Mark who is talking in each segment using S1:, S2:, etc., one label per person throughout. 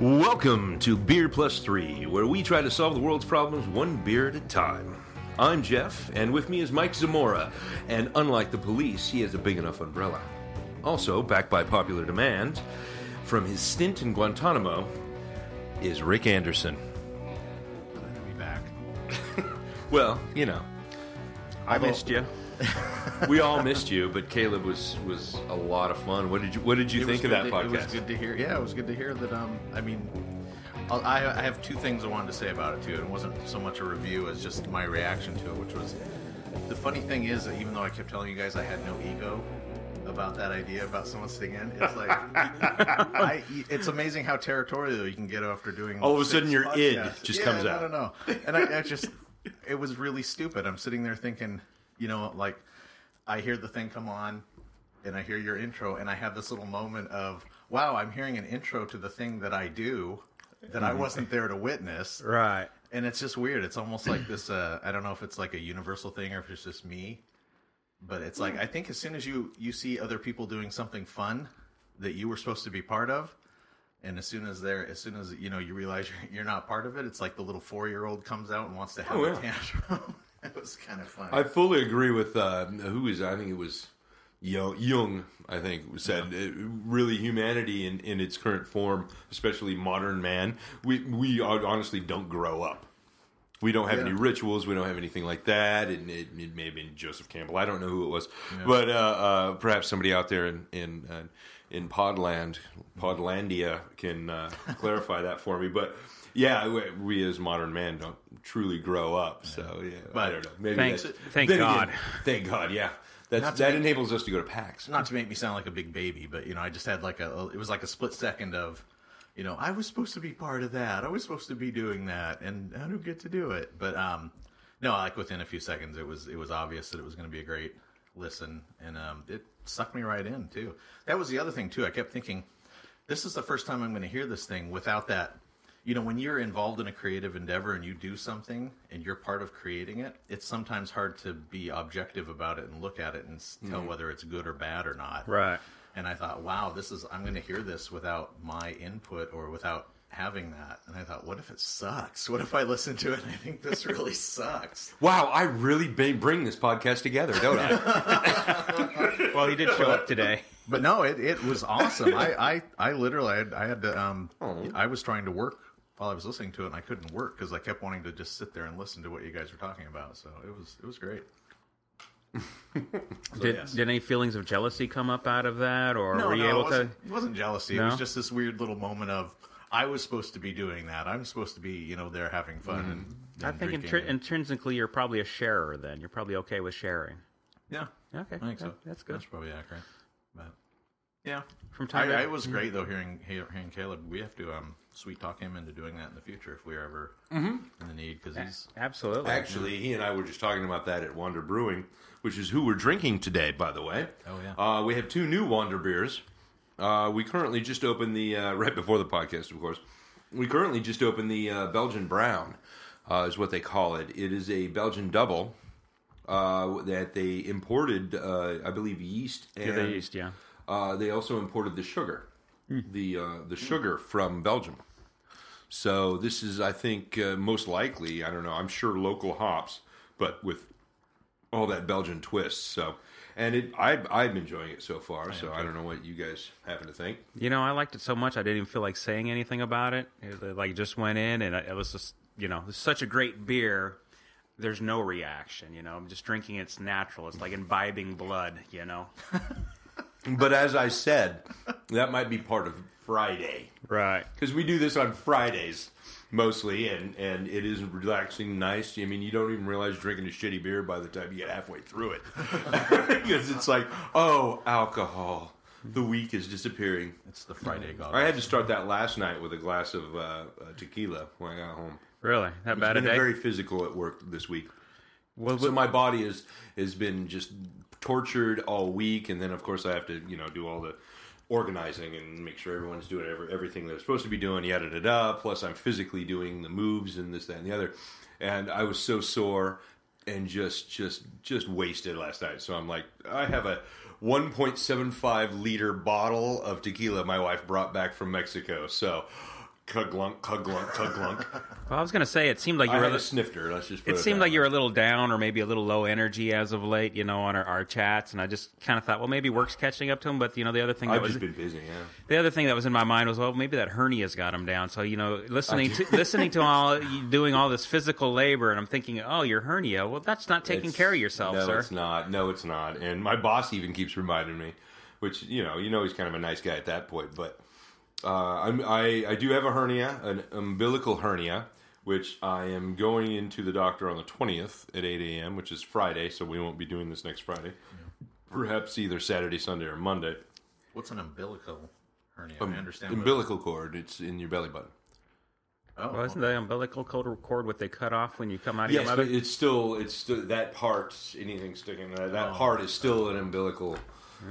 S1: Welcome to Beer Plus Three, where we try to solve the world's problems one beer at a time. I'm Jeff, and with me is Mike Zamora, and unlike the police, he has a big enough umbrella. Also, backed by popular demand, from his stint in Guantanamo, is Rick Anderson.
S2: Glad to be back.
S1: Well, you know, I
S2: Although-
S1: missed you. we all missed you, but Caleb was was a lot of fun. What did you What did you
S2: It was
S1: think of
S2: good
S1: that
S2: to- It was
S1: podcast?
S2: good to hear. Yeah, it was good to hear that. Um, I mean, I'll- I, I have two things I wanted to say about it too. It wasn't so much a review as just my reaction to it, which was the funny thing is that even though I kept telling you guys I had no ego about that idea about someone sitting in, it's like I, it's amazing how territorial you can get after doing.
S1: All of a
S2: six
S1: sudden, your id
S2: podcasts.
S1: just
S2: Yeah,
S1: comes
S2: and
S1: out.
S2: I don't know, and I, I just it was really stupid. I'm sitting there thinking, you know, like I hear the thing come on, and I hear your intro, and I have this little moment of wow, I'm hearing an intro to the thing that I do that
S1: Mm-hmm.
S2: I wasn't there to witness,
S3: Right.
S2: and it's just weird. It's almost like this. Uh, I don't know if it's like a universal thing or if it's just me, but it's like I think as soon as you you see other people doing something fun that you were supposed to be part of, and as soon as they're as soon as you know you realize you're, you're not part of it, it's like the little four year old comes out and wants to have
S1: Oh,
S2: a
S1: yeah.
S2: tantrum. it was kind of fun.
S1: I fully agree with uh, who is I think it was Yo- Jung I think said uh really humanity in, in its current form, especially modern man. We we are- honestly don't grow up. We don't have
S2: Yeah.
S1: any rituals. We don't have anything like that. And it, it may have been Joseph Campbell. I don't know who it was, but uh, uh, perhaps somebody out there in in uh, in Podland, Podlandia, can uh, clarify that for me. But yeah, we, we as modern man don't truly grow up. So yeah, I
S2: But-
S1: don't know. Maybe
S3: Thanks-
S1: that's-
S3: thank
S1: then
S3: God.
S1: again, thank God. Yeah, that's,
S2: Not to
S1: that
S2: be-
S1: enables us to go to PAX.
S2: not to make me sound like a big baby, but you know, I just had like a it was like a split second of, you know, I was supposed to be part of that. I was supposed to be doing that, and I don't get to do it. But um, no, like within a few seconds, it was it was obvious that it was going to be a great listen, and um, it sucked me right in too. That was the other thing too. I kept thinking, this is the first time I'm going to hear this thing without that. You know, when you're involved in a creative endeavor and you do something and you're part of creating it, it's sometimes hard to be objective about it and look at it and s- tell whether it's good or bad or not.
S3: Right.
S2: And I thought, wow, this is, I'm going to hear this without my input or without having that. And I thought, what if it sucks? What if I listen to it and I think this really sucks?
S1: Wow, I really ba- bring this podcast together, don't I?
S3: Well, he did show up today.
S2: But no, it, it was awesome. I, I, I literally, I had, I had to, um, I was trying to work while I was listening to it and I couldn't work because I kept wanting to just sit there and listen to what you guys were talking about. So it was, it was great. So,
S3: Did,
S2: yes.
S3: did any feelings of jealousy come up out of that, or
S2: no,
S3: were you
S2: no, it
S3: able to?
S2: wasn't, it wasn't jealousy. It
S3: No?
S2: was just this weird little moment of, I was supposed to be doing that. I'm supposed to be, you know, there having fun.
S3: Mm-hmm.
S2: And,
S3: I
S2: and
S3: think
S2: drinking
S3: intri-
S2: and-
S3: intrinsically you're probably a sharer. Then you're probably okay with sharing.
S2: Yeah.
S3: Okay,
S2: I think so.
S3: that- that's good.
S2: That's probably accurate. But yeah,
S3: From
S2: I,
S3: time Mm-hmm. to
S2: I, it was great though hearing hearing Caleb. We have to um sweet talk him into doing that in the future if we're ever
S3: Mm-hmm.
S2: in the need because he's
S3: absolutely.
S1: Actually, he and I were just talking about that at Wander Brewing, which is who we're drinking today, by the way.
S2: Oh, yeah.
S1: Uh, we have two new Wander beers. Uh, we currently just opened the uh, right before the podcast, of course. We currently just opened the uh, Belgian Brown, uh, is what they call it. It is a Belgian double uh, that they imported, uh, I believe, yeast and
S3: yeah, they used, yeah.
S1: Uh, they also imported the sugar, the uh, the sugar from Belgium. So this is, I think, uh, most likely. I don't know. I'm sure local hops, but with all that Belgian twist. So, and it, I, I'm enjoying it so far. so I don't know what you guys happen to think.
S3: You know, I liked it so much I didn't even feel like saying anything about it. It, it, like just went in, and I- it was just you know, it's such a great beer. There's no reaction, you know. I'm just drinking. It's natural. It's like imbibing blood, you know.
S1: But as I said, that might be part of Friday.
S3: Right.
S1: because we do this on Fridays mostly, and and it is relaxing, nice. I mean, you don't even realize you're drinking a shitty beer by the time you get halfway through it, because it's like, oh, alcohol. The week is disappearing.
S2: it's the Friday god.
S1: I had to start that last night with a glass of uh, uh, tequila when I got home.
S3: Really? That
S1: It's
S3: bad a
S1: been
S3: day?
S1: very physical at work this week.
S3: Well,
S1: So my body is has been just tortured all week, and then of course I have to you know do all the organizing and make sure everyone's doing every, everything they're supposed to be doing, yada da da. Plus, I'm physically doing the moves and this, that, and the other. And I was so sore and just just just wasted last night. So I'm like, I have a 1.75 liter bottle of tequila my wife brought back from Mexico. So. Cuglunk, cuglunk, cuglunk.
S3: Well, I was gonna say it seemed like you
S1: I
S3: were.
S1: had a snifter. Let's just. Put
S3: it seemed
S1: that
S3: like you were a little down or maybe a little low energy as of late, you know, on our, our chats, and I just kind of thought, well, maybe work's catching up to him. But you know, the other thing that
S1: I've
S3: was
S1: just been busy. Yeah.
S3: the other thing that was in my mind was, well, maybe that hernia's got him down. So you know, listening to listening to all you doing all this physical labor, and I'm thinking, oh, your hernia. Well, that's not taking
S1: It's-
S3: care of yourself,
S1: no,
S3: sir.
S1: it's not. No, it's not. And my boss even keeps reminding me, which you know, you know, he's kind of a nice guy at that point. But uh, I'm, I, I do have a hernia, an umbilical hernia, which I am going into the doctor on the twentieth at eight a.m., which is Friday, so we won't be doing this next Friday. Perhaps either Saturday, Sunday, or Monday.
S2: What's an umbilical hernia?
S1: Um,
S2: I understand. what-
S1: Umbilical cord. It's in your belly button.
S2: Oh,
S3: Wasn't the umbilical cord, cord what they cut off when you come out of
S1: Yes,
S3: your mother?
S1: but it's still it's still that part. Anything sticking that
S2: Oh.
S1: that part is still an umbilical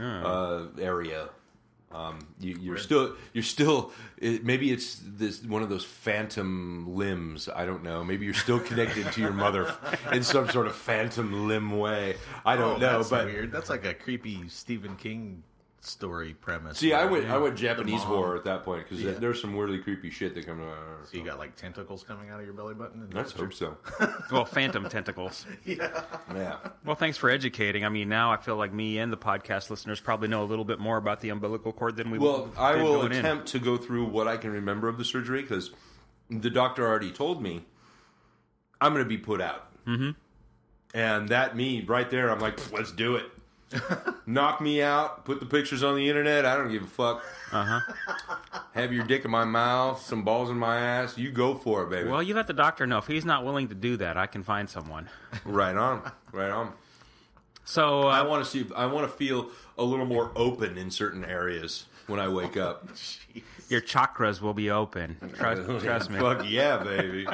S1: uh, area. Um, you, you're still you're still it, maybe it's this one of those phantom limbs. I don't know. Maybe you're still connected to your mother in some sort of phantom limb way. I
S2: Oh,
S1: don't know,
S2: that's
S1: but.
S2: weird. That's like a creepy Stephen King story premise.
S1: See, I
S2: where
S1: went. I went Japanese
S2: mom.
S1: horror at that point because
S2: Yeah.
S1: there's some weirdly creepy shit that comes out. of-
S2: So you got like tentacles coming out of your belly button. and-
S1: Let's hope so.
S3: well, phantom tentacles.
S1: Yeah,
S3: Well, thanks for educating. I mean, now I feel like me and the podcast listeners probably know a little bit more about the umbilical cord than we
S1: Well, I
S3: did
S1: will
S3: going in.
S1: attempt to go through what I can remember of the surgery because the doctor already told me I'm going to be put out. Mm-hmm. And that me right there, I'm like, let's do it. Knock me out. Put the pictures on the internet. I don't give a fuck. Have your dick in my mouth, some balls in my ass. You go for it, baby.
S3: Well, you let the doctor know if he's not willing to do that, I can find someone.
S1: Right on. Right on.
S3: So,
S1: I
S3: uh,
S1: want to see. I want to feel a little more open in certain areas when I wake up.
S3: your chakras will be open. Trust, trust me.
S1: Oh, Fuck yeah, baby.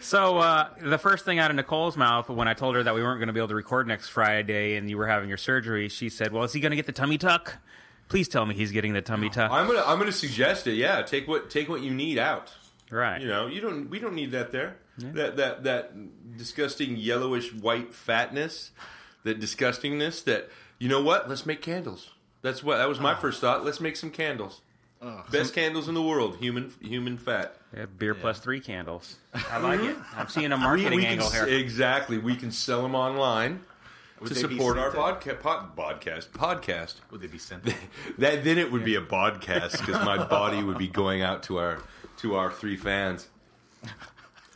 S3: So, uh, the first thing out of Nicole's mouth when I told her that we weren't going to be able to record next Friday and you were having your surgery, she said, "Well, is he going to get the tummy tuck? Please tell me he's getting the tummy tuck."
S1: I'm gonna I'm gonna suggest it. Yeah, take what take what you need out.
S3: right.
S1: You know, you don't we don't need that there. That that that disgusting yellowish white fatness, that disgustingness. That you know what? Let's make candles. That's what that was
S3: Oh.
S1: my first thought. Let's make some candles. Best candles in the world. Human human fat.
S3: Yeah, beer plus three candles. I like it. I'm seeing a marketing
S1: We can
S3: angle
S1: s-
S3: here.
S1: exactly. We can sell them online
S2: Would
S1: to
S2: they be
S1: support our
S2: sent out?
S1: podca- pod- podcast podcast.
S2: Would they be sent? out?
S1: That then it would be a podcast because my body would be going out to our to our three fans.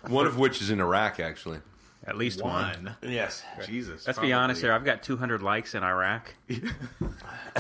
S1: One of which is in Iraq, actually.
S3: At least one.
S2: One.
S1: Yes.
S2: Jesus.
S3: Let's
S2: probably.
S3: be honest here. I've got 200 likes in Iraq.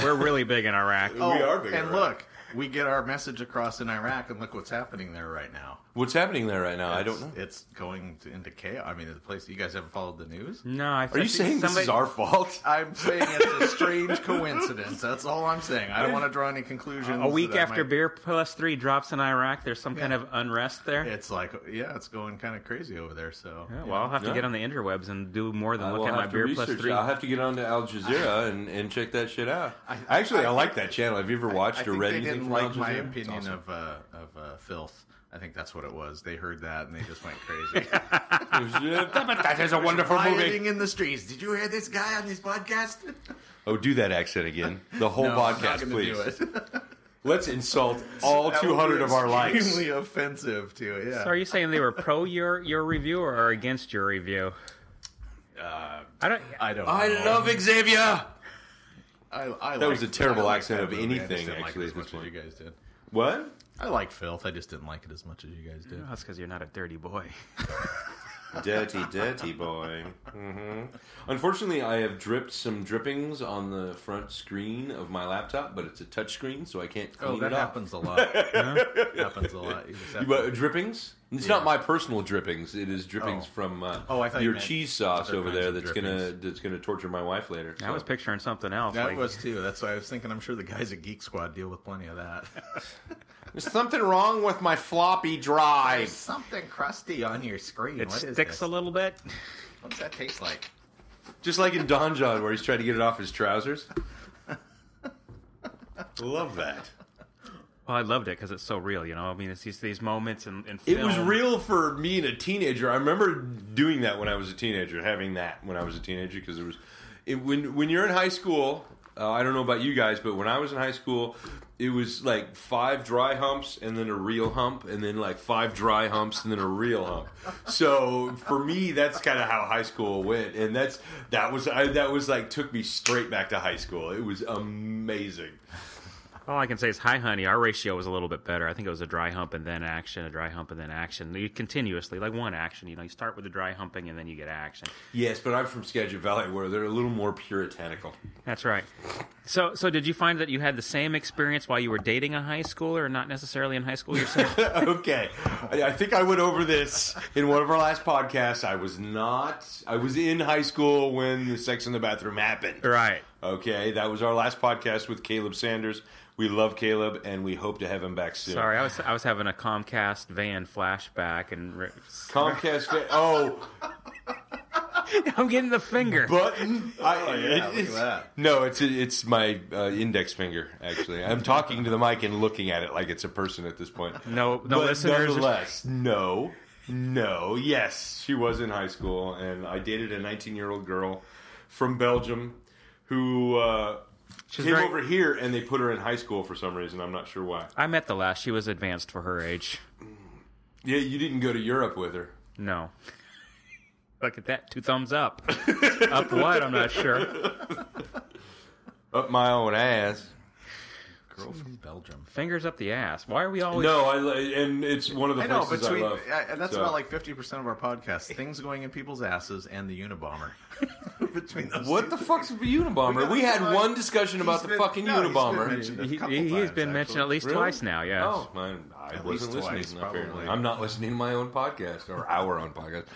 S3: We're really big in Iraq.
S1: Oh. We are big in
S2: And
S1: Iraq.
S2: look, we get our message across in Iraq, and look what's happening there right now.
S1: What's happening there right now? I don't know.
S2: It's going to, into chaos. I mean, the place you guys haven't followed the news.
S3: No, I
S1: Are you saying this is our fault?
S2: I'm saying it's a strange coincidence. That's all I'm saying. I don't want to draw any conclusions.
S3: a week
S2: that
S3: after
S2: might-
S3: Beer Plus Three drops in Iraq? There's some kind of unrest there. Yeah.
S2: it's like yeah, it's going kind of crazy over there. So
S3: well, I'll have to
S1: Yeah.
S3: get on the interwebs and do more than
S1: I
S3: look
S1: will
S3: at my
S1: have to
S3: Beer Plus
S1: research it.
S3: Three.
S1: I'll have to get on to Al Jazeera and, and check that shit out. Actually, I, like that channel. Have you ever watched
S2: I
S1: or
S2: think
S1: read
S2: they
S1: anything
S2: didn't
S1: from Al
S2: like
S1: Jazeera?
S2: my
S1: It's
S2: opinion
S1: awesome.
S2: of uh, of uh, filth. I think that's what it was. They heard that and they just went crazy.
S1: that is a wonderful
S2: Rioting
S1: movie.
S2: in the streets. Did you hear this guy on this podcast?
S1: Oh, do that accent again. The whole podcast, please. Let's insult all 200 of our likes.
S2: Extremely offensive to it. Yeah.
S3: So are you saying they were pro your your review or against your review?
S2: Uh,
S3: I don't.
S2: I don't.
S1: I
S2: know.
S1: love Xavier.
S2: I, I
S1: That was
S2: liked-
S1: a terrible
S2: I liked
S1: accent
S2: that
S1: of
S2: movie. I just
S1: anything,
S2: didn't like
S1: actually,
S2: it
S1: at
S2: as
S1: this
S2: much as you
S1: point.
S2: guys did.
S1: What?
S2: I like filth. I just didn't like it as much as you guys did.
S3: That's because you're not a dirty boy.
S1: Dirty, dirty boy. hmm Unfortunately, I have dripped some drippings on the front screen of my laptop, but it's a touch screen, so I can't clean
S2: Oh, that
S1: it up.
S2: happens a lot. Happens a lot. You just have to-
S1: But drippings? It's not my personal drippings. It is drippings
S2: Oh.
S1: from uh,
S2: Oh, I thought you
S1: your
S2: meant
S1: cheese sauce
S2: other
S1: over
S2: kinds
S1: there.
S2: of
S1: That's gonna
S2: drippings.
S1: that's gonna torture my wife later.
S3: I was
S1: so.
S3: picturing something else.
S2: That
S3: like,
S2: was too. That's why I was thinking. I'm sure the guys at Geek Squad deal with plenty of that.
S1: There's something wrong with my floppy drive.
S2: something crusty on your screen.
S3: it
S2: What is this?
S3: sticks a little bit.
S2: What does that taste like?
S1: Just like in Don John, where he's trying to get it off his trousers.
S2: Love that.
S3: Well, I loved it because it's so real. You know, I mean, it's these, these moments and in, in
S1: It was
S3: film.
S1: real for me and a teenager. I remember doing that when I was a teenager, having that when I was a teenager because it was it, when when you're in high school. Uh, I don't know about you guys, but when I was in high school, it was like five dry humps and then a real hump, and then like five dry humps and then a real hump. So for me, that's kind of how high school went, and that's that was I, that was like took me straight back to high school. It was amazing.
S3: All I can say is, hi, honey. Our ratio was a little bit better. I think it was a dry hump and then action, a dry hump and then action. You continuously, like one action. You know, you start with the dry humping and then you get action.
S1: Yes, but I'm from Skagit Valley, where they're a little more puritanical.
S3: That's right. So, so did you find that you had the same experience while you were dating a high schooler, or not necessarily in high school yourself?
S1: Okay, I, I think I went over this in one of our last podcasts. I was not. I was in high school when the sex in the bathroom happened.
S3: right.
S1: Okay, that was our last podcast with Caleb Sanders. We love Caleb, and we hope to have him back soon.
S3: Sorry, I was I was having a Comcast van flashback, and re-
S1: Comcast. fa- oh,
S3: I'm getting the finger.
S1: button. I,
S2: Oh, yeah,
S1: it-
S2: look at
S1: it's-
S2: that.
S1: No, it's it's my uh, index finger. Actually, I'm talking to the mic and looking at it like it's a person at this point.
S3: No, no
S1: but
S3: listeners.
S1: nonetheless, no, no, yes, she was in high school, and I dated a 19 year old girl from Belgium who uh,
S3: She's
S1: came
S3: very-
S1: over here, and they put her in high school for some reason. I'm not sure why.
S3: I met the last. She was advanced for her age.
S1: Yeah, you didn't go to Europe with her.
S3: No. Look at that. Two thumbs up. up what? I'm not sure.
S1: Up my own ass.
S2: Girl from Belgium.
S3: Fingers up the ass. Why are we always?
S1: No, I li- and it's one of the
S2: I know,
S1: places I,
S2: between
S1: love.
S2: I, that's
S1: So-
S2: about like fifty percent of our podcast. Things going in people's asses and the Unabomber. between those,
S1: What the fuck's a Unabomber? We had one discussion about the
S2: been-
S1: fucking
S2: no, he's been
S1: Unabomber.
S2: mentioned.
S3: He,
S2: A couple
S3: he, has
S2: times,
S3: been mentioned
S2: actually.
S3: at least
S1: Really?
S3: twice now. Yes.
S1: Oh, man, I wasn't
S2: least
S1: listening.
S2: twice,
S1: apparently,
S2: probably.
S1: I'm not listening to my own podcast or our own podcast.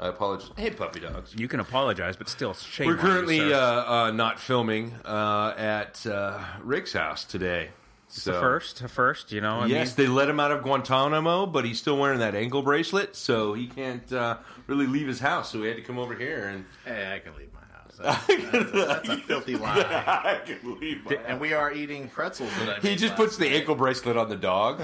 S1: I apologize. Hey, puppy dogs.
S3: You can apologize, but still, shame.
S1: We're
S3: on you,
S1: currently
S3: sir.
S1: uh, uh, not filming uh, at uh, Rick's house today. So.
S3: the first, the first. You know, I
S1: Yes, they let him out of Guantanamo, but he's still wearing that ankle bracelet, so he can't uh, really leave his house. So we had to come over here, and
S2: Hey, I can leave my house. That's, that's, a, that's a filthy lie.
S1: I can leave. my
S2: And we are eating pretzels that I
S1: He
S2: made
S1: just
S2: last
S1: puts the
S2: night.
S1: ankle bracelet on the dog.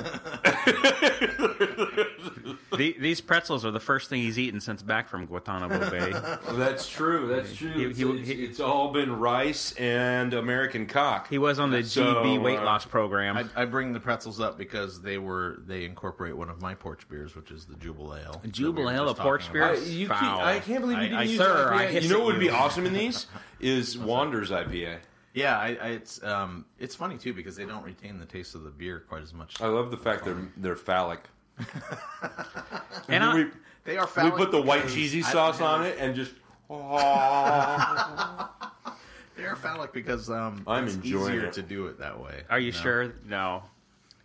S3: mean, the, these pretzels are the first thing he's eaten since back from Guantanamo Bay.
S1: That's true. That's true.
S3: He-
S1: it's,
S3: he-
S1: it's-
S3: he-
S1: it's all been rice and American cock.
S3: He was on the
S1: So,
S3: GB weight
S1: uh,
S3: loss program.
S2: I, I bring the pretzels up because they were they incorporate one of my porch beers, which is the Jubile Ale. that
S3: Jubile
S2: we were
S3: Ale,
S2: just
S3: a porch
S2: talking
S3: beer?
S2: about.
S1: I, Uh, you can't-
S3: Foul.
S1: I can't believe you
S2: I-
S1: didn't
S2: I-
S1: use
S3: sir, I
S1: IPA.
S3: hiss
S1: you know
S3: at
S1: what would be
S3: you.
S1: awesome in these is Wander's IPA.
S2: Yeah, I, I, it's um, it's funny too because they don't retain the taste of the beer quite as much.
S1: I love the fact they're they're phallic.
S3: and I,
S1: we,
S2: They are
S1: we
S2: phallic
S1: put the white
S2: because
S1: cheesy
S2: I don't
S1: sauce
S2: have-
S1: on it and just. Oh.
S2: They are phallic because um,
S1: I'm
S2: it's
S1: enjoying
S2: easier
S1: it.
S2: to do it that way.
S3: are you
S2: know?
S3: sure? No.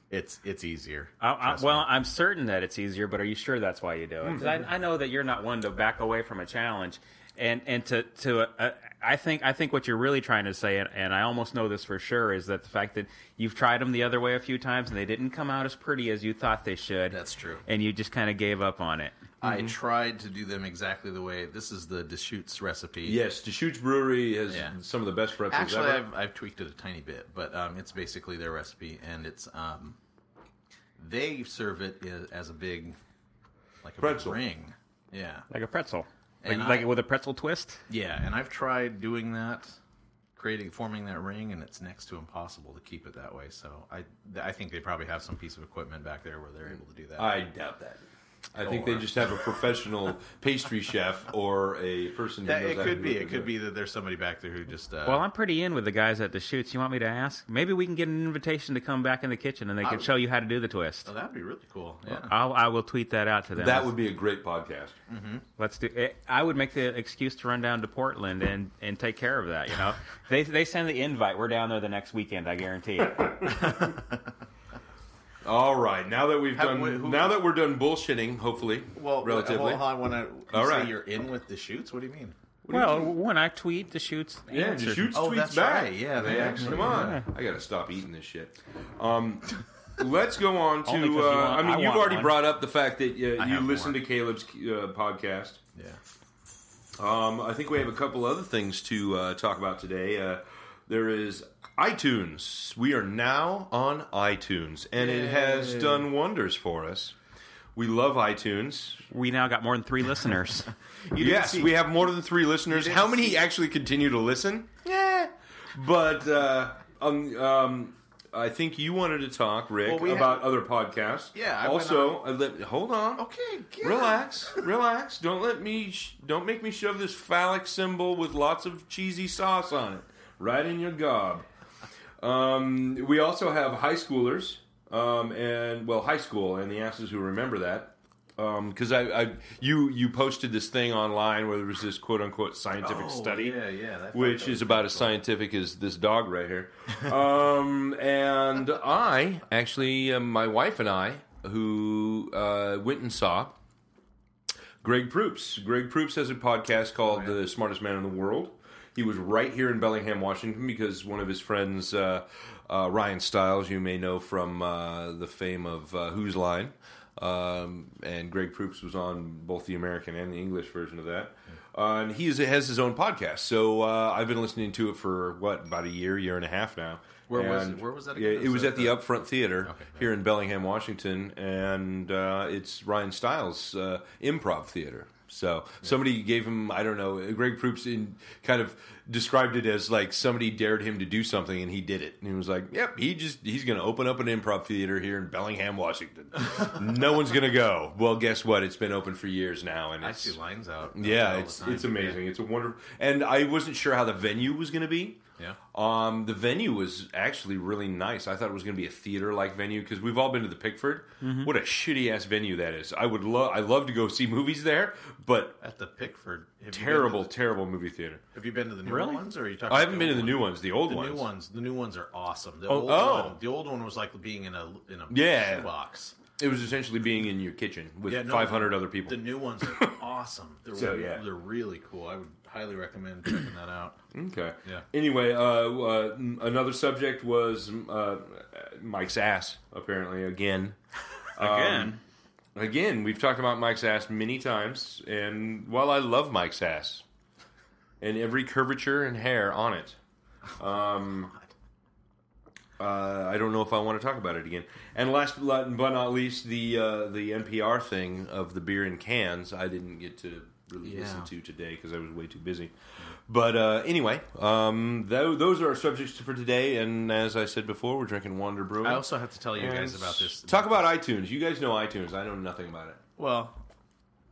S2: It's it's easier.
S3: I, I,
S2: Trust me.
S3: well, I'm certain that it's easier, but are you sure that's why you do it? 'Cause I, I know that you're not one to back away from a challenge, and and to to uh, I think I think what you're really trying to say, and, and I almost know this for sure, is that the fact that you've tried them the other way a few times and they didn't come out as pretty as you thought they should.
S2: That's true.
S3: And you just kind of gave up on it.
S2: I tried to do them exactly the way. This is the Deschutes recipe.
S1: yes, Deschutes Brewery has
S2: Yeah.
S1: some of the best pretzels
S2: Actually,
S1: ever.
S2: I've, I've tweaked it a tiny bit, but um, it's basically their recipe, and it's um, they serve it i- as a big, like a
S1: Pretzel.
S2: ring. Yeah,
S3: Like a pretzel, like,
S2: And
S3: like
S2: I-
S3: with a pretzel twist.
S2: yeah, and I've tried doing that, creating, forming that ring, and it's next to impossible to keep it that way. So I, th- I think they probably have some piece of equipment back there where they're able to do that.
S1: I doubt that. I think
S2: Or-
S1: they just have a professional pastry chef or a person. Who
S2: That-
S1: knows
S2: it
S1: how to
S2: could
S1: do
S2: be. It could be that there's somebody back there who just. Uh,
S3: Well, I'm pretty in with the guys at the shoots. You want me to ask? Maybe we can get an invitation to come back in the kitchen and they can show you how to do the twist.
S2: oh, that'd be really cool. Yeah.
S3: I'll, I will tweet that out to them.
S1: That would be a great podcast.
S3: Let's do. It. I would make the excuse to run down to Portland and and take care of that. You know, they they send the invite. We're down there the next weekend. I guarantee. it.
S1: All right, now that we've
S2: Have-
S1: done,
S2: wait, who-
S1: now that we're done bullshitting, hopefully,
S2: well, uh,
S1: relatively.
S2: Well, hold on, when I, you
S1: All
S2: say
S1: right.
S2: you're in with the shoots. What do you mean?
S3: well, when I tweet the shoots,
S1: yeah,
S3: answer.
S1: the shoots
S2: Oh,
S1: tweets
S2: that's
S1: back.
S2: right. Yeah, they
S1: Man,
S2: actually-
S1: Come on, I gotta stop eating this shit. Um, let's go on to.
S3: Only 'cause
S1: uh,
S3: you want-
S1: I mean,
S3: I
S1: you've
S3: want
S1: already
S3: one.
S1: brought up the fact that uh,
S2: I
S1: you
S2: have
S1: listen
S2: more.
S1: to Caleb's uh, podcast.
S2: Yeah.
S1: Um, I think we have a couple other things to uh, talk about today. Uh, there is iTunes. We are now on iTunes, and it has done wonders for us. We love iTunes.
S3: We now got more than three listeners.
S2: You didn't
S1: yes,
S2: see-
S1: we have more than three listeners.
S2: didn't
S1: How many
S2: see-
S1: actually continue to listen? Yeah, but uh, um, um, I think you wanted to talk, Rick,
S2: Well, we
S1: about other podcasts.
S2: Yeah, I went
S1: also, I let- hold on.
S2: Okay, get
S1: Relax, relax. Don't let me. Sh- don't make me shove this phallic symbol with lots of cheesy sauce on it right in your gob. Um, we also have high schoolers, um, and well, high school and the asses who remember that. Because I, I, you, you posted this thing online where there was this quote unquote scientific
S2: Oh,
S1: study
S2: Yeah, yeah. that-
S1: which is about as scientific as this dog right here. Um, and I actually, uh, my wife and I, who uh, went and saw Greg Proops. Greg Proops has a podcast called
S2: Oh,
S1: "The Smartest Man in the World." He was right here in Bellingham, Washington, because one of his friends, uh, uh, Ryan Stiles, you may know from uh, the fame of uh, Who's Line, um, and Greg Proops was on both the American and the English version of that. Uh, and he is, has his own podcast, so uh, I've been listening to it for what about a year, year and a half now.
S2: Where was-
S1: And-
S2: where was that
S1: Yeah,
S2: again?
S1: it
S2: Is
S1: was at
S2: that
S1: the
S2: the-
S1: Upfront Theater
S2: right.
S1: here in Bellingham, Washington, and uh, it's Ryan Stiles' uh, improv theater. So somebody gave him, I don't know, Greg Proops in, kind of described it as like somebody dared him to do something and he did it. And he was like, yep, he just, he's going to open up an improv theater here in Bellingham, Washington. no one's going to go. Well, guess what? It's been open for years now. And
S2: I
S1: it's,
S2: see lines out. uh, all
S1: yeah,
S2: the
S1: it's,
S2: time.
S1: it's amazing. It's a wonderful, and I wasn't sure how the venue was going to be.
S2: Yeah.
S1: Um, the venue was actually really nice. I thought it was going to be a theater-like venue because we've all been to the Pickford.
S2: Mm-hmm.
S1: What a shitty ass venue that is. I would love, I love to go see movies there, but
S2: At the Pickford. Have you been to
S1: terrible,
S2: the-
S1: terrible movie theater.
S2: have you been to the new
S3: Really?
S2: ones, or are you talking?
S1: I haven't
S2: about
S1: been to the
S2: old
S1: new
S2: ones?
S1: ones, the old
S2: The
S1: ones.
S2: new ones. The new ones are awesome. The old
S1: oh.
S2: one, the old one was like being in a in a
S1: Yeah.
S2: box.
S1: It was essentially being in your kitchen with
S2: Yeah, no,
S1: 500 other people.
S2: The new ones are awesome. They're,
S1: So,
S2: re-
S1: yeah.
S2: they're really cool. I would highly recommend checking that out.
S1: Okay.
S2: Yeah.
S1: Anyway, uh, uh, m- another subject was uh, Mike's ass. Apparently, again.
S3: Again,
S1: Again, we've talked about Mike's ass many times, and while I love Mike's ass and every curvature and hair on it, um, uh, I don't know if I want to talk about it again. And last but not least, the uh, the NPR thing of the beer in cans, I didn't get to really
S2: Yeah.
S1: listen to today because I was way too busy. But uh, anyway, um, tho- those are our subjects for today. And as I said before, we're drinking Wander Brewing.
S2: I also have to tell you guys
S1: And
S2: about this.
S1: Talk about iTunes. You guys know iTunes. I know nothing about it.
S2: Well,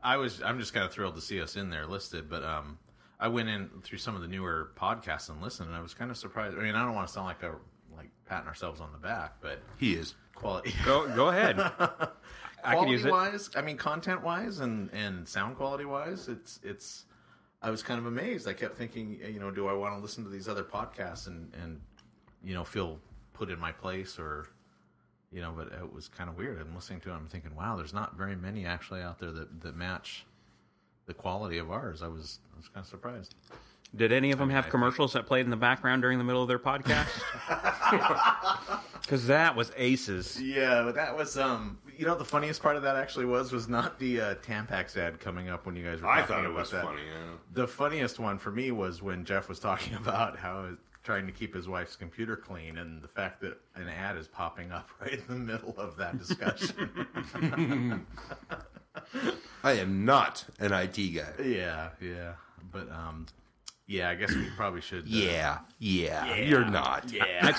S2: I was. I'm just kind of thrilled to see us in there listed, but um, I went in through some of the newer podcasts and listened, and I was kind of surprised. I mean, I don't want to sound like a like patting ourselves on the back, but
S1: He is.
S2: quality.
S3: go go ahead. I can
S2: quality
S3: use it.
S2: wise, I mean, content wise, and and sound quality wise, it's it's. I was kind of amazed. I kept thinking, eh, you know, do I want to listen to these other podcasts and and you know feel put in my place or you know? But it was kind of weird. I'm listening to it. I'm thinking, wow, there's not very many actually out there that that match the quality of ours. I was I was kind of surprised.
S3: Did any of them have commercials that played in the background during the middle of their podcast? Because that was aces.
S2: Yeah, but that was um. You know, the funniest part of that actually was was not the uh, Tampax ad coming up when you guys were.
S1: I
S2: talking
S1: thought it
S2: about
S1: was
S2: that.
S1: funny. Yeah.
S2: The funniest one for me was when Jeff was talking about how trying to keep his wife's computer clean and the fact that an ad is popping up right in the middle of that discussion.
S1: I am not an IT guy.
S2: yeah, yeah. But um yeah, I guess we probably should uh,
S1: Yeah, yeah, you're not.
S3: I'd,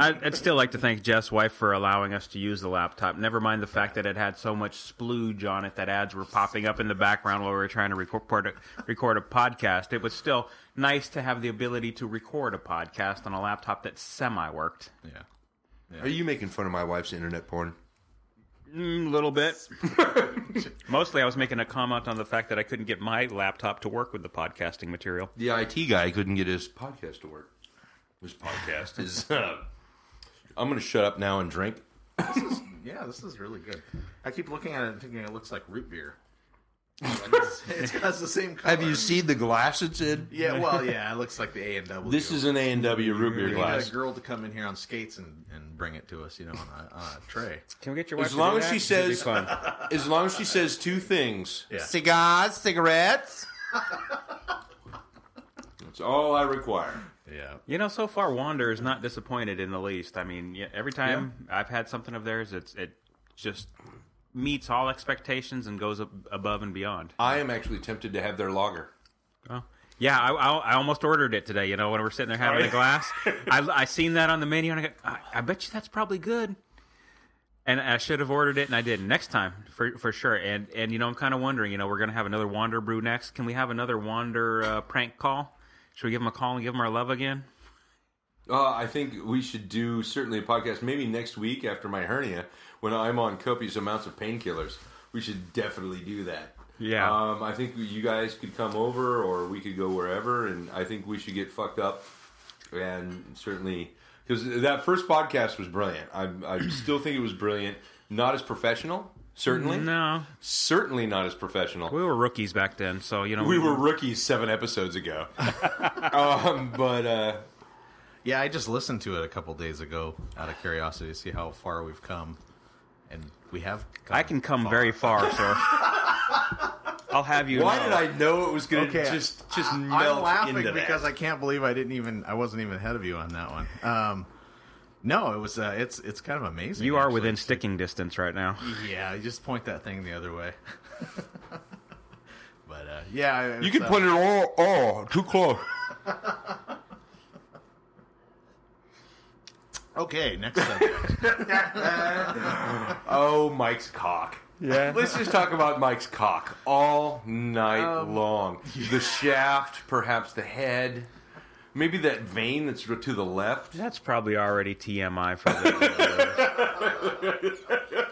S3: I'd- I'd still like to thank Jeff's wife for allowing us to use the laptop. Never mind the fact that it had so much splooge on it that ads were popping up in the background while we were trying to record a, record a podcast. It was still nice to have the ability to record a podcast on a laptop that semi worked.
S2: Yeah.
S1: Are you making fun of my wife's internet porn?
S3: Mm, little bit. Mostly, I was making a comment on the fact that I couldn't get my laptop to work with the podcasting material.
S1: The IT guy couldn't get his podcast to work. His podcast is. Uh, I'm going to shut up now and drink.
S2: Yeah, this is really good. I keep looking at it and thinking it looks like root beer. it's, it's got the same color.
S1: Have you seen the glass it's in?
S2: Yeah, well, yeah, it looks like the A and W.
S1: This is an A and W root beer
S2: we got
S1: glass.
S2: a girl to come in here on skates and, and bring it to us, you know, on a, on a tray.
S3: Can we get your wife
S1: As
S3: to
S1: long
S3: do
S1: as
S3: that?
S1: she
S3: It'd be
S1: says,
S3: fun.
S1: as long as she says two things,
S2: Yeah.
S1: cigars, cigarettes. It's all I require.
S2: Yeah.
S3: You know, so far Wander is not disappointed in the least. I mean, yeah, every time I've had something of theirs, it's it just meets all expectations and goes ab- above and beyond.
S1: I am actually tempted to have their lager.
S3: Oh. Yeah, I, I, I almost ordered it today. You know, when we're sitting there having
S1: yeah.
S3: a glass, I, I seen that on the menu, and I, go, I, I bet you that's probably good. And I should have ordered it, and I didn't. Next time, for for sure. And and you know, I'm kind of wondering. You know, we're gonna have another Wander brew next. Can we have another Wander uh, prank call? Should we give them a call and give them our love again?
S1: Uh, I think we should do certainly a podcast maybe next week after my hernia when I'm on copious amounts of painkillers. We should definitely do that.
S3: Yeah.
S1: Um, I think you guys could come over or we could go wherever, and I think we should get fucked up. And certainly, because that first podcast was brilliant. I, I still think it was brilliant. Not as professional, certainly.
S3: No,
S1: Certainly not as professional.
S3: we were rookies back then, so you know
S1: We were rookies seven episodes ago. um, but uh,
S2: Yeah, I just listened to it a couple days ago out of curiosity to see how far we've come. And we have. Come
S3: I can come very far, sir. I'll have you.
S1: why
S3: know.
S1: did I know it was going to
S2: Okay,
S1: just just melt
S2: I'm laughing
S1: into that?
S2: because I can't believe I didn't even. I wasn't even ahead of you on that one. Um, no, it was. Uh, it's it's kind of amazing.
S3: You are
S2: actually.
S3: within sticking distance right now.
S2: Yeah, you just point that thing the other way. but uh, yeah, it's, uh,
S1: it all, all too close.
S2: Okay, next subject.
S1: Oh, Mike's cock.
S3: Yeah.
S1: Let's just talk about Mike's cock all night long. The shaft, perhaps the head, maybe that vein that's to the left.
S3: That's probably already TMI for the.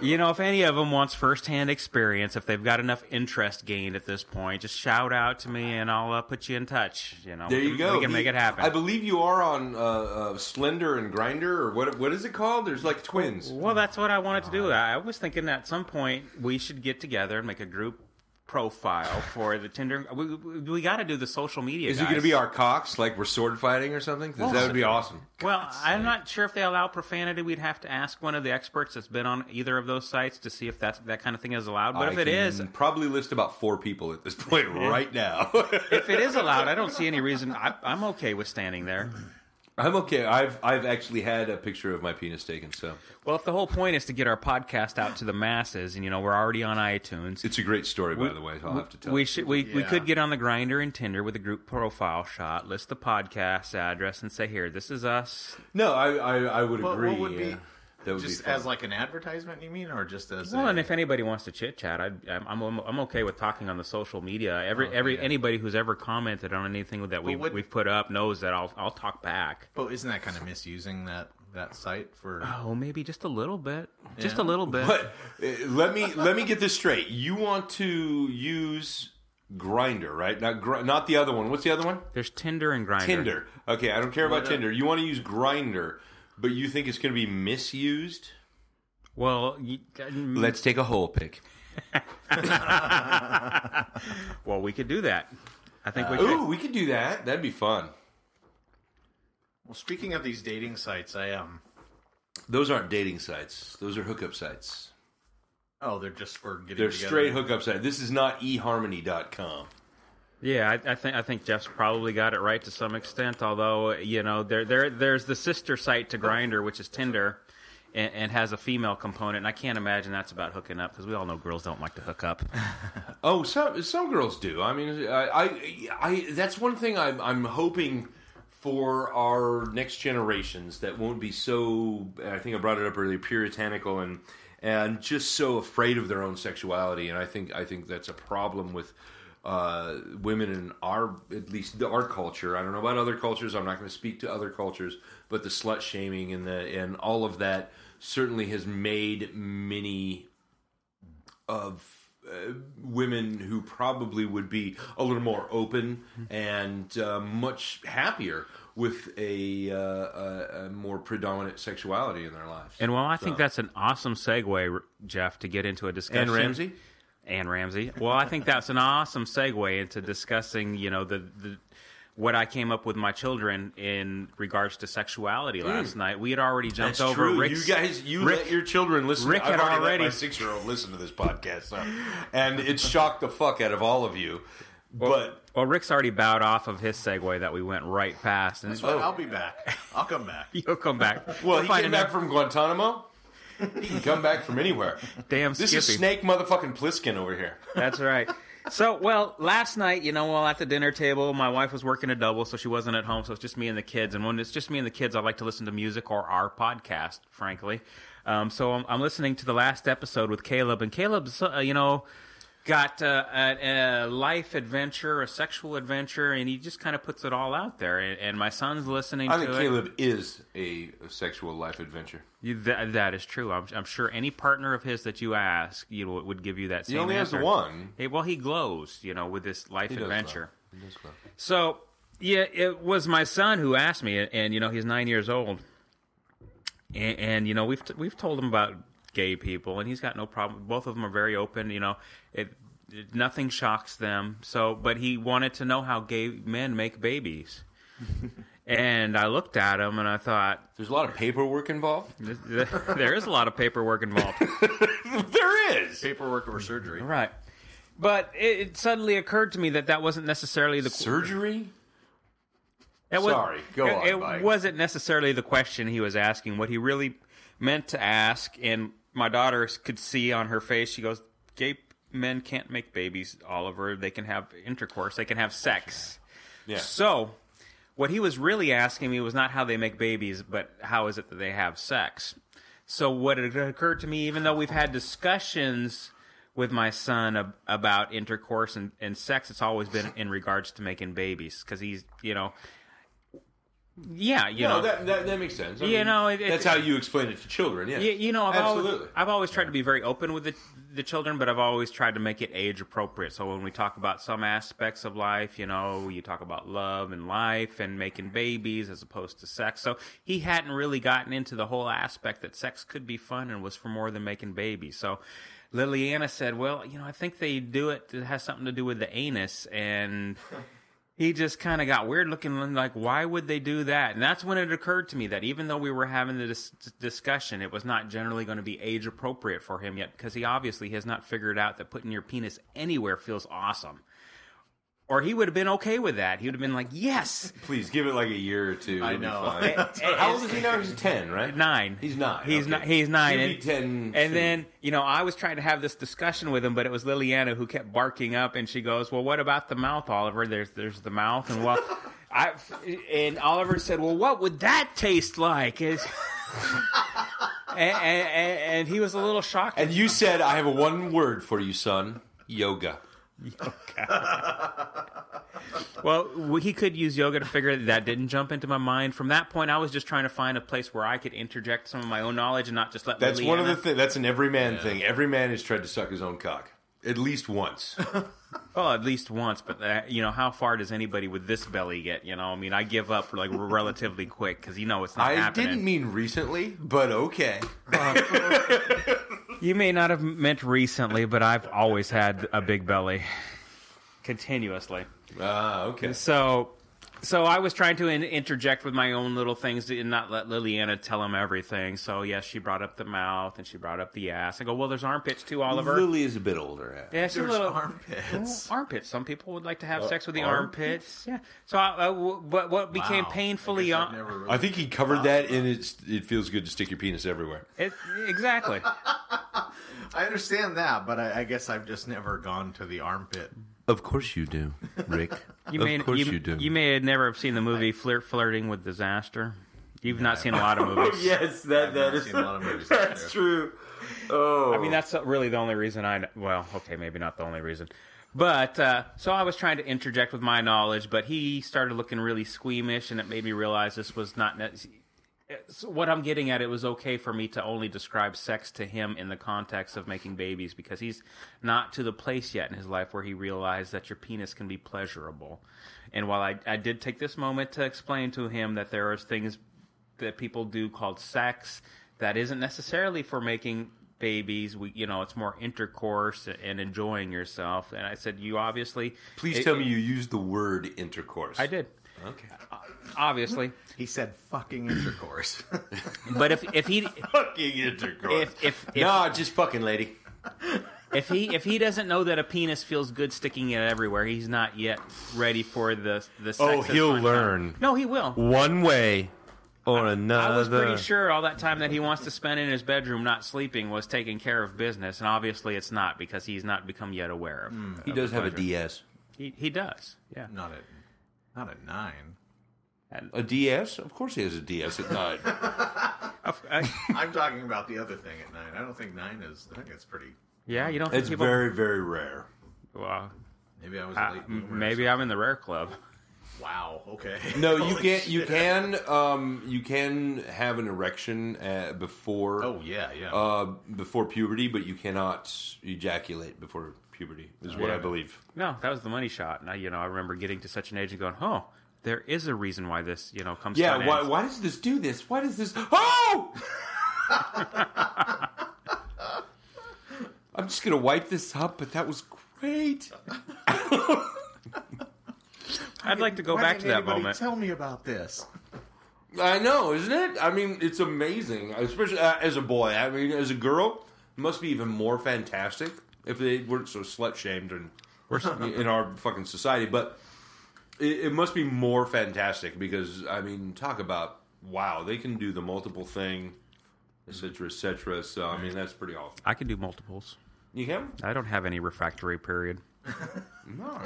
S3: you know, if any of them wants firsthand experience, if they've got enough interest gained at this point, just shout out to me and I'll uh, put you in touch. You know,
S1: There
S3: we
S1: you
S3: can-
S1: go.
S3: We can make
S1: He-
S3: it happen.
S1: I believe you are on uh, uh, Slender and Grinder, or what? What is it called? There's like twins.
S3: well, that's what I wanted to do. I I was thinking at some point we should get together and make a group profile for the Tinder. We, we, we got to do the social media.
S1: Is it going to
S3: guys. Oh,
S1: be our cocks, like we're sword fighting or something? 'Cause that would be awesome.
S3: Well, I'm not sure if they allow profanity. We'd have to ask one of the experts that's been on either of those sites to see if that's, that kind of thing is allowed. But if
S1: I
S3: it is,
S1: can probably list about four people at this point right now.
S3: if it is allowed, I don't see any reason. I, I'm okay with standing there.
S1: I'm okay. I've I've actually had a picture of my penis taken, so
S3: Well, if the whole point is to get our podcast out to the masses, and you know we're already on iTunes,
S1: it's a great story, by the way. I'll have to tell.
S3: we
S1: you.
S3: should we, we
S2: Yeah.
S3: could get on the grinder and Tinder with a group profile shot, list the podcast address, and say, "Here, this is us."
S1: no, I I, I would
S2: But
S1: agree.
S2: what would be
S1: yeah. that would
S2: just
S1: be fun.
S2: as like an advertisement? You mean, or just as
S3: Well,
S2: a,
S3: and if anybody wants to chit chat, I'm, I'm I'm okay with talking on the social media. Every every
S2: Oh, yeah.
S3: anybody who's ever commented on anything that we
S2: what-
S3: we've put up knows that I'll I'll talk back.
S2: but Oh, isn't that kind of misusing that that site for?
S3: Oh, maybe just a little bit, just
S2: Yeah.
S3: a little bit.
S1: But uh, let me let me get this straight. You want to use Grinder, right? Not gr- not the other one. What's the other one?
S3: There's Tinder and Grinder.
S1: Tinder. Okay, I don't care about
S2: What, uh,
S1: Tinder. You want to use Grinder, but you think it's going to be misused?
S3: Well, you, uh,
S1: Let's take a whole pick.
S3: well, we could do that. I think
S2: Uh,
S3: we could.
S1: Ooh, we could do that. That'd be fun.
S2: Well, speaking of these dating sites, I um,
S1: Those aren't dating sites. Those are hookup sites.
S2: oh, they're just for getting.
S1: They're
S2: together.
S1: straight hookup sites. This is not eharmony.com.
S3: Yeah, I, I think I think Jeff's probably got it right to some extent. Although you know, there there there's the sister site to Grinder, which is Tinder, and, and has a female component. And I can't imagine that's about hooking up because we all know girls don't like to hook up.
S1: Oh, some some girls do. I mean, I, I, I that's one thing I'm I'm hoping for our next generations that won't be so. I think I brought it up earlier, puritanical and and just so afraid of their own sexuality. And I think I think that's a problem with. Uh, women in our at least the, our culture. I don't know about other cultures. I'm not going to speak to other cultures, but the slut shaming and the and all of that certainly has made many of uh, women who probably would be a little more open and uh, much happier with a, uh, a, a more predominant sexuality in their lives.
S3: And well, I think that's an awesome segue, Jeff, to get into a discussion.
S1: Anne Ramsey?
S3: Anne Ramsey. Well, I think that's an awesome segue into discussing, you know, the, the what I came up with my children in regards to sexuality last night. We had already jumped over Rick's.
S1: Mm. you guys, you
S3: Rick-
S1: let your children listen.
S3: Rick
S1: to,
S3: had
S1: I've already,
S3: already-
S1: let my six-year-old listen to this podcast, so- and it shocked the fuck out of all of you. but
S3: Well, Rick's already bowed off of his segue that we went right past, and
S2: But I'll be back. I'll come back.
S3: you'll come back.
S1: Well,
S3: We'll
S1: he
S3: find
S1: came
S3: another
S1: back from Guantanamo. He can come back from anywhere.
S3: damn
S1: This
S3: Skippy.
S1: is Snake motherfucking Pliskin over here.
S3: That's right. So, well, last night, you know, while at the dinner table, my wife was working a double, so she wasn't at home, so it's just me and the kids. And when it's just me and the kids, I like to listen to music or our podcast, frankly. Um, so I'm, I'm listening to the last episode with Caleb, and Caleb's, uh, you know, got uh, a, a life adventure, a sexual adventure, and he just kind of puts it all out there. And, and my son's listening
S1: I
S3: to
S1: think
S3: it.
S1: Caleb is a sexual life adventure.
S3: You- that- that is true. I'm, I'm sure any partner of his that you ask, you know, would give you that same.
S1: only has
S3: answer.
S1: the one.
S3: Hey, well, he glows, you know, with this life
S1: He does
S3: adventure.
S1: love. He does love.
S3: So, yeah, it was my son who asked me, and, you know, he's nine years old, and, and you know, we've t- we've told him about gay people, and he's got no problem. Both of them are very open, you know. It, it- nothing shocks them. So, but he wanted to know how gay men make babies. And I looked at him and I thought,
S1: There's a lot of paperwork involved.
S3: this- there is a lot of paperwork involved.
S1: There is
S2: Paperwork or surgery.
S3: Right. But it, it suddenly occurred to me that that wasn't necessarily the
S1: surgery.
S3: that was-
S1: Sorry, go
S3: it,
S1: on,
S3: It
S1: Mike.
S3: wasn't necessarily the question he was asking. What he really meant to ask, and my daughter could see on her face. She goes, "Gay men can't make babies, Oliver. They can have intercourse. They can have sex."
S1: Yeah.
S3: So, what he was really asking me was not how they make babies, but how is it that they have sex? So, what it occurred to me, even though we've had discussions with my son ab- about intercourse and, and sex, it's always been in regards to making babies because he's, you know, yeah, you
S1: No,
S3: know,
S1: that, that that makes sense. I
S3: You
S1: mean,
S3: know, it- it-
S1: that's how you explain it to children. Yeah,
S3: Y- you know, I've
S1: absolutely.
S3: always, I've always tried to be very open with the the children, but I've always tried to make it age appropriate. So when we talk about some aspects of life, you know, you talk about love and life and making babies as opposed to sex. So he hadn't really gotten into the whole aspect that sex could be fun and was for more than making babies. So Liliana said, "Well, you know, I think they do it. It has something to do with the anus and." he just kind of got weird looking and like why would they do that and that's when it occurred to me that even though we were having the dis- discussion it was not generally going to be age appropriate for him yet because he obviously has not figured out that putting your penis anywhere feels awesome or he would have been okay with that he would have been like yes
S1: Please give it like a year or two.
S2: I
S1: it'll be
S2: know.
S1: fine.
S3: It- it-
S1: how old is he now? He's ten, right?
S3: nine
S1: He's nine.
S3: he's
S1: okay.
S3: not he's nine
S1: He'll be
S3: and-
S1: ten. soon.
S3: And then, you know, I was trying to have this discussion with him, but it was Liliana who kept barking up, and she goes, "Well, what about the mouth, Oliver? There's there's the mouth, and well, I and Oliver said, "Well, what would that taste like?" Is and, and, and, and he was a little shocked.
S1: and you said, "I have a one word for you, son: yoga."
S3: Well, w- he could use yoga to figure that that didn't jump into my mind. From that point, I was just trying to find a place where I could interject some of my own knowledge and not just let
S1: That's one of the
S3: Liliana-
S1: things. That's an everyman thing. Every man has tried to suck his own cock at least once.
S3: Well, Oh, at least once, but uh, you know, how far does anybody with this belly get? You know, I mean, I give up like relatively quick because you know it's not
S1: I
S3: happening.
S1: didn't mean recently, but okay.
S3: you may not have meant recently, but I've always had a big belly, continuously.
S1: Ah, okay.
S3: So, so I was trying to in- interject with my own little things and not let Liliana tell him everything. So yes, she brought up the mouth and she brought up the ass. I go, well, there's armpits too, Oliver.
S1: Lily is a bit older.
S3: yeah, she's a
S2: There's
S3: little
S2: armpits.
S3: armpits. Some people would like to have sex with the
S1: armpits?
S3: armpits. Yeah. So, I, I w- but what became
S2: Wow.
S3: painfully
S2: I guess I've
S3: on-
S2: never really-
S1: I think he covered that, and it's it feels good to stick your penis everywhere.
S3: It, exactly.
S2: I understand that, but I, I guess I've just never gone to the armpit.
S1: Of course you do, Rick.
S3: You may, you, you may have never have seen the movie Flirt Flirting with Disaster. You've not seen a lot of movies.
S1: yes, that
S2: I've not seen a lot of movies. That's true.
S1: Oh,
S3: I mean, that's really the only reason I. kn- Well, okay, maybe not the only reason. But uh, so I was trying to interject with my knowledge, but he started looking really squeamish, and it made me realize this was not. Ne- so what I'm getting at, it was okay for me to only describe sex to him in the context of making babies because he's not to the place yet in his life where he realized that your penis can be pleasurable. And while I, I did take this moment to explain to him that there are things that people do called sex that isn't necessarily for making babies, we, you know, it's more intercourse and enjoying yourself. And I said, you obviously,
S1: please tell me you used the word intercourse.
S3: I did,
S1: Okay.
S3: obviously.
S2: He said fucking intercourse.
S3: But if if he
S1: Fucking intercourse.
S3: if if, if
S1: nah, just fucking lady.
S3: if he if he doesn't know that a penis feels good sticking it everywhere, he's not yet ready for the the.
S1: Oh,
S3: sexist
S1: he'll
S3: fun time.
S1: learn.
S3: No, he will.
S1: One way or another.
S3: I was pretty sure all that time that he wants to spend in his bedroom not sleeping was taking care of business, and obviously it's not because he's not become yet aware of.
S1: he does have a DS.
S3: He, he does. Yeah.
S2: Not at, not at nine.
S1: A DS? Of course he has a DS at night.
S2: I'm talking about the other thing at nine. I don't think nine is. I think it's pretty.
S3: yeah, you don't.
S1: it's
S3: think people-
S1: very, very rare.
S3: Well,
S2: Maybe I was
S3: I-
S2: a late. bloomer or
S3: Ah, maybe I'm in the rare club.
S2: something. Wow. Okay.
S1: No, you
S2: Holy
S1: can't. You
S2: shit.
S1: can. Um, you can have an erection uh, before.
S2: Oh yeah, yeah.
S1: Uh, before puberty, but you cannot ejaculate before puberty. Is what I
S2: Yeah.
S1: believe.
S3: No, that was the money shot, and I, you know, I remember getting to such an age and going, "Oh, there is a reason why this, you know, comes." to
S1: Yeah.
S3: an
S1: Why?
S3: end."
S1: Why does this do this? Why does this? Oh! I'm just gonna wipe this up, but that was great.
S3: I'd like to go
S2: Why
S3: back to
S2: didn't
S3: that
S2: anybody
S3: moment.
S2: Tell me about this.
S1: I know, isn't it? I mean, it's amazing, especially uh, as a boy. I mean, as a girl, it must be even more fantastic if they weren't so slut shamed and in our fucking society. But it, it must be more fantastic because I mean, talk about wow, they can do the multiple thing, etc., etc. So I mean, that's pretty awesome.
S3: I can do multiples.
S1: You can?
S3: I don't have any refractory period.
S1: No.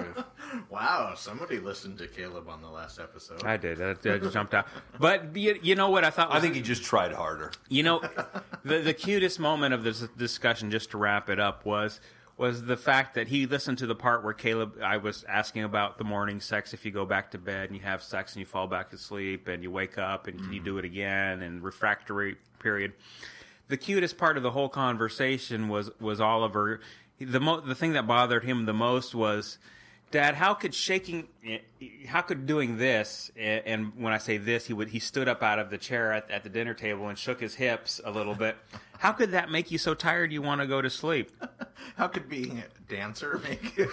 S2: Wow, somebody listened to Caleb on the last episode.
S3: I did. I, I jumped out. But you, you know what I thought? Was,
S1: I think he just tried harder.
S3: you know the the cutest moment of this discussion, just to wrap it up, was was the fact that he listened to the part where Caleb I was asking about the morning sex. If you go back to bed and you have sex and you fall back asleep and you wake up and can you do it again and refractory period. the cutest part of the whole conversation was was Oliver. The mo- the thing that bothered him the most was, Dad, how could shaking, how could doing this? And, and when I say this, he would he stood up out of the chair at, at the dinner table and shook his hips a little bit. How could that make you so tired you want to go to sleep?
S2: How could being a dancer make you?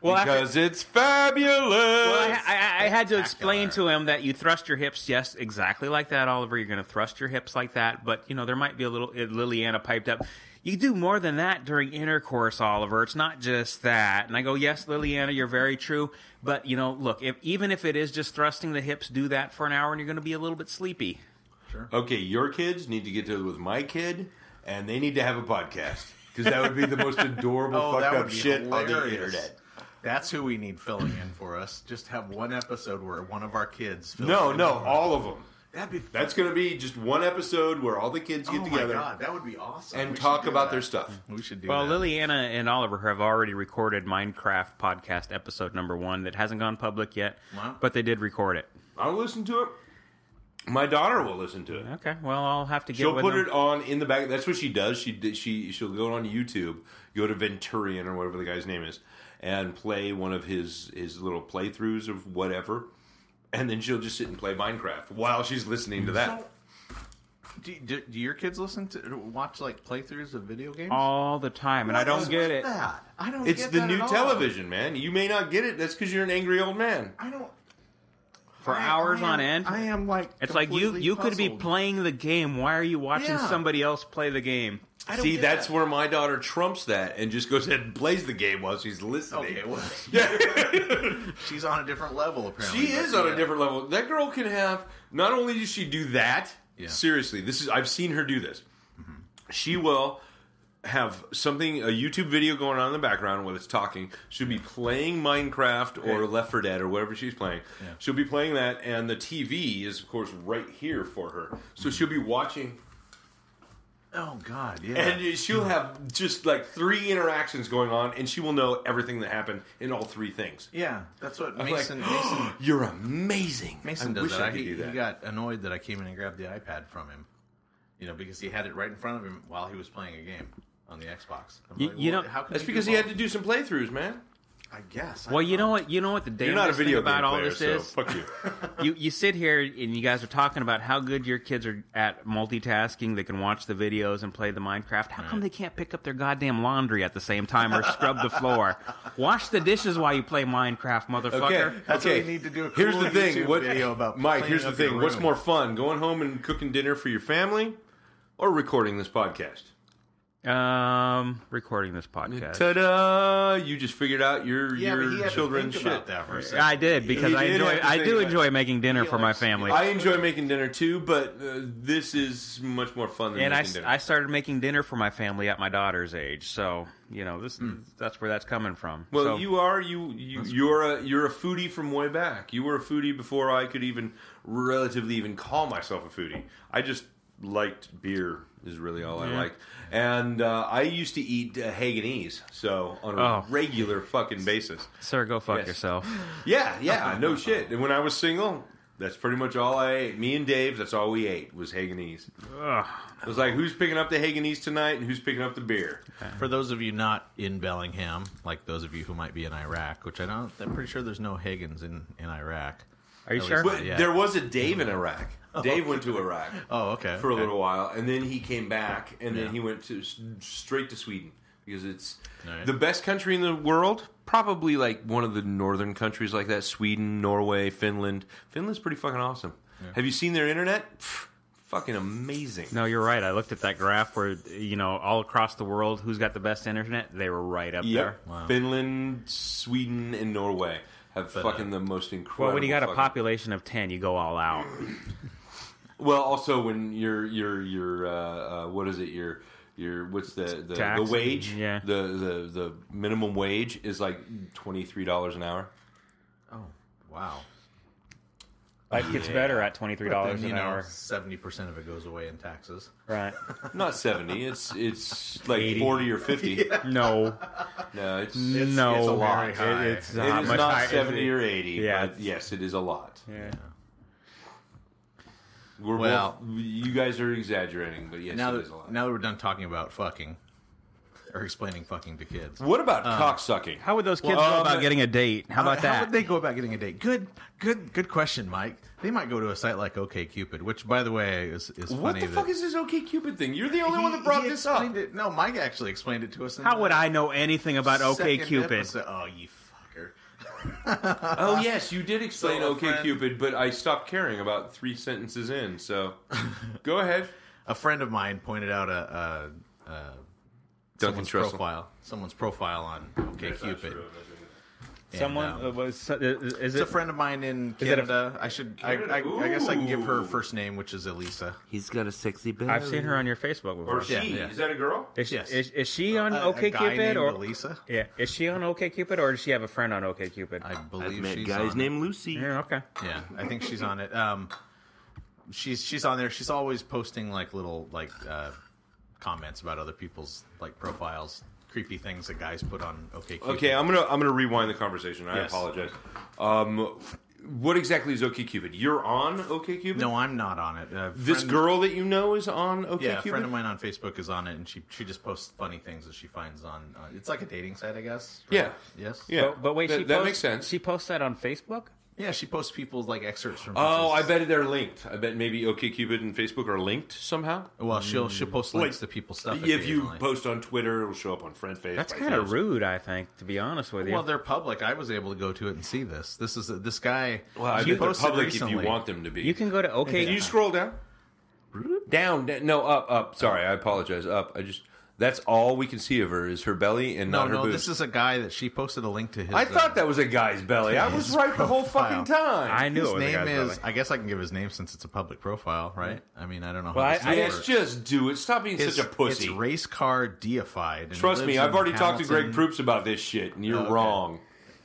S3: Well, after-
S1: Because it's fabulous.
S3: Well, I, I, I had to explain to him that you thrust your hips, yes, exactly like that, Oliver. You're going to thrust your hips like that, but you know there might be a little uh, Liliana piped up. You do more than that during intercourse, Oliver. It's not just that. And I go, yes, Liliana, you're very true. But you know, look, if even if it is just thrusting the hips, do that for an hour, and you're going to be a little bit sleepy.
S1: okay, your kids need to get together with my kid, and they need to have a podcast because that would be the most adorable
S2: Oh,
S1: fucked
S2: that
S1: up
S2: would be
S1: shit on the
S2: hilarious.
S1: internet.
S2: That's who we need filling in for us. Just have one episode where one of our kids. fills
S1: No,
S2: in
S1: no,
S2: for us.
S1: all of them.
S2: That'd be.
S1: That's going to be just one episode where all the kids get
S2: oh
S1: together
S2: my god, that would be awesome.
S1: and
S2: We should
S1: talk
S2: do
S1: about
S2: that.
S1: their stuff.
S2: We should do.
S3: Well,
S2: that.
S3: Liliana and Oliver have already recorded Minecraft podcast episode number one that hasn't gone public yet,
S2: Wow.
S3: but they did record it.
S1: I'll listen to it. My daughter will listen to it.
S3: Okay, well, I'll have to get
S1: She'll
S3: with
S1: put
S3: them.
S1: it on in the back. That's what she does. She di- she she'll go on YouTube, go to Venturian or whatever the guy's name is, and play one of his his little playthroughs of whatever, and then she'll just sit and play Minecraft while she's listening to that.
S2: Do, do, do your kids listen to watch like playthroughs of video games?
S3: all the time, and I
S2: What's
S3: Oh, don't get
S2: with
S3: it.
S2: That? I don't.
S1: It's
S2: get
S1: the
S2: that
S1: new
S2: at all.
S1: television, man. You may not get it. That's because you're an angry old man.
S2: I don't.
S3: For
S2: I-
S3: hours
S2: I am-
S3: on end?
S2: I am like.
S3: It's like you
S2: completely
S3: you could be
S2: puzzled.
S3: playing the game. Why are you watching
S2: Yeah.
S3: somebody else play the game?
S2: I don't
S1: See,
S2: get
S1: that's
S2: that.
S1: where my daughter trumps that and just goes ahead and plays the game while she's listening.
S2: Okay, well, she's on a different level apparently.
S1: She
S2: but
S1: is on
S2: yeah.
S1: a different level. That girl can have. Not only does she do that,
S2: Yeah. Mm-hmm.
S1: seriously, this is I've seen her do this. She will have something a YouTube video going on in the background while it's talking. She'll be playing Minecraft or
S2: Okay.
S1: Left 4 Dead or whatever she's playing. She'll be playing that, and the TV is of course right here for her,
S2: Mm-hmm.
S1: so she'll be watching.
S2: Oh God, yeah. Mm-hmm.
S1: And she'll have just like three interactions going on, and she will know everything that happened in all three things.
S2: yeah, that's what
S1: I'm
S2: Mason.
S1: like,
S2: Mason,
S1: you're amazing.
S2: Mason
S1: I
S2: does
S1: wish
S2: that.
S1: I could
S2: he,
S1: do that.
S2: he got annoyed that I came in and grabbed the iPad from him. You know, because he had it right in front of him while he was playing a game on the Xbox. I'm
S3: You-
S2: like,
S3: you
S2: well,
S3: know-
S2: how can
S1: That's
S2: you
S1: because
S2: do
S1: he had to
S2: both?
S1: do some playthroughs, man.
S2: I guess. I
S3: Well,
S2: don't
S3: you know
S2: know.
S3: what you know what the
S1: You're
S3: damnedest
S1: not a video
S3: thing about
S1: game
S3: all
S1: player,
S3: this
S1: so
S3: is.
S1: fuck you.
S3: You you sit here and you guys are talking about how good your kids are at multitasking. They can watch the videos and play the Minecraft. How come they can't pick up their goddamn laundry at the same time or scrub the floor? Wash the dishes while you play Minecraft, motherfucker.
S2: That's what you need to do a
S1: here's
S2: cool
S1: the thing.
S2: YouTube
S1: what
S2: video about
S1: Mike?
S2: cleaning
S1: Here's the
S2: up your
S1: thing. What's
S2: room.
S1: more fun, going home and cooking dinner for your family, or recording this podcast?
S3: Um, recording this podcast.
S1: Ta-da! You just figured out your
S2: Yeah, but he
S1: your
S2: had
S1: children's
S2: to think
S1: shit.
S2: about that for a second.
S3: I did because
S1: He
S3: I
S1: did
S3: enjoy.
S1: have to
S3: I do
S1: think about
S3: enjoy making dinner for my
S2: likes-
S3: family.
S1: I enjoy making dinner too, but uh, this is much more fun than
S3: and I,
S1: making dinner.
S3: I started making dinner for my family at my daughter's age, so you know this that's where that's coming from.
S1: Hmm. well,
S3: So-
S1: you are you, you you're a you're a foodie from way back. You were a foodie before I could even relatively even call myself a foodie. I just liked beer is really all I liked, and uh, I used to eat uh, Hagenese so on a
S3: Oh.
S1: regular fucking basis.
S3: sir, go fuck
S1: Yes.
S3: yourself.
S1: Yeah, yeah, no shit. And when I was single, that's pretty much all I ate. Me and Dave, that's all we ate was Hagenese.
S3: Ugh.
S1: It was like, who's picking up the Hagenese tonight and who's picking up the beer?
S3: Uh,
S2: For those of you not in Bellingham, like those of you who might be in Iraq, which I don't, I'm pretty sure there's no Higgins in, in Iraq.
S3: Are you
S2: At
S3: sure?
S2: least-
S1: But
S2: Yeah.
S1: there was a Dave in Iraq. Dave went to Iraq
S2: Oh, okay.
S1: for a
S2: okay.
S1: little while, and then he came back, and
S2: Yeah.
S1: then he went to s- straight to Sweden because it's
S2: Alright.
S1: the best country in the world. Probably like one of the northern countries like that: Sweden, Norway, Finland. Finland's pretty fucking awesome. Have you seen their internet? Pfft, fucking amazing.
S3: No, you're right. I looked at that graph where you know all across the world, who's got the best internet? They were right up
S1: Yep.
S3: there.
S2: Wow.
S1: Finland, Sweden, and Norway have fucking the most incredible.
S3: Well, when you got a
S1: fucking-
S3: population of ten, you go all out.
S1: Well, also when your your your uh, uh, what is it your your what's the the, the
S3: Tax.
S1: wage
S3: Yeah.
S1: the, the the minimum wage is like twenty three dollars an hour.
S2: Oh, wow.
S3: Life gets better at twenty three dollars
S2: Then,
S3: an
S2: you know,
S3: hour.
S2: seventy percent of it goes away in taxes.
S3: Right?
S1: Not seventy. It's it's like
S3: 80.
S1: forty or fifty.
S3: No,
S1: No, it's,
S3: no,
S1: it's
S2: it's a lot.
S3: It-
S2: Very high.
S3: it's
S1: it
S3: not
S1: is
S3: much
S1: not
S3: higher.
S1: seventy or eighty.
S3: Yeah,
S1: but
S3: it's-
S1: yes, it is a lot.
S3: Yeah.
S1: We're
S2: Well-
S1: both, you guys are exaggerating, but yes,
S2: Now
S1: it is a
S2: that
S1: lot.
S2: now that we're done talking about fucking or explaining fucking to kids,
S1: what about
S2: Um,
S1: cocksucking?
S3: How would those kids
S1: Well,
S3: go about
S1: um,
S3: getting a date? How about
S2: How
S3: that?
S2: would they go about getting a date? Good, good, good question, Mike. They might go to a site like OKCupid, which, by the way, is is
S1: What
S2: funny
S1: the
S2: that-
S1: fuck is this OK Cupid thing? You're the only
S2: He-
S1: one that brought
S2: he
S1: this up.
S2: explained it- No, Mike actually explained it to us. In
S3: How
S2: the
S3: would I know anything about
S2: second
S3: OK Cupid?
S2: episode. Oh, you fucker!
S1: Oh yes, you did explain
S2: So a
S1: OK
S2: friend-
S1: Cupid, but I stopped caring about three sentences in. So go ahead.
S2: A friend of mine pointed out a, a, a
S1: Duncan
S2: someone's
S1: Trussell.
S2: profile, someone's profile on OKCupid. And,
S3: Someone
S2: um,
S3: uh, was uh, is
S2: It's a
S3: it?
S2: friend of mine in
S3: it a-
S2: Canada. I should. I, I, I guess I can give her her first name, which is Elisa.
S4: He's got a sexy belly.
S3: I've seen her on your Facebook before.
S1: Or she?
S2: yeah.
S1: Is that a girl?
S3: Is,
S2: Yes.
S3: is, is she on
S2: A- a
S3: OK
S2: guy
S3: Cupid
S2: named
S3: or
S2: Elisa?
S3: yeah? Is she on OK Cupid or does she have a friend on OK Cupid?
S2: I
S4: I've
S2: believe
S4: met
S2: she's
S4: guys
S2: on
S4: named Lucy.
S3: yeah, okay.
S2: It. Yeah, I think she's on it. Um, she's she's on there. She's always posting like little like uh, comments about other people's like profiles, creepy things that guys put on OKCupid.
S1: Okay, I'm gonna I'm gonna rewind the conversation. I
S2: Yes.
S1: apologize. Um, what exactly is OK Cupid? You're on OK Cupid.
S2: No, I'm not on it. A
S1: This
S2: friend-
S1: girl that you know is on OK
S2: Yeah, a
S1: Cupid.
S2: friend of mine on Facebook is on it, and she she just posts funny things that she finds on. on it's like a dating site, I guess. right?
S1: Yeah.
S2: Yes.
S1: Yeah.
S3: But, but wait,
S1: that,
S3: she
S1: that
S3: posts-
S1: makes sense.
S3: She posts that on Facebook.
S2: Yeah, she posts people's like excerpts from.
S1: Oh,
S2: pictures.
S1: I bet they're linked. I bet maybe OK Cupid and Facebook are linked somehow.
S2: Well, she'll she'll post links
S1: Like,
S2: to people's stuff.
S1: Mm. If you
S2: occasionally.
S1: post on Twitter, it'll show up on Friend Face.
S3: That's
S1: by
S3: kind of
S1: Facebook.
S3: rude, I think, to be honest with you.
S2: well, they're public. I was able to go to it and see this. This is this guy.
S1: Well, I
S2: he
S1: bet they're
S2: posted
S1: public if
S2: recently.
S1: you want them to be.
S3: you can go to OK.
S1: Can you scroll down? Down, da- no, up, up. Sorry, I apologize. Up. I just that's all we can see of her is her belly and
S2: No,
S1: not her
S2: no,
S1: boobs.
S2: this is a guy that she posted a link to his.
S1: I thought
S2: uh,
S1: that was a guy's belly. I was
S2: His
S1: right the whole
S2: profile.
S1: fucking time.
S3: I knew
S2: his
S3: it was a
S2: name
S3: guy's
S2: is.
S3: brother.
S2: I guess I can give his name since it's a public profile, right? I mean, I don't know.
S3: Well,
S2: how
S3: I-
S2: this
S3: I-
S2: works.
S1: Yes, just do it. Stop being
S2: It's-
S1: such a pussy.
S2: It's race car deified. and
S1: Trust me,
S2: lives
S1: I've
S2: in
S1: already talked to Greg
S2: Hamilton.
S1: Proops about this shit, and you're
S2: Oh, okay.
S1: wrong.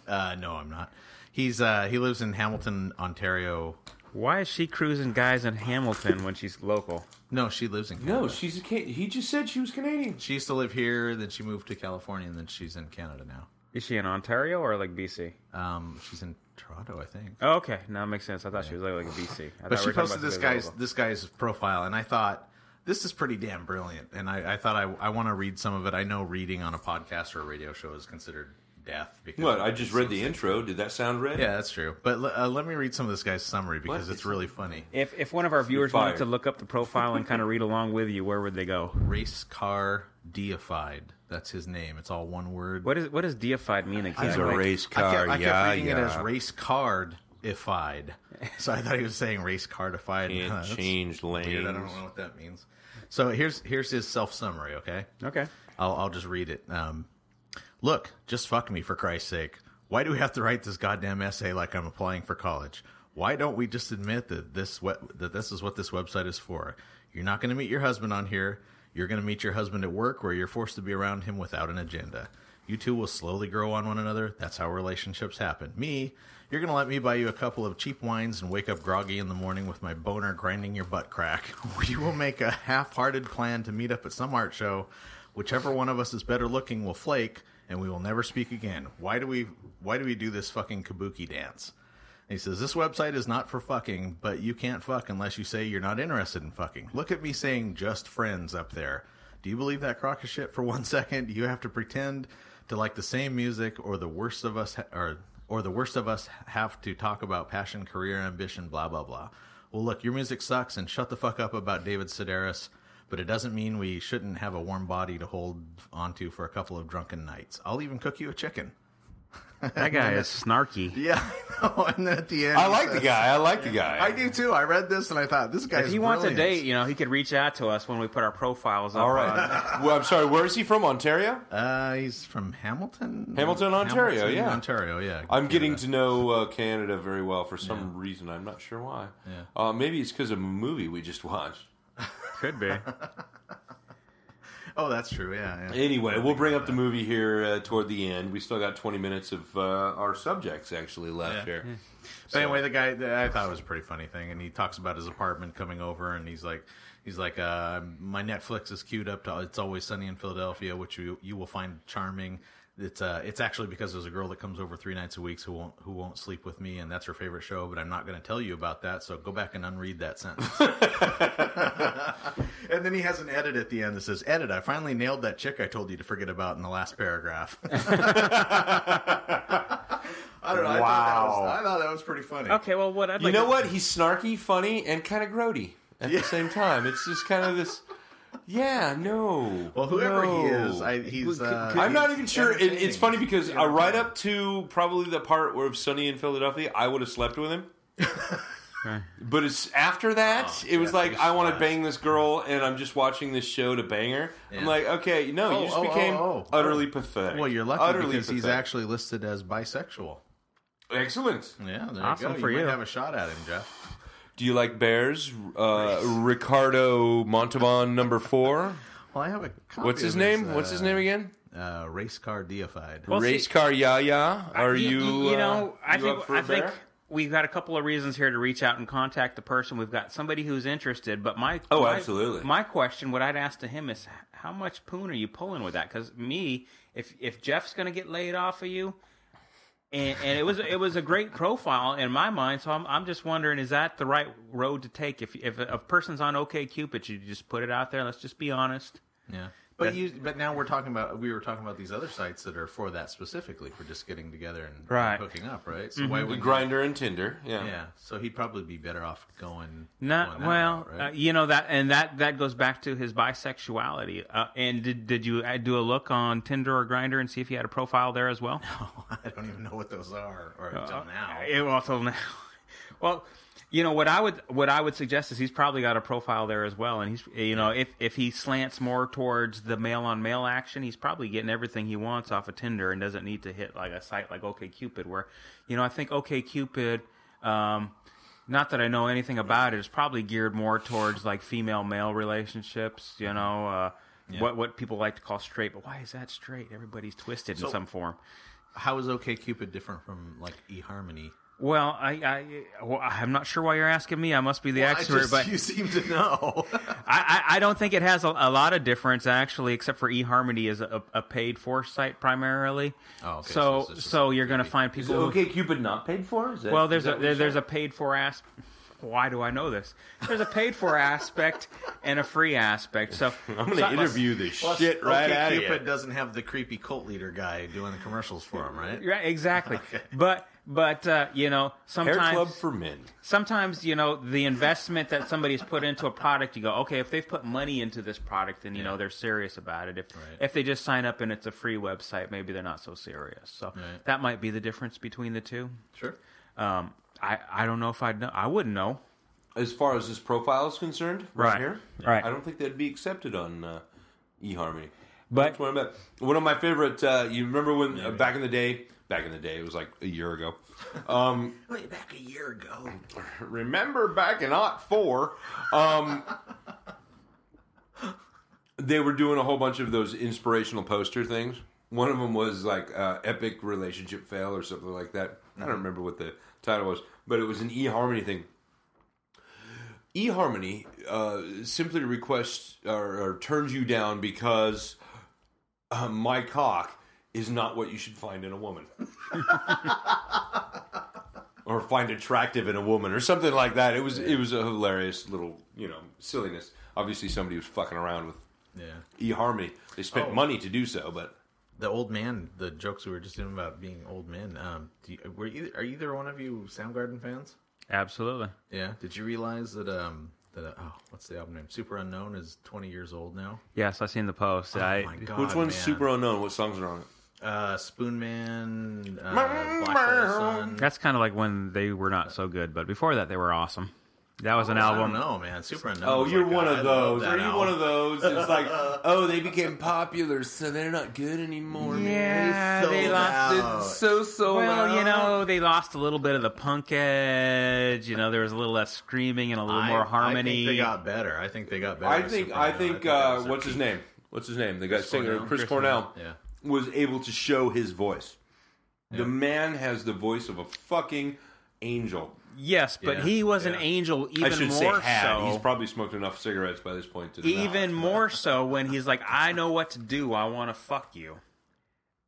S2: Uh, no, I'm not. He's uh, he lives in Hamilton, Ontario.
S3: Why is she cruising guys in Hamilton when she's local?
S2: No, she lives in. Canada.
S1: No, she's a can- he just said she was Canadian.
S2: she used to live here. Then she moved to California, and then she's in Canada now.
S3: Is she in Ontario or like BC?
S2: Um, she's in Toronto, I think.
S1: Uh,
S3: Oh, okay, no, that makes sense. I thought she was like, like a BC. I
S2: But
S3: thought
S2: she
S3: we were talking
S2: posted
S3: about
S2: this
S3: somebody
S2: guy's
S3: local.
S2: this guy's profile, and I thought this is pretty damn brilliant. And I, I thought I, I want to read some of it. I know reading on a podcast or a radio show is considered death. Because
S1: What? I just read the intro. Did that sound right?
S2: Yeah, that's true. But l- uh, let me read some of this guy's summary because
S1: What?
S2: it's really funny.
S3: If if one of our viewers wanted to
S1: fired.
S3: look up the profile and kind of read along with you, where would they go?
S2: Race car deified. That's his name. It's all one word.
S3: What is what does deified mean
S1: He's a
S3: exactly?
S1: race
S2: I
S1: car.
S2: kept, I kept
S1: yeah,
S2: reading it
S1: yeah.
S2: as race card ified. So I thought he was saying race cardified.
S1: Can't
S2: That's
S1: change lanes.
S2: Weird. I don't know what that means. So here's here's his self summary. Okay.
S3: Okay.
S2: I'll, I'll just read it. Um, Look, just fuck me for Christ's sake. Why do we have to write this goddamn essay like I'm applying for college? Why don't we just admit that this we- that this is what this website is for? You're not going to meet your husband on here. You're going to meet your husband at work where you're forced to be around him without an agenda. You two will slowly grow on one another. That's how relationships happen. Me, you're going to let me buy you a couple of cheap wines and wake up groggy in the morning with my boner grinding your butt crack. We will make a half hearted plan to meet up at some art show whichever one of us is better looking will flake and we will never speak again why do we why do we do this fucking kabuki dance and he says this website is not for fucking but you can't fuck unless you say you're not interested in fucking look at me saying just friends up there do you believe that crock of shit for one second you have to pretend to like the same music or the worst of us ha- or or the worst of us have to talk about passion career ambition blah blah blah well look your music sucks and shut the fuck up about david sedaris but it doesn't mean we shouldn't have a warm body to hold onto for a couple of drunken nights. I'll even cook you a chicken.
S3: That guy is snarky.
S2: Yeah, I know. And then at the end,
S1: I
S2: he
S1: like the
S2: says-
S1: guy. I like the guy.
S2: I do too. I read this and I thought this guy.
S3: If
S2: is
S3: he wants a
S2: brilliant.
S3: date, you know, he could reach out to us when we put our profiles up.
S1: All
S3: on-
S1: right. well, I'm sorry. Where is he from? Ontario?
S2: uh, he's from Hamilton,
S1: Hamilton, Ontario,
S2: Hamilton,
S1: yeah.
S2: Ontario. Yeah,
S1: I'm getting to know uh, Canada very well for some reason. I'm not sure why.
S2: Yeah.
S1: Uh, maybe it's because of a movie we just watched.
S3: Could be.
S2: Oh, that's true. Yeah, yeah.
S1: Anyway, we'll bring up the movie here uh, toward the end. We still got 20 minutes of uh, our subjects actually left
S2: Yeah.
S1: here.
S2: But anyway, the guy that I thought was a pretty funny thing, and he talks about his apartment coming over, and he's like, he's like, uh, my Netflix is queued up to "It's Always Sunny in Philadelphia," which you you will find charming. It's uh, it's actually because there's a girl that comes over three nights a week who won't who won't sleep with me, and that's her favorite show. But I'm not going to tell you about that, so go back and unread that sentence. and then he has an edit at the end that says, "Edit, I finally nailed that chick I told you to forget about in the last paragraph." I don't know. I, thought that
S1: Wow.
S2: was, I thought that was pretty funny.
S3: Okay, well, what I'd
S1: You
S3: like
S1: know
S3: to-
S1: what? He's snarky, funny, and kind of grody at
S2: Yeah.
S1: the same time. It's just kind of this. Yeah, no.
S2: Well, whoever he
S1: no.
S2: is, I, he's.
S3: Well,
S2: Uh,
S3: c-
S1: I'm not
S2: he's
S1: even sure. It,
S2: entertaining.
S1: it's funny because uh, right up to probably the part where of Sunny in Philadelphia, I would have slept with him. But it's after that, it was
S2: Oh, yeah,
S1: like
S2: it
S1: I want to
S2: was-
S1: bang this girl, and I'm just watching this show to bang her. I'm
S2: Yeah.
S1: like, okay, no,
S2: Oh,
S1: you just
S2: oh,
S1: became
S2: oh, oh.
S1: utterly pathetic.
S2: Well, you're lucky
S1: utterly
S2: because he's
S1: pathetic.
S2: actually listed as bisexual.
S1: excellent.
S2: Yeah, there
S3: Awesome
S2: you go.
S3: for
S2: you,
S3: you.
S2: might have a shot at him, Jeff.
S1: Do you like bears? Uh, Ricardo Montalban, number four.
S2: Well, I have a. Copy
S1: What's his
S2: of
S1: name?
S2: uh,
S1: What's his name again?
S2: Uh, race car deified.
S3: Well,
S1: Race
S3: see-
S1: car Yaya. Are you?
S3: you know,
S1: uh,
S3: I
S1: you
S3: think
S1: up for a
S3: I think
S1: bear?
S3: we've got a couple of reasons here to reach out and contact the person. We've got somebody who's interested, but my
S1: Oh,
S3: my-
S1: absolutely.
S3: My question, what I'd ask to him is, how much poon are you pulling with that? Because me, if if Jeff's going to get laid off of you. And, and it was it was a great profile in my mind, so I'm I'm just wondering is that the right road to take? If if a person's on OK Cupid, you just put it out there. Let's just be honest.
S2: Yeah. But you, but now we're talking about we were talking about these other sites that are for that specifically for just getting together and
S3: Right.
S2: hooking up, right?
S1: Mm-hmm.
S2: So why would
S1: Grinder and Tinder. Yeah.
S2: Yeah, so he'd probably be better off going.
S3: Not
S2: going that
S3: well,
S2: route, right?
S3: uh, you know that, and that that goes back to his bisexuality. Uh, and did did you uh, do a look on Tinder or Grinder and see if he had a profile there as well?
S1: uh,
S2: I don't even know what those are, or until now.
S3: Uh, well, till now. Well, you know what I would what I would suggest is he's probably got a profile there as well, and he's you know if if he slants more towards the male on male action, he's probably getting everything he wants off of Tinder and doesn't need to hit like a site like OKCupid, where you know I think OKCupid. Um, not that I know anythanything about it. It's probably geared more towards like female male relationships, you know, uh, what what people like to call straight. But why is that straight? Everybody's twisted in some form.
S2: How is OK Cupid different from like eHarmony?
S3: Well, I, I well, I'm not sure why you're asking me. I must be the expert,
S2: I just,
S3: but
S2: you seem to know.
S3: I, I, I don't think it has a, a lot of difference actually, except for eHarmony is a, a paid for site primarily.
S2: Oh, okay. So
S3: So
S2: it's
S3: so,
S2: just-
S3: you're going to find people. who-
S1: Cupid not paid for? Is that,
S3: well, there's a there, there's a paid for aspect. Why do I know this? There's a paid for aspect and a free aspect. So
S1: I'm going to interview this shit right out
S2: OK
S1: of
S2: Cupid
S1: you.
S2: doesn't have the creepy cult leader guy doing the commercials for him, right?
S3: Right, exactly. But but uh, you know
S1: Hair
S3: sometimes
S1: club for men.
S3: sometimes you know the investment that somebody's put into a product you go okay if they've put money into this product then you know they're serious about it if if they just sign up and it's a free website maybe they're not so serious so
S2: Right.
S3: that might be the difference between the two
S2: Sure.
S3: um, I, I don't know if i'd know i wouldn't know
S1: as far as his profile is concerned,
S3: Right.
S1: here,
S3: Right.
S1: I don't think that'd be accepted on uh, eHarmony.
S3: But
S1: That's what I meant. One of my favorite. Uh, you remember when uh, back in the day? Back in the day, it was like a year ago. Um,
S2: Way back a year ago.
S1: remember back in Ot Four, um, they were doing a whole bunch of those inspirational poster things. One of them was like uh, "Epic Relationship Fail" or something like that. I don't remember what the title was, but it was an eHarmony thing. eHarmony uh, simply requests or, or turns you down because uh, my cock is not what you should find in a woman or find attractive in a woman or something like that. It was it was a hilarious little you know silliness. Obviously, somebody was fucking around with
S2: Yeah.
S1: eHarmony. They spent money to do so, but
S2: The old man, the jokes we were just doing about being old men. Um, do you, were either, are either one of you Soundgarden fans?
S3: absolutely.
S2: Yeah. Did you realize that um that uh, oh what's the album name? Super Unknown is 20 years old now.
S3: Yes, I seen the post. I,
S2: oh my god.
S1: which one's
S2: man.
S1: super unknown? What songs are on it?
S2: Uh, Spoon Man. Uh, Black Hole Sun.
S3: That's kind of like when they were not so good, but before that they were awesome. That was an
S2: Oh, I don't
S3: album.
S2: know, man. Super Unknown.
S1: Oh,
S2: was
S1: you're
S2: like,
S1: one
S2: I love
S1: of those.
S2: that
S1: Are you
S2: album.
S1: one of those? It's like, oh, they became popular, so they're not good anymore.
S3: Yeah,
S2: They
S3: they
S2: sold
S3: lost
S2: out.
S3: it.
S1: So so
S3: Well, you know, they lost a little bit of the punk edge. You know, there was a little less screaming and a little
S2: I-
S3: more
S2: I
S3: harmony.
S2: think they got better. I think they got better.
S1: I
S2: with
S1: think
S2: Super
S1: I
S2: Unknown.
S1: think
S2: that
S1: uh,
S2: was their
S1: what's his
S2: peak.
S1: name? What's his name? The guy singer
S2: Cornell?
S1: Chris,
S3: Chris
S1: Cornell.
S2: Cornell,
S1: was able to show his voice. The man has the voice of a fucking angel.
S3: yes, but
S2: Yeah,
S3: he was an
S2: yeah.
S3: angel even
S1: I should say
S3: more
S1: had.
S3: so.
S1: He's probably smoked enough cigarettes by this point to
S3: even more so when he's like, "I know what to do. I want to fuck you,"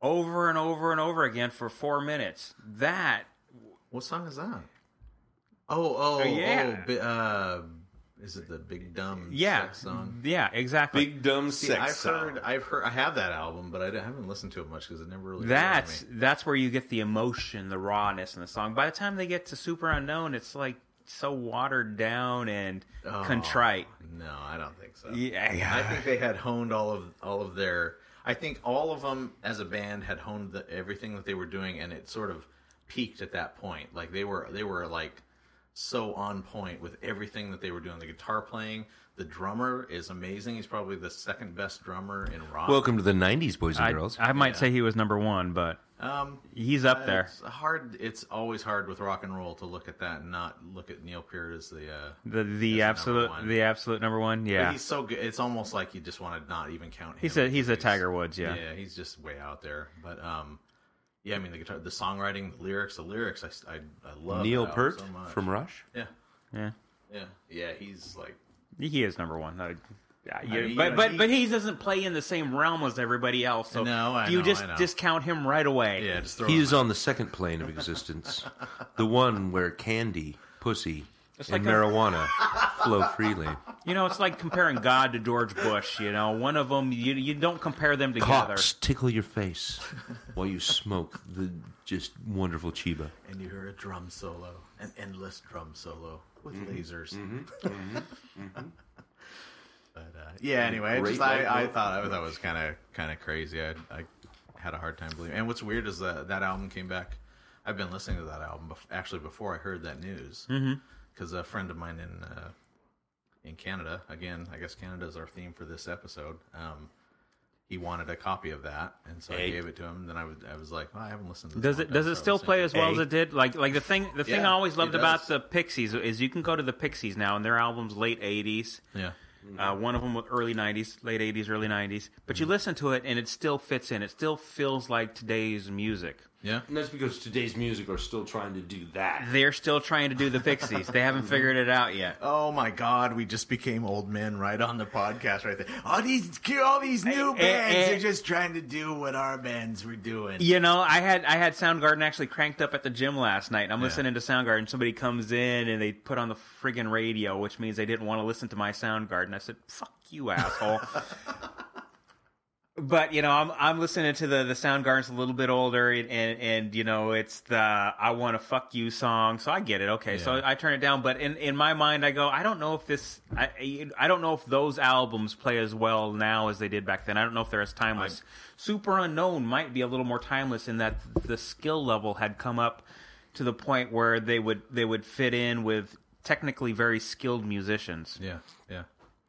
S3: over and over and over again for four minutes. That
S2: What song is that? Oh, oh,
S3: yeah.
S2: oh! bi- Uh, is it the Big Dumb
S3: yeah,
S2: Sex song?
S3: yeah, exactly.
S1: big dumb
S2: See,
S1: sex.
S2: I've
S1: song.
S2: heard, I've heard, I have that album, but I d- I haven't listened to it much because it never really.
S3: That's
S2: appealed
S3: that's where you get the emotion, the rawness in the song. By the time they get to Super Unknown, it's like so watered down and
S2: to me. Oh,
S3: contrite.
S2: No, I don't think so.
S3: Yeah, yeah.
S2: I think they had honed all of all of their. I think all of them as a band had honed the, everything that they were doing, and it sort of peaked at that point. Like they were, they were like so on point with everything that they were doing. The guitar playing, the drummer is amazing. He's probably the second best drummer in rock.
S1: to the '90s, boys and
S3: I, I might say he was number one, but
S2: um,
S3: he's up there.
S2: It's hard. It's always hard with rock and roll to look at that and not look at Neil Peart as the. Uh,
S3: The the
S2: number
S3: absolute
S2: one.
S3: the absolute number one.
S2: but
S3: Yeah,
S2: He's so good. It's almost like you just want to not even count him.
S3: he's a he's a
S2: because
S3: Tiger Woods. Yeah,
S2: Yeah, he's just way out there. But um, yeah, I mean the guitar, the songwriting, the lyrics, the lyrics. I I, I love
S1: Neil
S2: that album
S1: Peart
S2: so much.
S1: from Rush.
S2: yeah
S3: yeah,
S2: yeah yeah he's like
S3: he is number one. I- yeah, you-
S2: mean,
S3: but
S2: you know,
S3: but
S2: he-
S3: but he doesn't play in the same realm as everybody else. So
S2: No, I
S3: you
S2: know,
S3: just
S2: I know.
S3: discount him right away.
S2: yeah just throw
S1: He
S2: him
S1: is on the second plane of existence, the one where candy, pussy, and
S3: like a-
S1: marijuana flow freely.
S3: You know, it's like comparing God to George Bush. You know, one of them you you don't compare them together.
S1: Cocks tickle your face while you smoke the just wonderful chiba.
S2: and you hear a drum solo, an endless drum solo with
S1: Mm-hmm.
S2: lasers. but uh, yeah, anyway, I
S1: Great
S2: just, I, I
S1: local
S2: thought I, that was kind of kind of crazy. I, I had a hard time believing. And what's weird is that that album came back. I've been listening to that album bef- actually before I heard that news
S3: Mm-hmm.
S2: because a friend of mine in uh, in Canada, again, I guess Canada is our theme for this episode. Um, he wanted a copy of that, and so
S1: Hey.
S2: I gave it to him. Then I was, I was like, "Oh, I haven't listened to this.
S3: Does
S2: in a
S3: it
S2: long
S3: does
S2: time,
S3: it
S2: so I
S3: still
S2: listened
S3: play
S2: to
S3: as well
S1: Hey.
S3: as it did? Like like the thing the thing
S2: Yeah,
S3: I always
S2: it
S3: loved about
S2: does.
S3: the Pixies is you can go to the Pixies now and their albums late eighties.
S2: Yeah.
S3: Uh, one of them with early '90s, late '80s, early '90s. But you listen to it, and it still fits in. It still feels like today's music.
S2: Yeah.
S1: And that's because today's music are still trying to do that.
S3: They're still trying to do the Pixies. they haven't figured it out yet.
S2: Oh my God! We just became old men right on the podcast right there. All these, all these new
S3: eh,
S2: bands
S3: eh.
S2: are just trying to do what our bands were doing.
S3: You know, I had I had Soundgarden actually cranked up at the gym last night. And I'm listening to Soundgarden. Somebody comes in and they put on the friggin' radio, which means they didn't want to listen to my Soundgarden. I said, "Fuck you, asshole." but you know, I'm I'm listening to the the Soundgarden's a little bit older, and and, and you know, it's the "I Want to Fuck You" song, so I get it. Okay, so
S2: Yeah.
S3: I turn it down. But in in my mind, I go, I don't know if this, I I don't know if those albums play as well now as they did back then. I don't know if they're as timeless. Super Unknown might be a little more timeless in that the skill level had come up to the point where they would they would fit in with technically very skilled musicians.
S2: Yeah, yeah.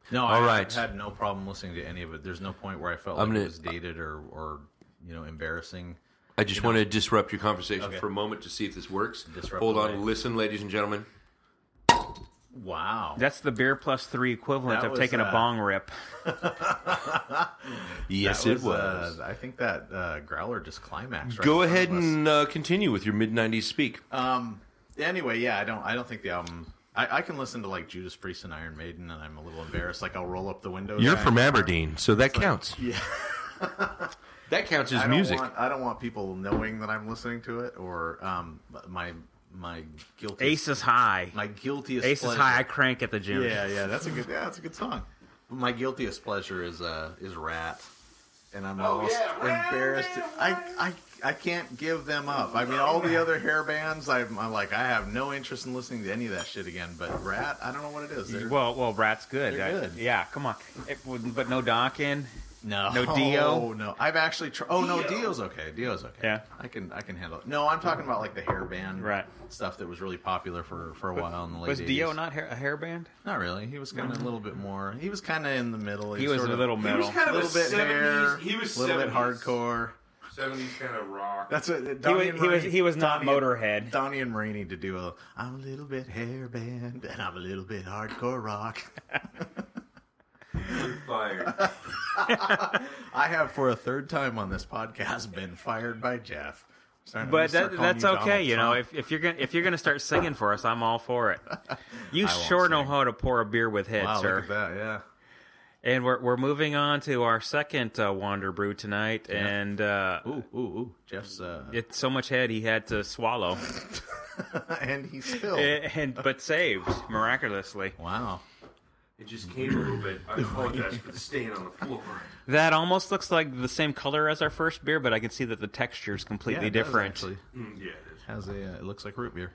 S2: No,
S1: All
S2: I
S1: right.
S2: had no problem listening to any of it. There's no point where I felt
S1: I'm
S2: like
S1: gonna-
S2: it was dated or, or you know, embarrassing.
S1: I just want to disrupt your conversation
S2: Okay.
S1: for a moment to see if this works.
S2: Disrupt
S1: Hold on,
S2: away.
S1: listen, ladies and gentlemen.
S2: Wow.
S3: That's the beer plus three equivalent
S2: That
S3: of
S2: was,
S3: taking
S2: uh,
S3: a bong rip.
S1: Yes,
S2: That
S1: it was.
S2: uh, I think that uh, growler just climaxed. Right
S1: Go
S2: in front
S1: ahead
S2: of us.
S1: and uh, continue with your mid '90s speak.
S2: Um. Anyway, yeah, I don't. I don't think the album. I, I can listen to like Judas Priest and Iron Maiden, and I'm a little embarrassed. Like I'll roll up the windows.
S1: You're
S2: right?
S1: from Aberdeen, so that counts.
S2: Yeah.
S1: that counts as
S2: I don't
S1: music.
S2: Want, I don't want people knowing that I'm listening to it, or um, my my guilty
S3: Ace is high.
S2: my guiltiest
S3: Ace is
S2: pleasure-
S3: high. I crank at the gym.
S2: Yeah, yeah, that's a good. Yeah, that's a good song. My guiltiest pleasure is uh is Rat, and I'm almost embarrassed. I I I can't give them up. I mean, all the other hair bands, I'm, I'm like I have no interest in listening to any of that shit again. But Rat, I don't know what it is. They're-
S3: Well, well, Brat's good.
S2: They're
S3: I-
S2: good.
S3: Yeah, come on. It, would- but no Donkin.
S2: no,
S3: no Dio?
S2: Oh, no, I've actually. Tr- oh no, Dio's okay. Dio's okay.
S3: Yeah.
S2: I can I can handle it. No, I'm talking about like the hair band
S3: Right.
S2: stuff that was really popular for for a while in the late.
S3: Was Dio
S2: 80s.
S3: not hair, a hair band?
S2: Not really. He was kind of a little bit more. He was kind of in the middle.
S3: He was
S2: sort
S3: a
S2: of-
S3: little metal.
S2: a little bit hair,
S1: He was
S2: a little bit hardcore.
S1: Seventies kind of rock.
S2: That's what
S3: He was, he was. He was not Motorhead.
S2: Donnie and Rainey to do a I'm a little bit hair band and I'm a little bit hardcore rock.
S1: Fire.
S2: I have for a third time on this podcast been fired by Jeff. Sorry, I'm gonna
S3: But
S2: start
S3: that,
S2: calling
S3: that's
S2: you
S3: okay,
S2: Donald
S3: you know.
S2: Trump.
S3: If, if you're gonna if you're gonna start singing for us, I'm all for it. You
S2: I won't
S3: sure know
S2: sing.
S3: how to pour a beer with head,
S2: wow,
S3: sir.
S2: look at that, yeah.
S3: And we're we're moving on to our second uh, Wander Brew tonight, and uh,
S2: Ooh, ooh, ooh. Jeff's uh,
S3: it's so much head he had to swallow,
S2: and he's still
S3: and, and- but saved miraculously.
S2: wow.
S1: It just came a little bit. I apologize for the stain on the floor.
S3: That almost looks like the same color as our first beer, but I can see that the texture is
S2: Yeah,
S3: completely
S2: it does
S3: different.
S2: actually.
S1: Mm, yeah, it is.
S2: Has a uh, it looks like root beer.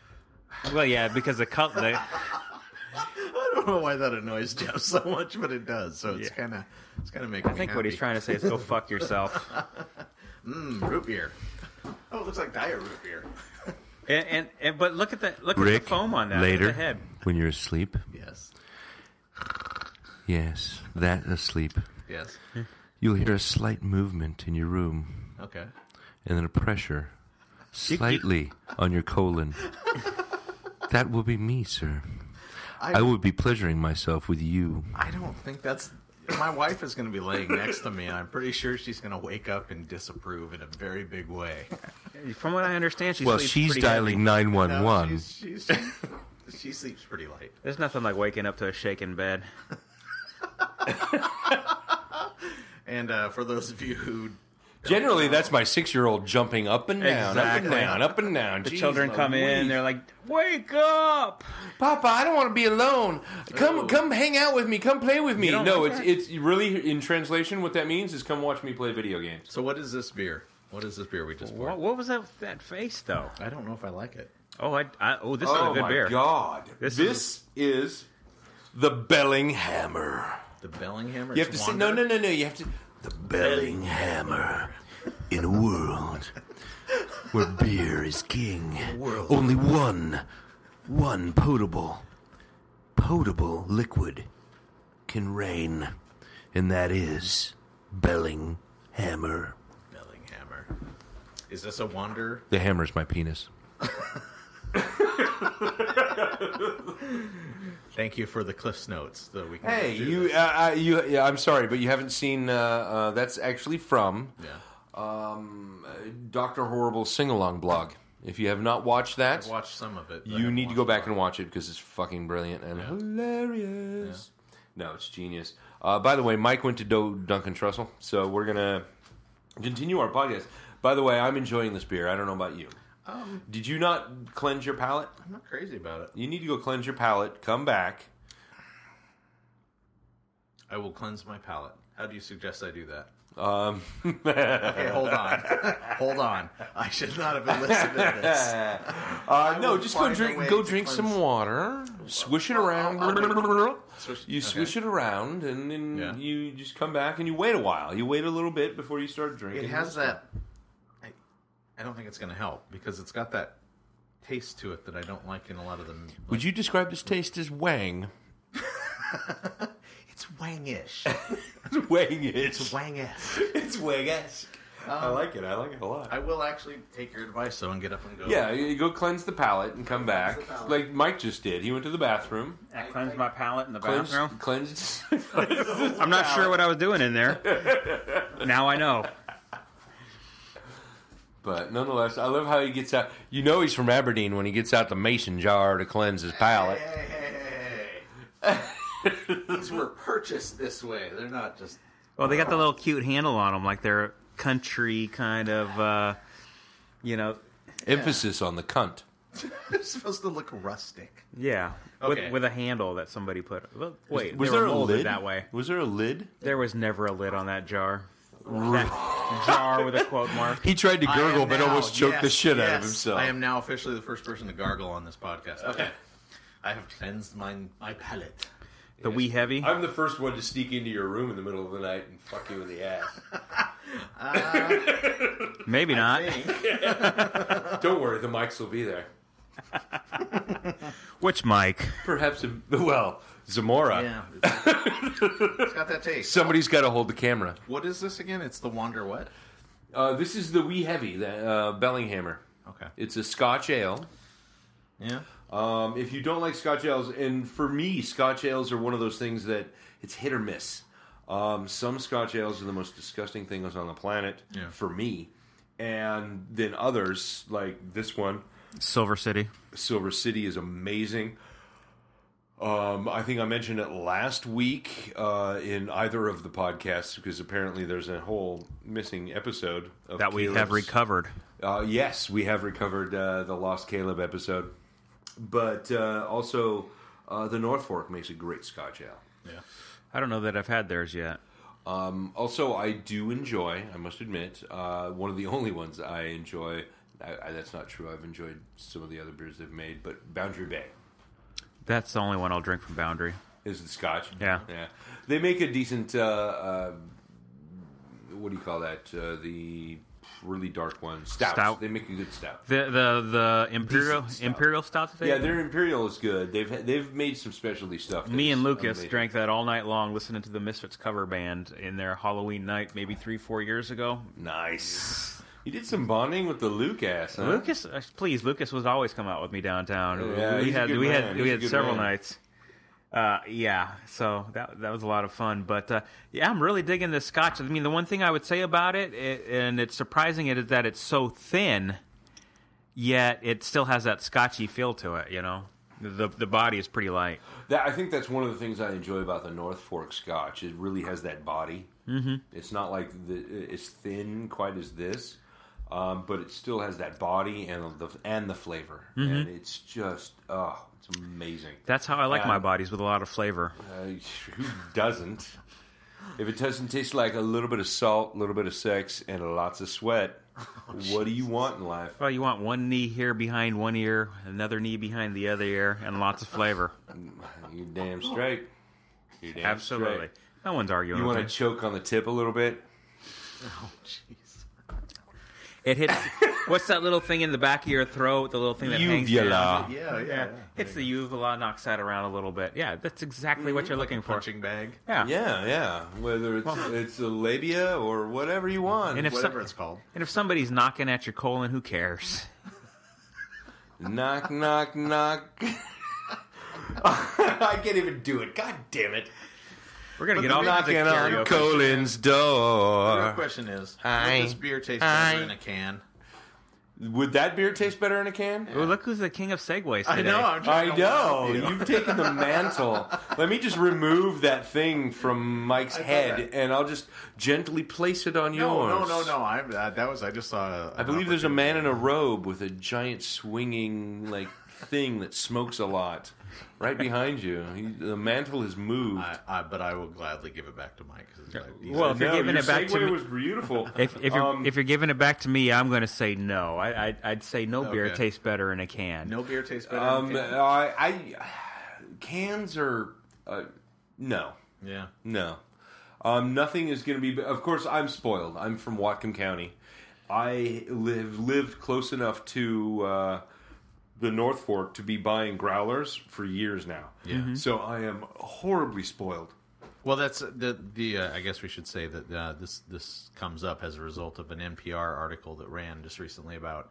S3: Well, yeah, because the color. The,
S2: I don't know why that annoys Jeff so much, but it does. So it's
S3: Yeah.
S2: kind of it's kind of making.
S3: I think what he's trying to say is go fuck yourself.
S2: root beer. Oh, it looks like diet root beer.
S3: And, and, and but look at that. Look at
S1: Rick,
S3: the foam on that. look at
S1: later,
S3: the head.
S1: when you're asleep,
S2: Yes.
S1: yes, that asleep,
S2: Yes.
S3: Hmm.
S1: you'll hear a slight movement in your room,
S2: Okay.
S1: and then a pressure, slightly on your colon. That will be me, sir.
S2: I-
S1: I will be pleasuring myself with you.
S2: I don't think that's. My wife is going to be laying next to me, and I'm pretty sure she's going to wake up and disapprove in a very big way.
S3: From what I understand, she
S1: Well,
S3: sleeps
S1: she's
S3: pretty
S1: dialing
S3: heavy.
S1: nine one
S2: No,
S1: one.
S2: Uh, she's- she's- she sleeps pretty light.
S3: There's nothing like waking up to a shaken bed.
S2: And uh, for those of you who
S1: Generally, that's my six-year-old jumping up and down, up
S3: Exactly.
S1: and down, up and down.
S3: The children come in, they're like, "Wake up!"
S1: Papa, I don't want to be alone. Come, come, hang out with me. Come play with me.
S3: don't
S1: No,
S3: like that?
S1: it's it's really in translation. What that means is come watch me play video games.
S2: so what is this beer? What is this beer we just poured?
S3: What, what was that that face though?
S2: I don't know if I like it.
S3: Oh, I, I oh, this is
S1: oh
S3: a good
S1: my
S3: beer.
S1: god! This,
S3: This
S1: is... the Bellinghammer.
S2: The Bellingham. Or
S1: You have to
S2: it's
S1: say no,
S2: Wander?
S1: no, no, no. You have to the Bellinghammer in a world where beer is king.
S2: World.
S1: Only one, one potable, potable liquid can reign, and that is Bellinghammer.
S2: Bellinghammer. Is this a Wander?
S1: The hammer's my penis.
S2: Thank you for the Cliff's notes. So we can
S1: Hey,
S2: do
S1: you,
S2: this.
S1: uh, uh, you. Yeah, I'm sorry, but you haven't seen. Uh, uh, that's actually from
S2: Yeah.
S1: um, Doctor Horrible's sing along blog. If you have not watched that,
S2: I've watched some of it. but I
S1: you
S2: haven't
S1: need to
S2: watched
S1: go
S2: a
S1: back
S2: lot.
S1: and watch it because it's fucking brilliant and hilarious. No, it's genius. Uh, by the way, Mike went to do Duncan Trussell, so we're gonna continue our podcast. By the way, I'm enjoying this beer. I don't know about you.
S2: Um,
S1: Did you not cleanse your palate?
S2: I'm not crazy about it.
S1: You need to go cleanse your palate. Come back.
S2: I will cleanse my palate. How do you suggest I do that?
S1: Um,
S2: Okay, hold on. hold on. I should not have been listening to this.
S1: Uh, no,
S2: will
S1: just go
S2: find a
S1: drink.
S2: way
S1: Go
S2: to
S1: drink some
S2: cleanse-
S1: water. Swish it around.
S2: Swish-
S1: You oh, swish it around, and then
S2: Yeah.
S1: you just come back and you wait a while. You wait a little bit before you start drinking.
S2: It has that. I, I don't think it's going to help because it's got that taste to it that I don't like in a lot of them.
S4: Would you describe this taste as wang?
S2: It's wangish.
S1: It's wang It's
S2: Wangish.
S1: It's wang esque. I like it. I like it a lot.
S2: I will actually take your advice though and get up and go.
S1: yeah, you you go cleanse the palate and come back,
S2: the palate.
S1: like Mike just did. He went to the bathroom,
S3: I cleansed my palate in the
S1: cleansed,
S3: bathroom.
S1: cleansed.
S3: I'm not sure what I was doing in there. now I know.
S1: but nonetheless, I love how he gets out. You know, he's from Aberdeen when he gets out the mason jar to cleanse his palate.
S2: Hey, hey, hey. These were purchased this way. They're not just.
S3: Well, they got the little cute handle on them, like they're country kind of, uh, you know,
S1: Emphasis on the cunt.
S2: They're supposed to look rustic.
S3: yeah,
S2: Okay.
S3: with, with a handle that somebody put. Well, wait,
S4: Was
S3: they
S4: there
S3: were
S4: a
S3: molded
S4: lid
S3: that way?
S4: Was there a lid?
S3: There was never a lid on that jar. That jar with a quote mark.
S1: He tried to
S2: I
S1: gurgle,
S2: am
S1: but
S2: now-
S1: almost choked the
S2: yes,
S1: shit out of
S2: yes.
S1: himself.
S2: I am now officially the first person to gargle on this podcast. Okay. I have cleansed my, my palate.
S3: The wee heavy.
S1: I'm the first one to sneak into your room in the middle of the night and fuck you in the ass.
S3: Maybe not.
S1: Don't worry, the mics will be there.
S3: Which Mike?
S1: Perhaps, a, well, Zamora.
S2: Yeah. it's got that taste.
S1: Somebody's got to hold the camera.
S2: What is this again? It's the Wander What?
S1: Uh, this is the Wee Heavy, the uh, Bellinghammer.
S2: Okay.
S1: It's a Scotch ale.
S2: Yeah.
S1: Um, if you don't like Scotch ales, and for me, Scotch ales are one of those things that it's hit or miss. Um, some Scotch ales are the most disgusting things on the planet
S2: Yeah.
S1: for me, and then others like this one.
S3: Silver City.
S1: Silver City is amazing. Um, I think I mentioned it last week uh, in either of the podcasts because apparently there's a whole missing episode of
S3: That we have
S1: Caleb's-
S3: recovered.
S1: Uh, yes, we have recovered uh, the lost Caleb episode, but uh, also uh, the North Fork makes a great Scotch ale.
S2: Yeah.
S3: I don't know that I've had theirs yet.
S1: Um, also, I do enjoy. I must admit, uh, one of the only ones I enjoy. I, I, that's not true. I've enjoyed some of the other beers they've made, but Boundary Bay.
S3: That's the only one I'll drink from Boundary.
S1: Is it Scotch?
S3: Yeah.
S1: yeah. They make a decent. Uh, uh, what do you call that? Uh, the really dark one stout.
S3: Stout.
S1: They make a good stout.
S3: The the the imperial
S1: Decent stout.
S3: imperial stout that they
S1: Yeah, their imperial is good. They've had- they've made some specialty stuff.
S3: Me
S1: that's
S3: and Lucas
S1: amazing.
S3: drank that all night long, listening to the Misfits cover band in their Halloween night, maybe three, four years ago.
S1: Nice. You did some bonding with the Lucas, huh?
S3: Lucas, uh, please, Lucas would always come out with me downtown.
S1: Yeah,
S3: we
S1: he's a
S3: had
S1: good
S3: we
S1: man.
S3: had
S1: He's
S3: we
S1: a
S3: had
S1: good
S3: several
S1: man.
S3: nights. Uh, yeah, so that that was a lot of fun. But uh, yeah, I'm really digging this scotch. I mean, the one thing I would say about it, it and it's surprising, it is that it's so thin, yet it still has that scotchy feel to it. You know, the the body is pretty light.
S1: That, I think that's one of the things I enjoy about the North Fork Scotch. It really has that body. Mm-hmm. It's not like the, it's thin quite as this, um, but it still has that body and the and the flavor.
S3: Mm-hmm.
S1: And it's just oh, it's amazing.
S3: That's how I like
S1: Yeah.
S3: my bodies with a lot of flavor.
S1: Uh, who doesn't? If it doesn't taste like a little bit of salt, a little bit of sex, and lots of sweat,
S3: Oh,
S1: what do you want in life?
S3: Well, you want one knee here behind one ear, another knee behind the other ear, and lots of flavor.
S1: You're damn straight. You're damn
S3: Absolutely.
S1: straight.
S3: No one's arguing
S1: You
S3: with
S1: want to choke on the tip a little bit?
S2: Jeez.
S3: it. It hits. what's that little thing in the back of your throat? The little thing that hangs
S1: Uvula.
S3: down.
S2: Yeah, yeah. yeah.
S3: Hits the uvula, knocks that around a little bit. Yeah, that's exactly what you're looking
S1: Mm-hmm.
S3: for.
S2: Punching bag.
S3: Yeah.
S1: Yeah, yeah. Whether it's it's a labia or whatever you want.
S3: And if
S2: Whatever
S3: some-
S2: it's called.
S3: and if somebody's knocking at your colon, who cares?
S1: knock, knock, knock. I can't even do it. God damn it!
S3: We're gonna
S2: But
S3: get
S2: the
S3: all kinds of
S1: Knocking on
S3: karaoke.
S1: Colin's
S2: The real
S1: door.
S2: question is
S4: Hi.
S2: Would this beer taste
S4: Hi.
S2: better in a can?
S1: Would that beer taste better in a can?
S3: Well, look who's the king of segues today.
S1: I know.
S2: You.
S1: You've taken the mantle. Let me just remove that thing from Mike's
S2: thought
S1: head,
S2: that-
S1: and I'll just gently place it on
S2: No,
S1: yours.
S2: no, no, no. I, uh, that was I just saw.
S1: I believe there's a man in a robe with a giant swinging like thing that smokes a lot right behind you. He, the mantle is moved.
S2: I, I, but I will gladly give it back to Mike. 'cause it's like, these are-
S3: Well, if you're giving it back to
S1: segue
S3: me-
S1: was beautiful.
S3: If, if you're
S1: Um,
S3: if you're giving it back to me, I'm going to say no. I, I I'd say no beer
S2: Okay.
S3: tastes better in a can.
S2: no beer tastes better.
S1: um,
S2: in a can.
S1: I, I cans are uh, no,
S2: yeah.
S1: no. Um, nothing is going to be. Of course, I'm spoiled. I'm from Whatcom County. I live lived close enough to uh, the North Fork to be buying growlers for years now. Yeah. Mm-hmm. So I am horribly spoiled.
S2: Well, that's the the. Uh, I guess we should say that uh, this this comes up as a result of an NPR article that ran just recently about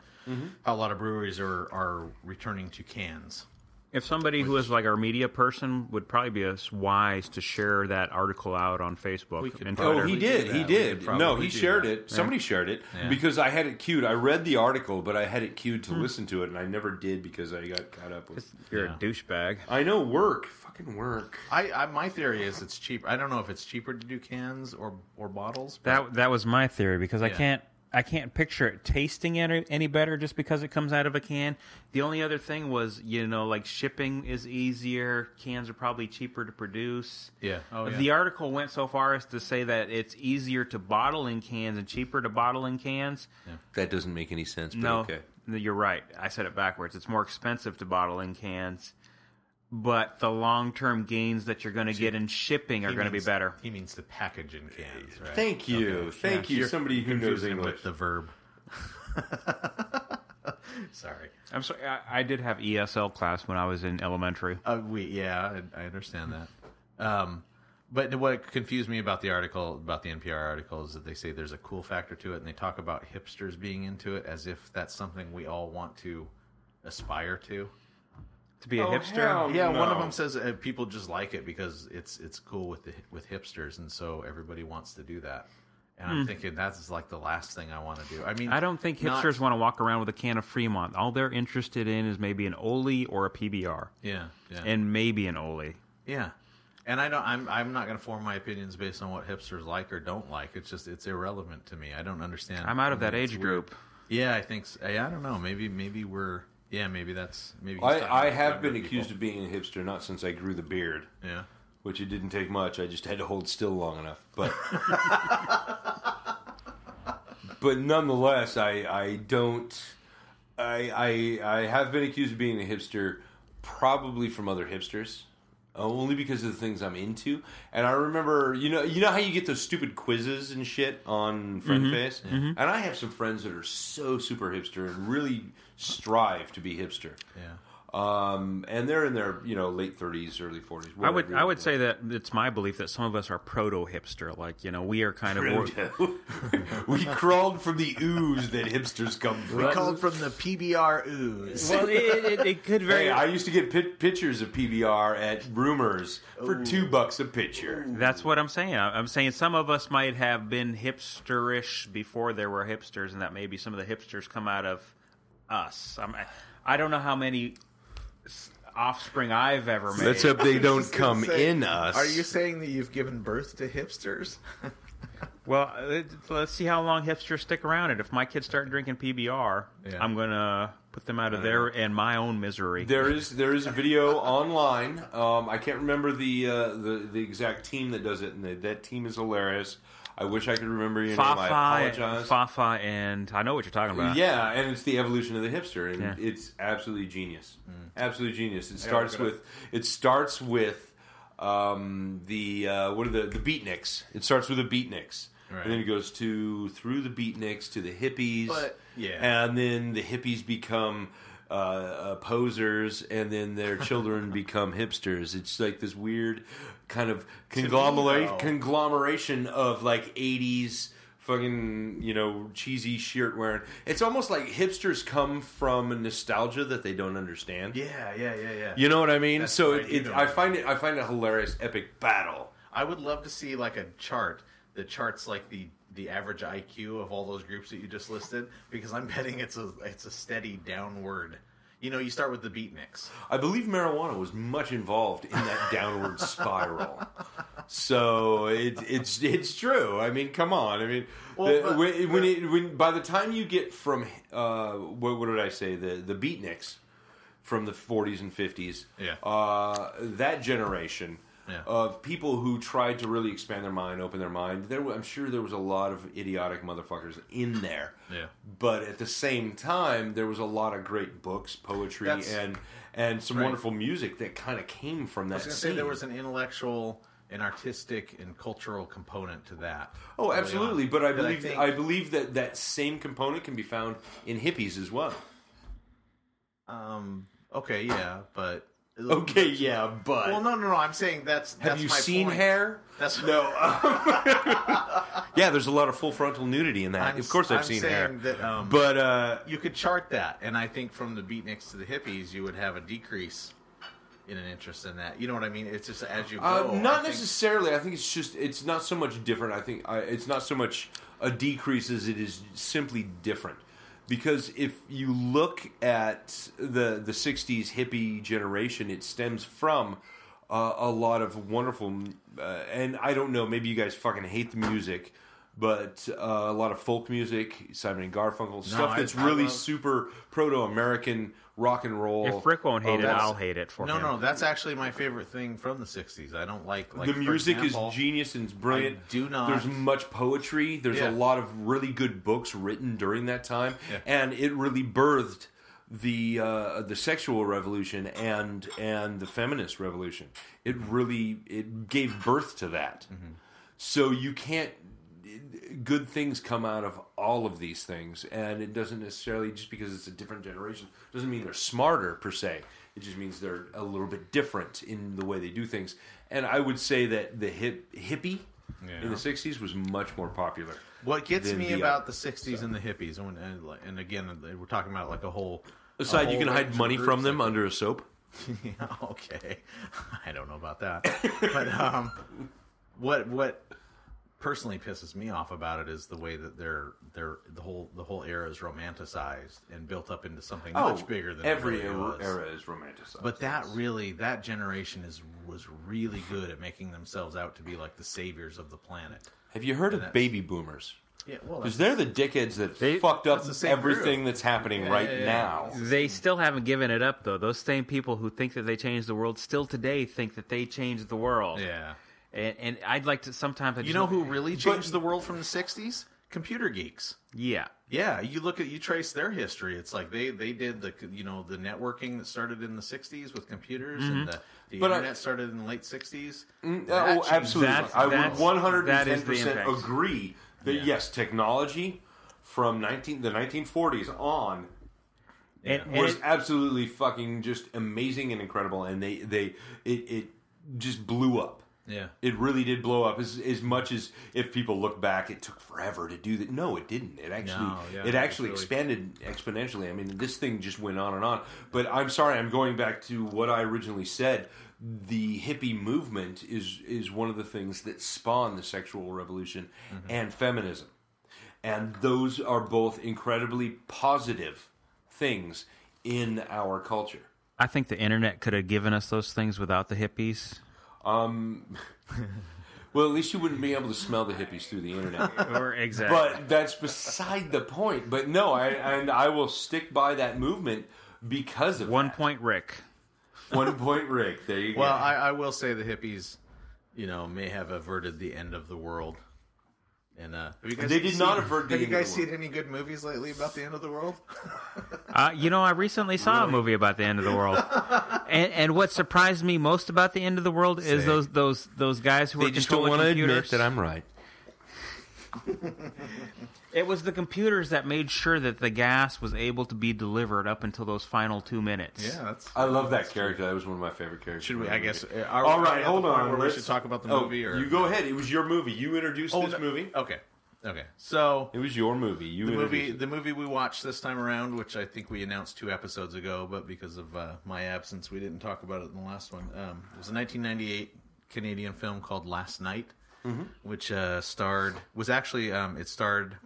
S2: how a lot of breweries are are returning to cans.
S3: If somebody who is like our media person would probably be as wise to share that article out on Facebook
S2: could
S3: and
S1: Oh,
S3: Twitter.
S1: he
S2: do
S1: did.
S2: that.
S1: He
S2: We
S1: did.
S2: could
S1: No,
S2: probably
S1: he
S2: do
S1: shared
S2: that.
S1: it. Somebody shared it because I had it queued. I read the article, but I had it queued to listen to it, and I never did because I got caught up with.
S3: You're a douchebag.
S1: I know work, fucking work.
S2: I, I my theory is it's cheap. I don't know if it's cheaper to do cans or or bottles. but-
S3: That that was my theory because I
S2: Yeah.
S3: can't I can't picture it tasting any any better just because it comes out of a can. The only other thing was you know like shipping is easier, cans are probably cheaper to produce.
S2: yeah. Oh yeah.
S3: The article went so far as to say that it's easier to bottle in cans and cheaper to bottle in cans.
S1: That doesn't make any sense. But
S3: No,
S1: okay.
S3: no, you're right. I said it backwards. It's more expensive to bottle in cans, but the long term gains that you're going to get in shipping are
S2: He
S3: going to be
S2: means-
S3: better.
S2: He means the package in cans. Right?
S1: Thank you, thank you.
S2: You're
S1: Somebody who knows
S2: confusing
S1: English.
S2: with the verb. Sorry.
S3: I'm sorry. I, I did have ESL class when I was in elementary.
S2: Uh, we yeah, I, I understand that. Um, but what confused me about the article about the NPR article is that they say there's a cool factor to it, and they talk about hipsters being into it as if that's something we all want to aspire to.
S3: To be a
S1: Oh,
S3: hipster,
S1: hell.
S2: Yeah, one
S1: No.
S2: of them says uh, people just like it because it's it's cool with the, with hipsters, and so everybody wants to do that. And I'm thinking that's like the last thing I want to do. I mean,
S3: Hmm. I don't think
S2: not-
S3: hipsters want to walk around with a can of Fremont. All they're interested in is maybe an Ole or a PBR,
S2: Yeah, yeah,
S3: and maybe an Ole.
S2: yeah. And I don't. I'm I'm not going to form my opinions based on what hipsters like or don't like. It's just it's irrelevant to me. I don't understand.
S3: I'm out of
S2: I mean,
S3: that
S2: it's
S3: age
S2: weird.
S3: group.
S2: Yeah, I think. So. Yeah, I don't know. Maybe maybe we're. Yeah, maybe that's maybe. he's talking
S1: I, I
S2: about
S1: have
S2: younger
S1: been
S2: people.
S1: accused of being a hipster, not since I grew the beard,
S2: Yeah.
S1: which it didn't take much. I just had to hold still long enough. But but nonetheless, I I don't I I I have been accused of being a hipster, probably from other hipsters. uh, Only because of the things I'm into, and I remember, you know, you know how you get those stupid quizzes and shit on
S2: Mm-hmm.
S1: FriendFace, and I have some friends that are so super hipster and really strive to be hipster.
S2: Yeah.
S1: Um, and they're in their you know late thirties, early forties.
S3: I would I would say that it's my belief that some of us are proto hipster. Like you know, we are kind of
S1: we crawled from the ooze that hipsters come from.
S2: Called from the PBR ooze.
S3: well, it, it, it could very.
S1: Hey, I used to get pit- pictures of PBR at Rumors for two bucks a picture.
S3: That's what I'm saying. I- I'm saying some of us might have been hipsterish before there were hipsters, and that maybe some of the hipsters come out of us. I'm, I don't know how many s- offspring I've ever made.
S1: Let's hope they don't
S2: Just gonna
S1: come
S2: say,
S1: in us.
S2: Are you saying that you've given birth to hipsters?
S3: well, it, let's see how long hipsters stick around. And if my kids start drinking PBR,
S2: Yeah.
S3: I'm gonna put them out of there and my own misery.
S1: There is there is a video online. Um, I can't remember the, uh, the the exact team that does it, and that- that team is hilarious. I wish I could remember your name. I
S3: Fafa,
S1: apologize.
S3: Fafa, and I know what you're talking about.
S1: Yeah, and it's the evolution of the hipster, and
S3: Yeah.
S1: it's absolutely genius.
S2: Mm.
S1: Absolutely genius. It starts with it starts with um, the uh, what are the the beatniks? It starts with the beatniks,
S2: Right.
S1: and then it goes to through the beatniks to the hippies,
S2: But- Yeah.
S1: and then the hippies become. Uh, uh, posers, and then their children become hipsters. It's like this weird kind of conglomerate
S2: though-
S1: conglomeration of like 80s fucking you know cheesy shirt wearing it's almost like hipsters come from nostalgia that they don't understand
S2: Yeah, yeah, yeah, yeah.
S1: you know what i mean
S2: That's
S1: so
S2: right,
S1: it,
S2: you
S1: it,
S2: don't
S1: i
S2: know.
S1: find it i find it hilarious epic battle
S2: I would love to see like a chart that charts like the the average IQ of all those groups that you just listed because I'm betting it's a it's a steady downward. You know, you start with the beatniks.
S1: i believe marijuana was much involved in that downward spiral so it, it's it's true i mean come on i mean the-
S2: but-
S1: when, when, it, when by the time you get from uh what, what did i say the the beatniks from the 40s and 50s
S2: Yeah.
S1: uh, that generation
S2: Yeah.
S1: of people who tried to really expand their mind, open their mind. There, were- I'm sure there was a lot of idiotic motherfuckers in there.
S2: Yeah.
S1: But at the same time, there was a lot of great books, poetry,
S2: That's-
S1: and and some
S2: Right.
S1: wonderful music that kind of came from that
S2: I was going to say
S1: scene.
S2: there was an intellectual, an artistic, and cultural component to that.
S1: oh,
S2: early on.
S1: absolutely. But I believe I,
S2: think-
S1: believe that that same component can be found in hippies as well.
S2: Um. Okay. Yeah. But.
S5: Okay, yeah, but
S2: Well, no, no, no. I'm saying that's.
S1: Have
S2: that's
S1: you
S2: my
S1: seen
S2: point.
S1: hair?
S2: That's
S5: no.
S1: Yeah, there's a lot of full frontal nudity in that.
S2: I'm-
S1: of course, I've
S2: I'm
S1: seen
S2: saying
S1: hair.
S2: That, um,
S1: but uh,
S2: you could chart that, and I think from the beatniks to the hippies, you would have a decrease in an interest in that. You know what I mean? It's just as you go.
S1: Uh,
S2: I
S1: not
S2: think-
S1: necessarily. I think it's just it's not so much different. I think I, it's not so much a decrease as it is simply different. Because if you look at the the '60s hippie generation, it stems from uh, a lot of wonderful, uh, and I don't know. Maybe you guys fucking hate the music, but uh, a lot of folk music, Simon and Garfunkel stuff
S2: I-
S1: that's
S2: I
S1: really
S2: love-
S1: super proto-American rock and roll.
S3: If Rick won't hate it,
S1: Oh, that's-
S3: I'll hate it for
S2: No,
S3: him.
S2: no, that's actually my favorite thing from the '60s. I don't like like
S1: the
S2: for
S1: music
S2: example,
S1: is genius and it's brilliant.
S2: I do not-
S1: There's much poetry. There's
S2: Yeah.
S1: a lot of really good books written during that time,
S2: Yeah.
S1: and it really birthed the uh, the sexual revolution and and the feminist revolution. It really it gave birth to that.
S2: Mm-hmm.
S1: So you can't. Good things come out of all of these things, and it doesn't necessarily just because it's a different generation doesn't mean they're smarter per se. It just means they're a little bit different in the way they do things. And I would say that the hip hippie
S2: Yeah.
S1: in the '60s was much more popular.
S2: What gets
S1: than
S2: me
S1: the
S2: about the '60s and the hippies, and, when- and, like- and again, we're talking about like a whole. a
S1: Aside, you
S2: whole
S1: can
S2: range
S1: hide
S2: of
S1: money from
S2: groups,
S1: them under a soap.
S2: Yeah, okay. I don't know about that. but um what what personally pisses me off about it is the way that they're they're the whole the whole era is romanticized and built up into something much bigger than it
S1: Oh, every
S2: really
S1: era,
S2: was.
S1: era is romanticized.
S2: But that really that generation is was really good at making themselves out to be like the saviors of the planet.
S1: have you heard of baby boomers?
S2: Yeah, well,
S1: Because they're the dickheads that
S3: They-
S1: fucked up
S2: that's the same
S1: everything
S2: group.
S1: that's happening right
S2: yeah, yeah.
S1: now.
S3: They still haven't given it up, though. Those same people who think that they changed the world still today think that they changed the world.
S2: yeah.
S3: And, and I'd like to sometimes. I
S2: You
S3: just
S2: know
S3: look-
S2: who really changed the world from the 60s? Computer geeks.
S3: Yeah.
S2: Yeah, you look at you trace their history. It's like they they did the you know the networking that started in the '60s with computers, and the, the
S1: Mm-hmm. But I-
S2: internet started in the late '60s. That
S1: Oh,
S2: changed-
S1: absolutely.
S3: that's-
S1: I would
S3: that's-
S1: one hundred
S3: that
S1: and ten
S3: is the
S1: percent
S3: impact.
S1: agree that yes, technology from nineteen the nineteen forties on
S3: And, and
S1: was
S3: it-
S1: absolutely fucking just amazing and incredible, and they they it, it just blew up.
S2: Yeah,
S1: It really did blow up as, as much as if people look back, it took forever to do that. No, it didn't. It actually
S2: No, yeah,
S1: it
S2: it
S1: actually
S2: was
S1: expanded exponentially. I mean, this thing just went on and on. But I'm sorry, I'm going back to what I originally said. The hippie movement is is one of the things that spawned the sexual revolution
S2: Mm-hmm.
S1: and feminism, and those are both incredibly positive things in our culture.
S3: I think the internet could have given us those things without the hippies.
S1: Well, at least you wouldn't be able to smell the hippies through the internet.
S3: Or exactly.
S1: but that's beside the point. But no, I and I will stick by that movement because of
S3: One
S1: that.
S3: point, Rick.
S1: One point, Rick. There you
S2: Well,
S1: go.
S2: I, I will say the hippies, you know, may have averted the end of the world. And uh, have you guys
S1: They did not avert the
S2: Have you
S1: end of
S2: guys
S1: the world.
S2: seen any good movies lately about the end of the world?
S3: Uh, you know, I recently saw a movie about the end of the world, and and what surprised me most about the end of the world is those those those guys who were controlling computers.
S1: right.
S3: It was the computers that made sure that the gas was able to be delivered up until those final two minutes.
S2: Yeah, that's.
S1: I love that character. That was one of my favorite characters.
S2: Should we?
S1: in the
S2: I guess.
S1: movie.
S2: uh, Are,
S1: All
S2: are we
S1: right,
S2: at
S1: hold
S2: the point
S1: on.
S2: Where we
S1: let's-
S2: should talk about the
S1: Oh,
S2: movie, or
S1: you go ahead. It was your movie. You introduced
S2: Oh,
S1: this
S2: no-
S1: movie.
S2: Okay. Okay. So
S1: It was your movie. You
S2: the
S1: introduced
S2: movie
S1: it.
S2: the movie we watched this time around which i think we announced two episodes ago but because of uh, my absence we didn't talk about it in the last one um, it was a 1998 canadian film called last night
S1: Mm-hmm.
S2: which uh, starred was actually um, it starred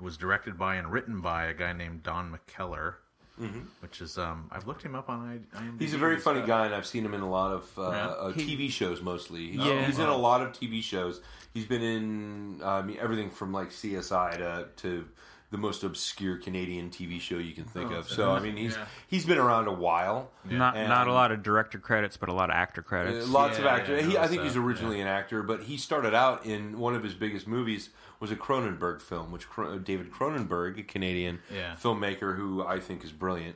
S2: was directed by and written by a guy named don mckellar which is um, i've looked him up on I, IMDb.
S1: Mm-hmm. He's a very funny guy, and I've seen him in a lot of uh,
S2: Yeah.
S1: uh, TV shows mostly. He's,
S3: Yeah.
S1: he's in a lot of TV shows. He's been in uh, I mean, everything from like CSI to, to the most obscure Canadian TV show you can think of. So I mean, he's
S2: Yeah.
S1: he's been around a while.
S3: Not
S1: And-
S3: not a lot of director credits, but a lot of actor
S1: Uh,
S3: credits.
S1: Lots of
S2: Yeah,
S1: actors.
S2: yeah,
S1: he, I think
S2: so,
S1: he's originally an actor, but he started out in one of his biggest movies was a Cronenberg film, which Cro- uh, David Cronenberg, a Canadian
S2: Yeah.
S1: filmmaker who I think is brilliant.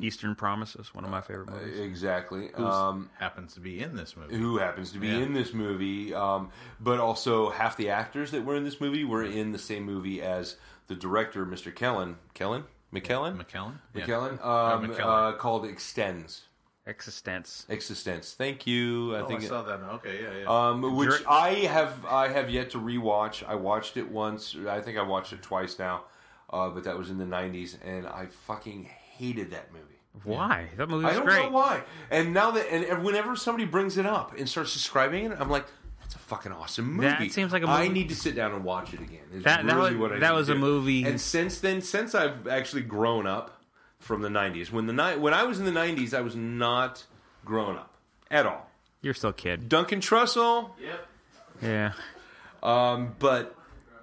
S3: Eastern Promises, one of my favorite movies.
S1: Exactly. Um,
S2: happens to be in this movie
S1: who happens to be
S2: Yeah.
S1: in this movie, um, but also half the actors that were in this movie were in the same movie as the director, Mr. Kellen. Kellen? McKellen?
S2: McKellen? Yeah. Oh,
S1: McKellen? Um,
S2: McKellen.
S1: Uh, called Extends.
S3: Existence.
S1: Existence. Thank you. I
S2: Oh, I,
S1: think.
S2: saw that. Okay, yeah, yeah.
S1: um, which
S3: Dur-
S1: I have I have yet to rewatch. I watched it once. I think I watched it twice now, uh, but that was in the '90s, and I fucking hated that movie.
S3: Why? That movie was
S1: I don't
S3: great.
S1: know why. And now that and whenever somebody brings it up and starts describing it, I'm like, that's a fucking awesome movie.
S3: That seems like a
S1: I
S3: movie-
S1: need to sit down and watch it again. Is
S3: That- that
S1: really
S3: was-
S1: what I
S3: that
S1: need
S3: was
S1: to
S3: a
S1: do.
S3: movie-
S1: And since then, since I've actually grown up from the '90s, when the ni- when I was in the '90s, I was not grown up at all.
S3: You're still a kid.
S1: Duncan Trussell,
S3: Yeah.
S1: but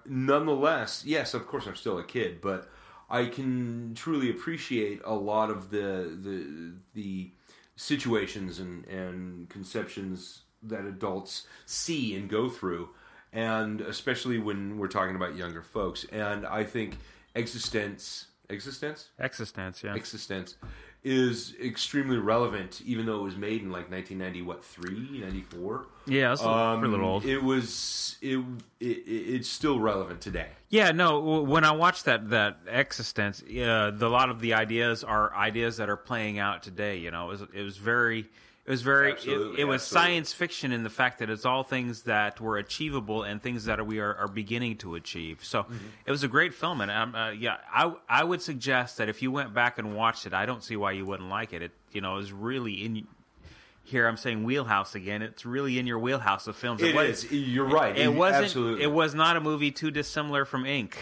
S1: nonetheless, yes, of course, I'm still a kid, but I can truly appreciate a lot of the the the situations and and conceptions that adults see and go through, and especially when we're talking about younger folks. And I think existence, existence,
S3: Existence, yeah.
S1: existence. Is extremely relevant, even though it was made in like 1990, what three, 94?
S3: yeah, it's
S1: Um,
S3: a little old.
S1: It was it, it it's still relevant today.
S3: Yeah, no. w- When I watch that that Existence, uh, the, a lot of the ideas are ideas that are playing out today. You know, it was, it was very, it was very, it,
S1: Absolutely,
S3: it was
S1: absolutely.
S3: science fiction in the fact that it's all things that were achievable and things that we are, are beginning to achieve. So
S1: Mm-hmm.
S3: it was a great film, and um, uh, yeah, I I would suggest that if you went back and watched it, I don't see why you wouldn't like it. It you know is really in. Here I'm saying wheelhouse again. It's really in your wheelhouse of films.
S1: It
S3: was-
S1: is. You're right.
S3: It wasn't.
S1: Absolutely.
S3: It was not a movie too dissimilar from Ink.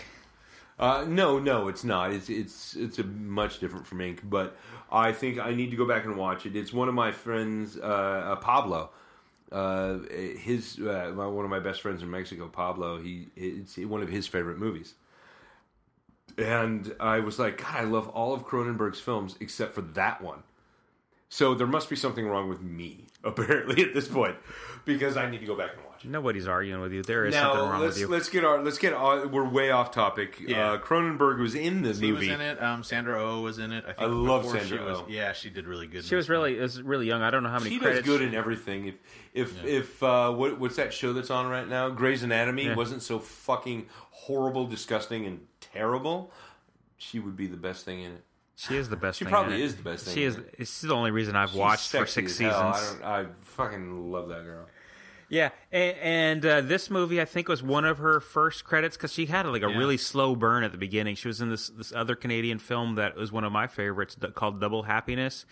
S1: Uh, no, no, it's not. It's it's it's a much different from Ink, but I think I need to go back and watch it. It's one of my friends, uh, uh, Pablo. Uh, his uh, my, one of my best friends in Mexico, Pablo. He it's one of his favorite movies. And I was like, God, I love all of Cronenberg's films except for that one. So there must be something wrong with me, apparently, at this point, because I need to go back and watch it
S3: Nobody's arguing with you. There is
S1: now
S3: something wrong
S1: let's
S3: with you.
S1: let's get our let's get our, we're way off topic. Uh,
S2: Yeah.
S1: Cronenberg was in the
S2: He was
S1: movie.
S2: in it. Um, Sandra Oh was in it. I, think
S1: love
S2: before
S1: Sandra
S2: she was,
S1: Oh.
S2: Yeah, she did really good. in
S3: She was
S2: this one.
S3: really is really young. I don't know how many
S1: She does
S3: credits.
S1: good in everything. If if if uh, what, what's that show that's on right now? Grey's Anatomy
S3: Yeah.
S1: wasn't so fucking horrible, disgusting, and terrible. She would be the best thing in it.
S3: she is the best.
S1: She
S3: thing
S1: probably
S3: in it.
S1: is the best thing
S3: She
S1: in
S3: is.
S1: it.
S3: It's the only reason I've
S1: She's
S3: watched for
S1: sexy
S3: six
S1: as hell.
S3: seasons.
S1: I, don't, I fucking love that girl.
S3: Yeah, and, and uh, this movie I think was one of her first credits because she had like a really slow burn at the beginning. She was in this this other Canadian film that was one of my favorites d- called Double Happiness,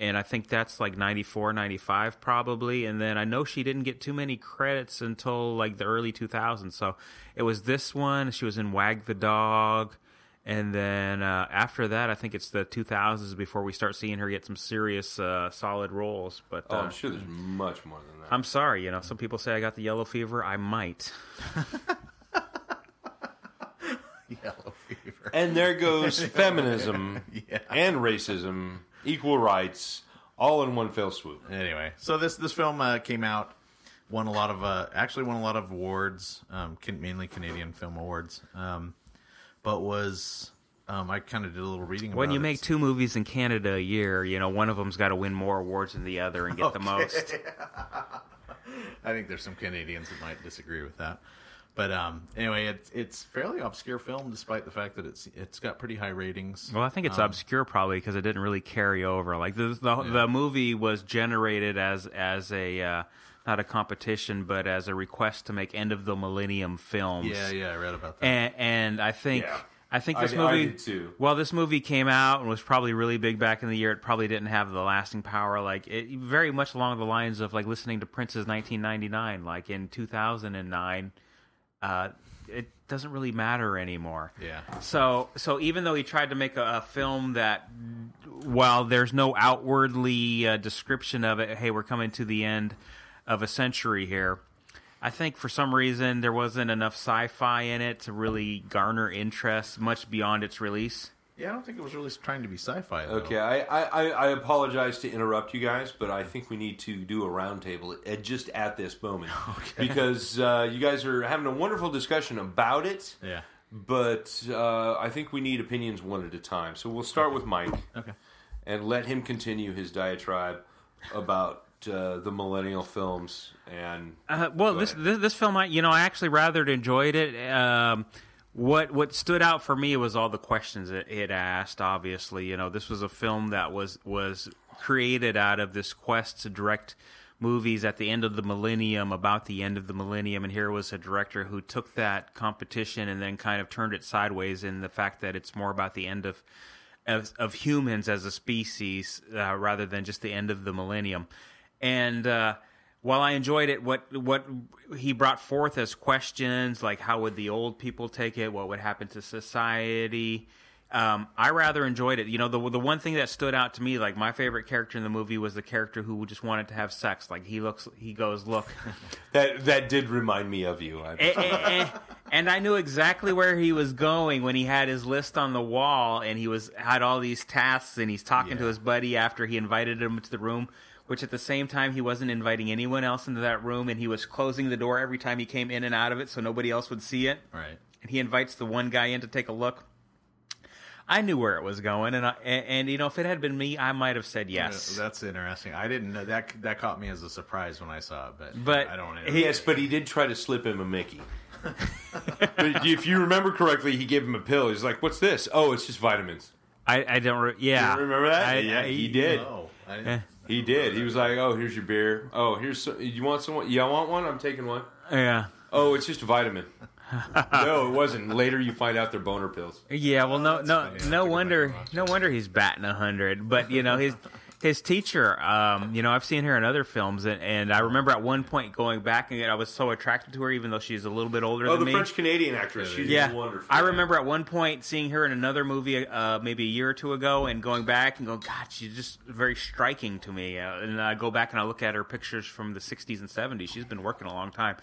S3: and I think that's like 94, 95 probably. And then I know she didn't get too many credits until like the early two thousands. So it was this one. She was in Wag the Dog. And then uh, after that, I think it's the 2000s before we start seeing her get some serious, uh, solid roles. But
S1: Oh,
S3: uh,
S1: I'm sure there's much more than that.
S3: I'm sorry, you know, some people say I got the yellow fever. I might.
S2: Yellow Fever.
S1: and there goes feminism and racism, equal rights, all in one fell swoop.
S2: Anyway, so this this film uh, came out, won a lot of uh, actually won a lot of awards, um, can, mainly Canadian film awards, um, but was um, I kind of did a little reading.
S3: When
S2: about
S3: you
S2: it.
S3: make two movies in Canada a year, you know, one of them's got to win more awards than the other and get the most.
S2: I think there's some Canadians that might disagree with that. But um, anyway, it's it's fairly obscure film, despite the fact that it's it's got pretty high ratings.
S3: Well, I think it's obscure probably because it didn't really carry over. Like the the, the movie was generated as as a uh, not a competition, but as a request to make end of the millennium films.
S2: yeah, yeah, I read about that.
S3: and, and I think
S1: Yeah.
S3: I think
S1: I
S3: this
S1: did- I
S3: movie
S1: did too.
S3: Well, this movie came out and was probably really big back in the year. It probably didn't have the lasting power, like it, very much along the lines of like listening to Prince's 1999. Like in 2009, uh, it doesn't really matter anymore.
S2: yeah,
S3: So, so even though he tried to make a, a film that, while there's no outwardly uh, description of it, hey, we're coming to the end of a century here. I think for some reason there wasn't enough sci-fi in it to really garner interest much beyond its release.
S2: yeah, I don't think it was really trying to be sci-fi. Though.
S1: Okay, I, I, I I apologize to interrupt you guys, but I think we need to do a roundtable at, just at this moment because uh, you guys are having a wonderful discussion about it.
S2: Yeah.
S1: But uh, I think we need opinions one at a time. So we'll start with Mike
S2: Okay.
S1: and let him continue his diatribe about uh, the millennial films and
S3: Uh, well, this, this this film, I you know, I actually rather enjoyed it. Um, what what stood out for me was all the questions it, it asked. Obviously, you know, this was a film that was was created out of this quest to direct movies at the end of the millennium, about the end of the millennium, and here was a director who took that competition and then kind of turned it sideways in the fact that it's more about the end of of, of humans as a species uh, rather than just the end of the millennium. And uh, while I enjoyed it, what what he brought forth as questions like how would the old people take it, what would happen to society. Um, I rather enjoyed it. You know, the the one thing that stood out to me, like my favorite character in the movie, was the character who just wanted to have sex. Like he looks, he goes, look,
S1: That that did remind me of you. I,
S3: Eh, eh, eh. and I knew exactly where he was going when he had his list on the wall and he was had all these tasks and he's talking to his buddy after he invited him into the room which at the same time he wasn't inviting anyone else into that room and he was closing the door every time he came in and out of it so nobody else would see it
S2: Right.
S3: and he invites the one guy in to take a look I knew where it was going and I, and, and you know if it had been me I might have said yes
S2: That's interesting. I didn't know that. That caught me as a surprise when I saw it, but
S3: But
S2: I don't.
S3: he-
S1: yes, but he did try to slip him a Mickey. but if you remember correctly, he gave him a pill. He's like, "What's this? Oh, it's just vitamins."
S3: I, I don't re- yeah
S1: You remember that?
S3: I-
S1: yeah,
S3: I-
S1: he did.
S2: No, I didn't.
S1: He did. He was like, "Oh, here's your beer. Oh, here's some, you want someone? Yeah, I want one. I'm taking one.
S3: yeah
S1: Oh, it's just a vitamin. no, it wasn't. Later, you find out they're boner pills.
S3: Yeah, well, no, no,
S2: funny. I
S3: no
S2: think I
S3: wonder,
S2: can watch
S3: no wonder he's batting a hundred. But you know his his teacher, um, you know, I've seen her in other films, and, and I remember at one point going back and I was so attracted to her, even though she's a little bit older
S1: Oh,
S3: than
S1: the
S3: me.
S1: French Canadian actress. She's
S3: yeah,
S1: wonderful.
S3: I remember at one point seeing her in another movie, uh, maybe a year or two ago, and going back and going, God, she's just very striking to me. Uh, and I go back and I look at her pictures from the '60s and '70s. She's been working a long time.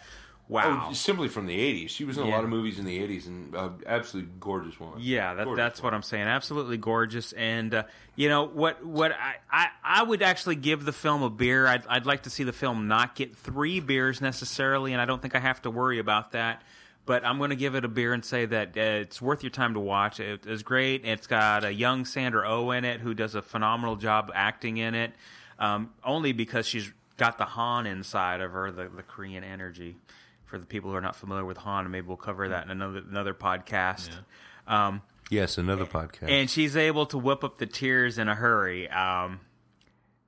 S3: Wow.
S1: Oh, simply from the '80s. She was in a
S3: Yeah.
S1: lot of movies in the '80s, and uh, absolutely gorgeous woman.
S3: Yeah, that,
S1: Gorgeous
S3: that's what I'm saying. Absolutely gorgeous, and uh, you know what? What I, I I would actually give the film a beer. I'd I'd like to see the film not get three beers necessarily, and I don't think I have to worry about that. But I'm going to give it a beer and say that uh, it's worth your time to watch. It is great. It's got a young Sandra O oh in it who does a phenomenal job acting in it, um, only because she's got the Han inside of her, the, the Korean energy. For the people who are not familiar with Han, maybe we'll cover that in another another podcast. Um,
S1: Yes, another podcast.
S3: and she's able to whip up the tears in a hurry. Um,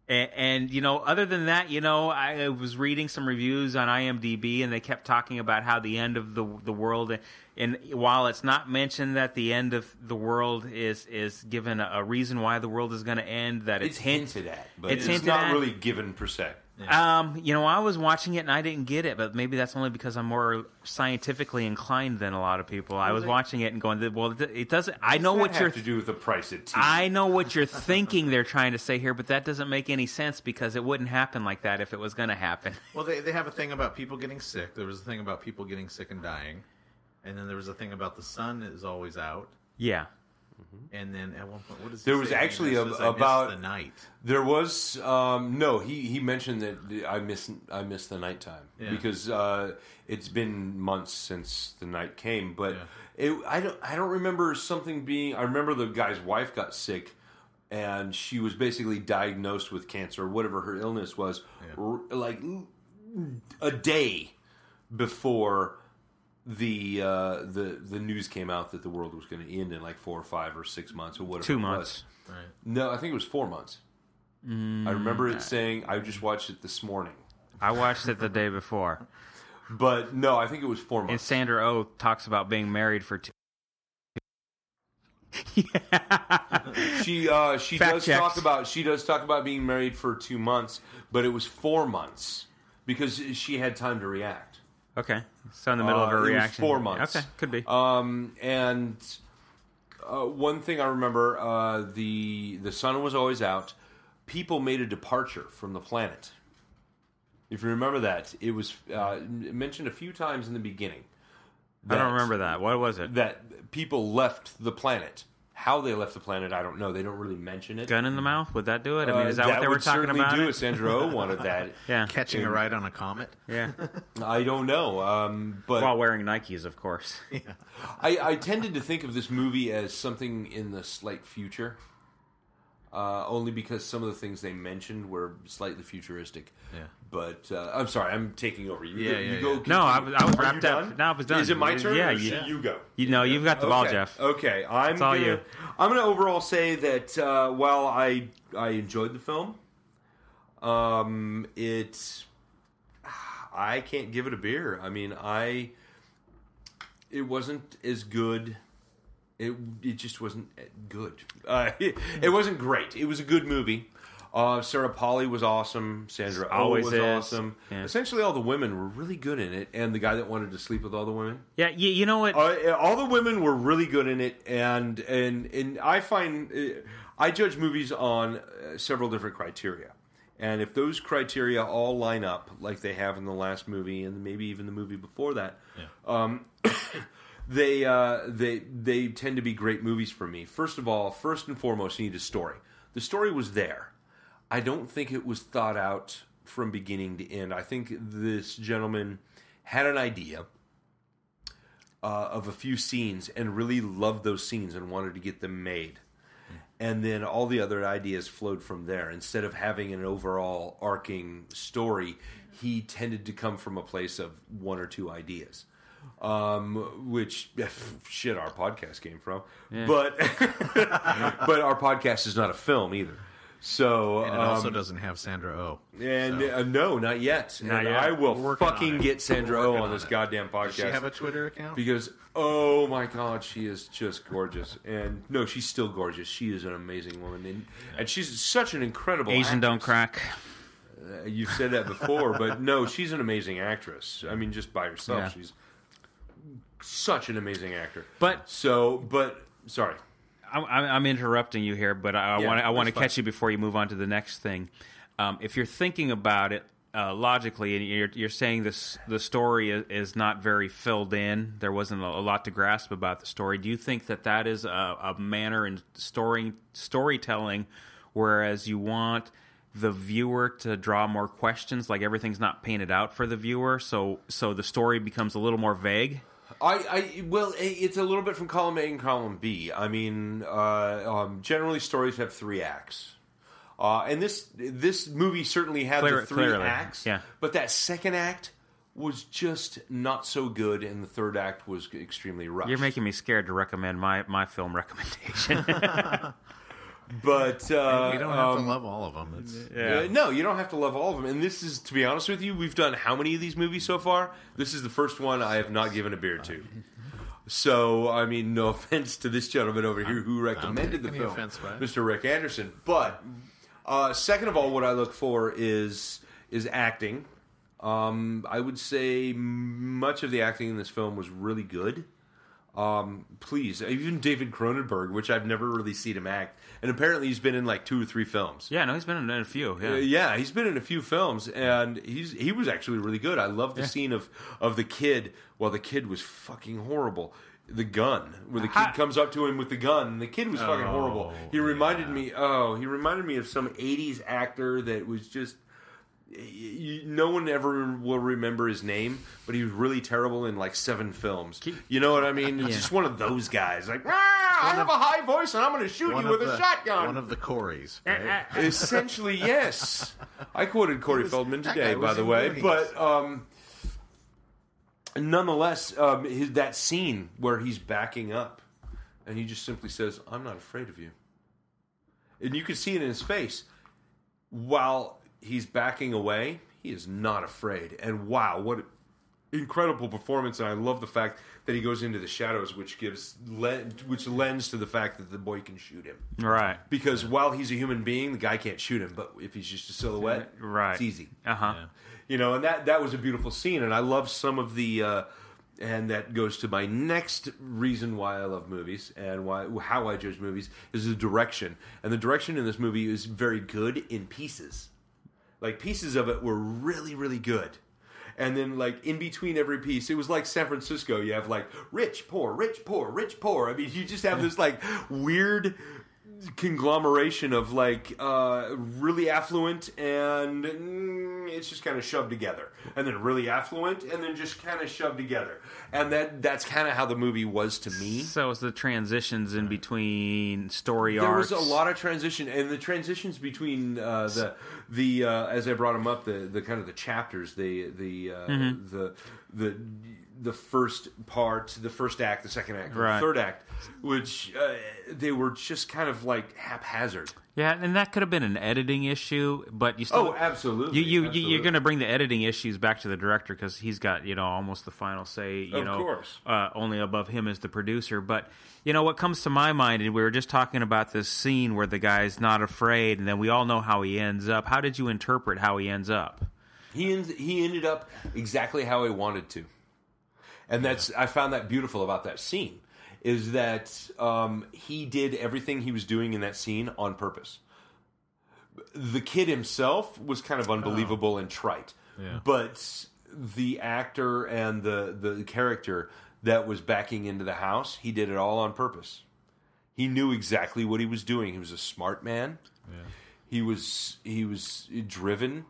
S3: and, and you know, other than that, you know, I was reading some reviews on IMDb, and they kept talking about how the end of the the world, and while it's not mentioned that the end of the world is is given a, a reason why the world is going to end, that
S1: it's
S3: it's, hint-
S1: hinted at, but
S3: it's
S1: it's,
S3: hinted
S1: not
S3: at.
S1: really given per se.
S3: Um, you know, I was watching it and I didn't get it, but maybe that's only because I'm more scientifically inclined than a lot of people. I was watching it and going, "Well, it doesn't." I know
S1: Does that
S3: what
S1: have
S3: you're
S1: to do with the price of tea.
S3: I know what you're thinking they're trying to say here, but that doesn't make any sense because it wouldn't happen like that if it was going to happen.
S2: Well, they they have a thing about people getting sick. There was a thing about people getting sick and dying, and then there was a thing about the sun is always out.
S3: Yeah.
S2: And then at one point, what is
S1: There was actually a- about-
S2: the night.
S1: There was um, no. He he mentioned that the- I miss I miss the nighttime
S2: Yeah.
S1: because uh, it's been months since the night came. But
S2: Yeah.
S1: it, I don't I don't remember something being. I remember the guy's wife got sick, and she was basically diagnosed with cancer, whatever her illness was, r- like a day before the uh, the the news came out that the world was going to end in like four or five or six months or whatever.
S3: Two
S1: it was.
S3: months.
S2: Right.
S1: No, I think it was four months. I remember it saying I just watched it this morning,
S3: I watched it the day before.
S1: but no, I think it was four
S3: And
S1: months.
S3: Sandra O oh talks about being married for two. yeah.
S1: She uh, she
S3: Fact
S1: does
S3: checked.
S1: talk about she does talk about being married for two months, but it was four months because she had time to react.
S3: Okay. So in the middle of
S1: Uh,
S3: a
S1: it was
S3: reaction.
S1: four months.
S3: Okay. Could be.
S1: Um, and uh, one thing I remember uh, the the sun was always out. People made a departure from the planet. If you remember that, it was uh, m- mentioned a few times in the beginning.
S3: I
S1: that-
S3: don't remember that. What was it?
S1: that people left the planet. How they left the planet, I don't know. They don't really mention it.
S3: Gun in the mouth? Would that do it? I mean,
S1: Uh,
S3: is that, what
S1: would
S3: they were talking
S1: certainly
S3: about?
S1: Do
S3: it?
S1: it. Sandra Oh wanted that.
S3: Yeah.
S2: Catching a ride on a comet.
S3: Yeah.
S1: I don't know, um, but
S3: While wearing Nikes, of course.
S1: I, I tended to think of this movie as something in the slight future. uh, only because some of the things they mentioned were slightly futuristic.
S2: Yeah.
S1: But uh, I'm sorry, I'm taking over. You,
S2: Yeah,
S1: you
S2: yeah,
S1: go.
S2: yeah.
S1: continue.
S3: No, I was, I was
S1: Are you
S3: wrapped up.
S1: done?
S3: Now I was done.
S1: Is it my turn?
S3: Yeah,
S1: or
S3: you,
S1: should you go.
S3: you know, you've got the ball,
S1: okay.
S3: Jeff.
S1: Okay, I'm
S3: all
S1: gonna,
S3: you.
S1: I'm going to overall say that uh, while I I enjoyed the film, um, it's I can't give it a beer. I mean, I it wasn't as good. It it just wasn't eh, good. Uh,
S3: Hmm.
S1: it, it wasn't great. It was a good movie. Uh, Sarah Polly was awesome. Sandra Oh
S3: Always
S1: was
S3: is.
S1: awesome.
S3: Yeah.
S1: Essentially, all the women were really good in it, and the guy that wanted to sleep with all the women.
S3: Yeah, you, you know what?
S1: Uh, all the women were really good in it, and and and I find uh, I judge movies on uh, several different criteria, and if those criteria all line up like they have in the last movie and maybe even the movie before that, um, they uh, they they tend to be great movies for me. First of all, first and foremost, you need a story. The story was there. I don't think it was thought out from beginning to end. I think this gentleman had an idea uh, of a few scenes and really loved those scenes and wanted to get them made. And then all the other ideas flowed from there. Instead of having an overall arcing story, he tended to come from a place of one or two ideas, um, which shit our podcast came from. But but our podcast is not a film either. So uh,
S2: And it also doesn't have Sandra Oh.
S1: and uh, no, not yet.
S3: Not
S1: and
S3: yet.
S1: I
S3: We're
S1: will
S3: working on
S1: fucking
S3: it.
S1: get Sandra
S2: We're
S1: Oh
S2: working
S1: on
S2: on
S1: this
S2: it.
S1: goddamn podcast
S2: Does she have a Twitter account?
S1: because oh my god, she is just gorgeous. And no, she's still gorgeous. She is an amazing woman, and and she's such an incredible
S3: Asian don't crack.
S1: actress. You've said that before, but no, she's an amazing actress. I mean, just by herself,
S3: Yeah.
S1: she's such an amazing actor.
S3: But
S1: So, but sorry,
S3: I'm, I'm I'm interrupting you here, but I
S1: Yeah,
S3: want to I want to
S1: that's fine.
S3: catch you before you move on to the next thing. Um, if you're thinking about it uh, logically, and you're you're saying this the story is, is not very filled in, there wasn't a, a lot to grasp about the story. Do you think that that is a, a manner in story storytelling, whereas you want the viewer to draw more questions, like everything's not painted out for the viewer, so so the story becomes a little more vague.
S1: I, I well, i- it's a little bit from column A and column B. I mean, uh, um, generally stories have three acts, uh, and this this movie certainly had
S3: Clear-
S1: the three
S3: clearly,
S1: acts.
S3: yeah.
S1: but that second act was just not so good, and the third act was extremely rushed.
S3: You're making me scared to recommend my my film recommendation.
S1: but uh,
S2: we don't have to love all of them. It's,
S1: Uh, no, you don't have to love all of them. And this is, to be honest with you, we've done how many of these movies so far? This is the first one I have not given a beer to. So, I mean, no offense to this gentleman over here who recommended the
S2: any
S1: film,
S2: offense, right?
S1: Mr. Rick Anderson. But uh, second of all, what I look for is is acting. Um, I would say much of the acting in this film was really good. Um, please, even David Cronenberg, which I've never really seen him act, and apparently he's been in like two or three films.
S3: yeah, no, he's been in a few.
S1: Uh,
S3: Yeah.
S1: yeah, he's been in a few films, and he's he was actually really good. I love the scene of of the kid. Well, the kid was fucking horrible. The gun, where the kid
S3: Ha-
S1: comes up to him with the gun, and the kid was fucking
S2: Oh,
S1: horrible. He reminded me, oh, he reminded me of some '80s actor that was just. y- y no one ever will remember his name, but he was really terrible in like seven films. You know what I mean? It's
S3: Yeah.
S1: just one of those guys. Like, ah, I have a high voice and I'm going to shoot
S2: One
S1: you
S2: of
S1: with a
S2: the-
S1: shotgun. Uh-uh.
S2: One of the Coreys. Right?
S1: Essentially, yes. I quoted Corey Feldman
S2: that
S1: today,
S2: guy was
S1: by the
S2: in
S1: way,
S2: Goonies.
S1: but um, nonetheless, um, his, that scene where he's backing up and he just simply says, "I'm not afraid of you," and you can see it in his face while he's backing away. He is not afraid, and wow, what incredible performance! And I love the fact that he goes into the shadows, which gives len- which lends to the fact that the boy can shoot him
S3: Right.
S1: because while he's a human being, the guy can't shoot him. But if he's just a silhouette,
S3: Right.
S1: it's easy.
S3: Uh huh.
S1: You know, and that that was a beautiful scene, and I love some of the. Uh, and that goes to my next reason why I love movies and why how I judge movies is the direction. And the direction in this movie is very good in pieces. Like pieces of it were really really good. And then like in between every piece, it was like San Francisco. You have like rich, poor, rich, poor, rich, poor. I mean, you just have this like weird conglomeration of like uh, really affluent and mm, it's just kind of shoved together, and then really affluent and then just kind of shoved together, and that that's kind of how the movie was to me.
S3: So it's the transitions in between story
S1: There
S3: arcs.
S1: was a lot of transition, and the transitions between uh, the the uh, as I brought them up, the the kind of the chapters, the the uh,
S3: Mm-hmm.
S1: the the the first part, the first act, the second act, and
S3: Right.
S1: the third act, which uh, they were just kind of like haphazard.
S3: Yeah, and that could have been an editing issue, but you still
S1: Oh, absolutely.
S3: you you
S1: absolutely.
S3: you're going to bring the editing issues back to the director because he's got you know almost the final say. You
S1: Of
S3: know,
S1: course.
S3: Uh, only above him is the producer. But you know what comes to my mind, and we were just talking about this scene where the guy's not afraid, and then we all know how he ends up. How did you interpret how he ends up?
S1: He ends, he ended up exactly how he wanted to, and that's I found that beautiful about that scene is that um, he did everything he was doing in that scene on purpose. The kid himself was kind of unbelievable and trite, but the actor and the the character that was backing into the house, he did it all on purpose. He knew exactly what he was doing. He was a smart man he was he was driven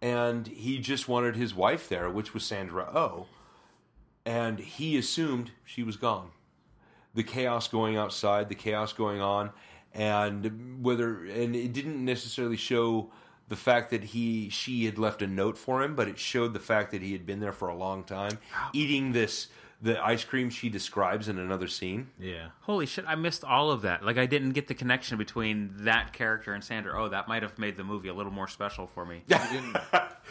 S1: and he just wanted his wife there which was Sandra Oh and he assumed she was gone the chaos going outside the chaos going on and whether and it didn't necessarily show the fact that he she had left a note for him but it showed the fact that he had been there for a long time eating this the ice cream she describes in another scene
S2: Yeah.
S3: Holy shit! I missed all of that. Like I didn't get the connection between that character and Sandra. Oh, that might have made the movie a little more special for me.
S2: You didn't,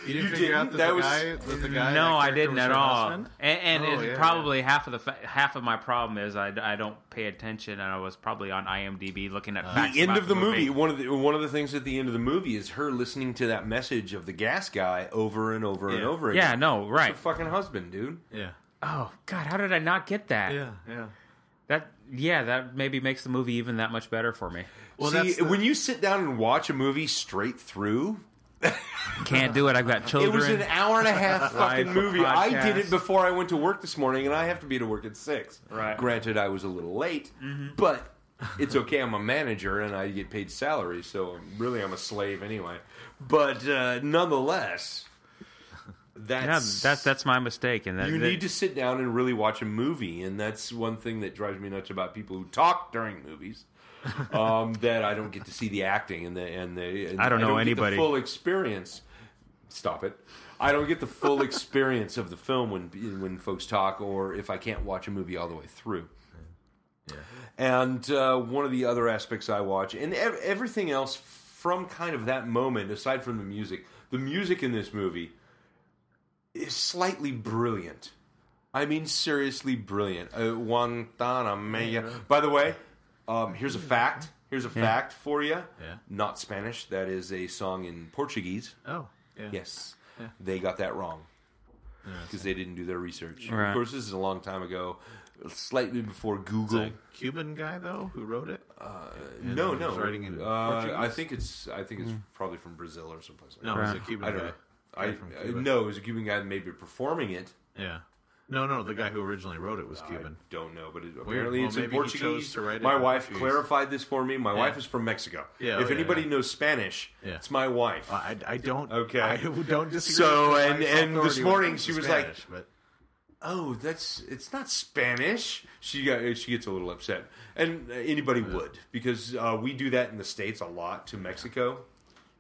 S2: you didn't
S1: You
S2: figure out that,
S1: didn't? That
S2: the
S1: was-
S2: guy, that the guy.
S3: No,
S2: that
S3: I
S2: character
S3: didn't
S2: was
S3: at
S2: her
S3: all.
S2: husband?
S3: And, and
S2: Oh,
S3: it's
S2: yeah,
S3: probably half of the fa- half of my problem is I, I don't pay attention, and I was probably on IMDb looking at facts
S1: the end
S3: about
S1: of the movie. One of the one of the things at the end of the movie is her listening to that message of the gas guy over and over and
S2: Yeah.
S1: over again.
S3: Yeah, no, right.
S1: Her fucking husband, dude.
S2: Yeah.
S3: Oh God, how did I not get that?
S2: Yeah. Yeah.
S3: That yeah, that maybe makes the movie even that much better for me.
S2: Well,
S1: See,
S2: that's the-
S1: when you sit down and watch a movie straight through,
S3: Can't do it. I've got
S1: it
S3: children.
S1: was an hour and a half fucking
S3: Live
S1: movie. I did
S3: podcast.
S1: it before I went to work this morning, and I have to be to work at six.
S3: Right.
S1: Granted, I was a little late, but it's okay. I'm a manager, and I get paid salary, so I'm, really I'm a slave anyway. But uh, nonetheless,
S3: yeah,
S1: that's
S3: that's that's my mistake, and that,
S1: You
S3: that-
S1: need to sit down and really watch a movie, and that's one thing that drives me nuts about people who talk during movies. um, that I don't get to see the acting and the and the and
S3: I don't know
S1: get the
S3: anybody.
S1: full experience. Stop it! I don't get the full experience of the film when when folks talk, or if I can't watch a movie all the way through. And uh, one of the other aspects I watch, and ev- everything else from kind of that moment, aside from the music, the music in this movie is slightly brilliant. I mean, seriously brilliant. Uh, Guantanamera. By the way, um, here's a fact. Here's a fact for you.
S2: Yeah.
S1: Not Spanish. That is a song in Portuguese.
S2: Oh. Yeah.
S1: Yes, they got that wrong because they didn't do their research.
S3: Right.
S1: Of course, this is a long time ago, slightly before Google.
S2: The Cuban guy though who wrote it. And
S1: no,
S2: it
S1: no.
S2: was writing in
S1: uh, I
S2: Portuguese?
S1: think it's I think
S2: Hmm.
S1: it's probably from Brazil or someplace. Like
S2: No,
S1: that.
S2: it was a Cuban
S1: I don't
S2: guy.
S1: know. I,
S2: Guy from
S1: I-
S2: Cuba.
S1: no, it was a Cuban guy maybe performing it.
S2: Yeah. No, no, the guy who originally wrote it was Cuban.
S1: I don't know, but it, apparently
S2: Well,
S1: it's in
S2: maybe he chose
S1: Portuguese.
S2: to write it
S1: my
S2: in
S1: wife
S2: Portuguese.
S1: clarified this for me. My wife is from Mexico.
S2: Yeah, oh,
S1: if
S2: yeah,
S1: anybody
S2: yeah.
S1: knows Spanish,
S2: Yeah.
S1: it's my wife.
S2: I, I don't.
S1: Okay.
S2: I don't disagree.
S1: So,
S2: with my
S1: and- and
S2: authority
S1: this
S2: when it
S1: morning
S2: comes
S1: she
S2: to
S1: was like-
S2: Spanish, but
S1: oh, that's it's not Spanish. She got she gets a little upset, and uh, anybody would because uh, we do that in the states a lot to Mexico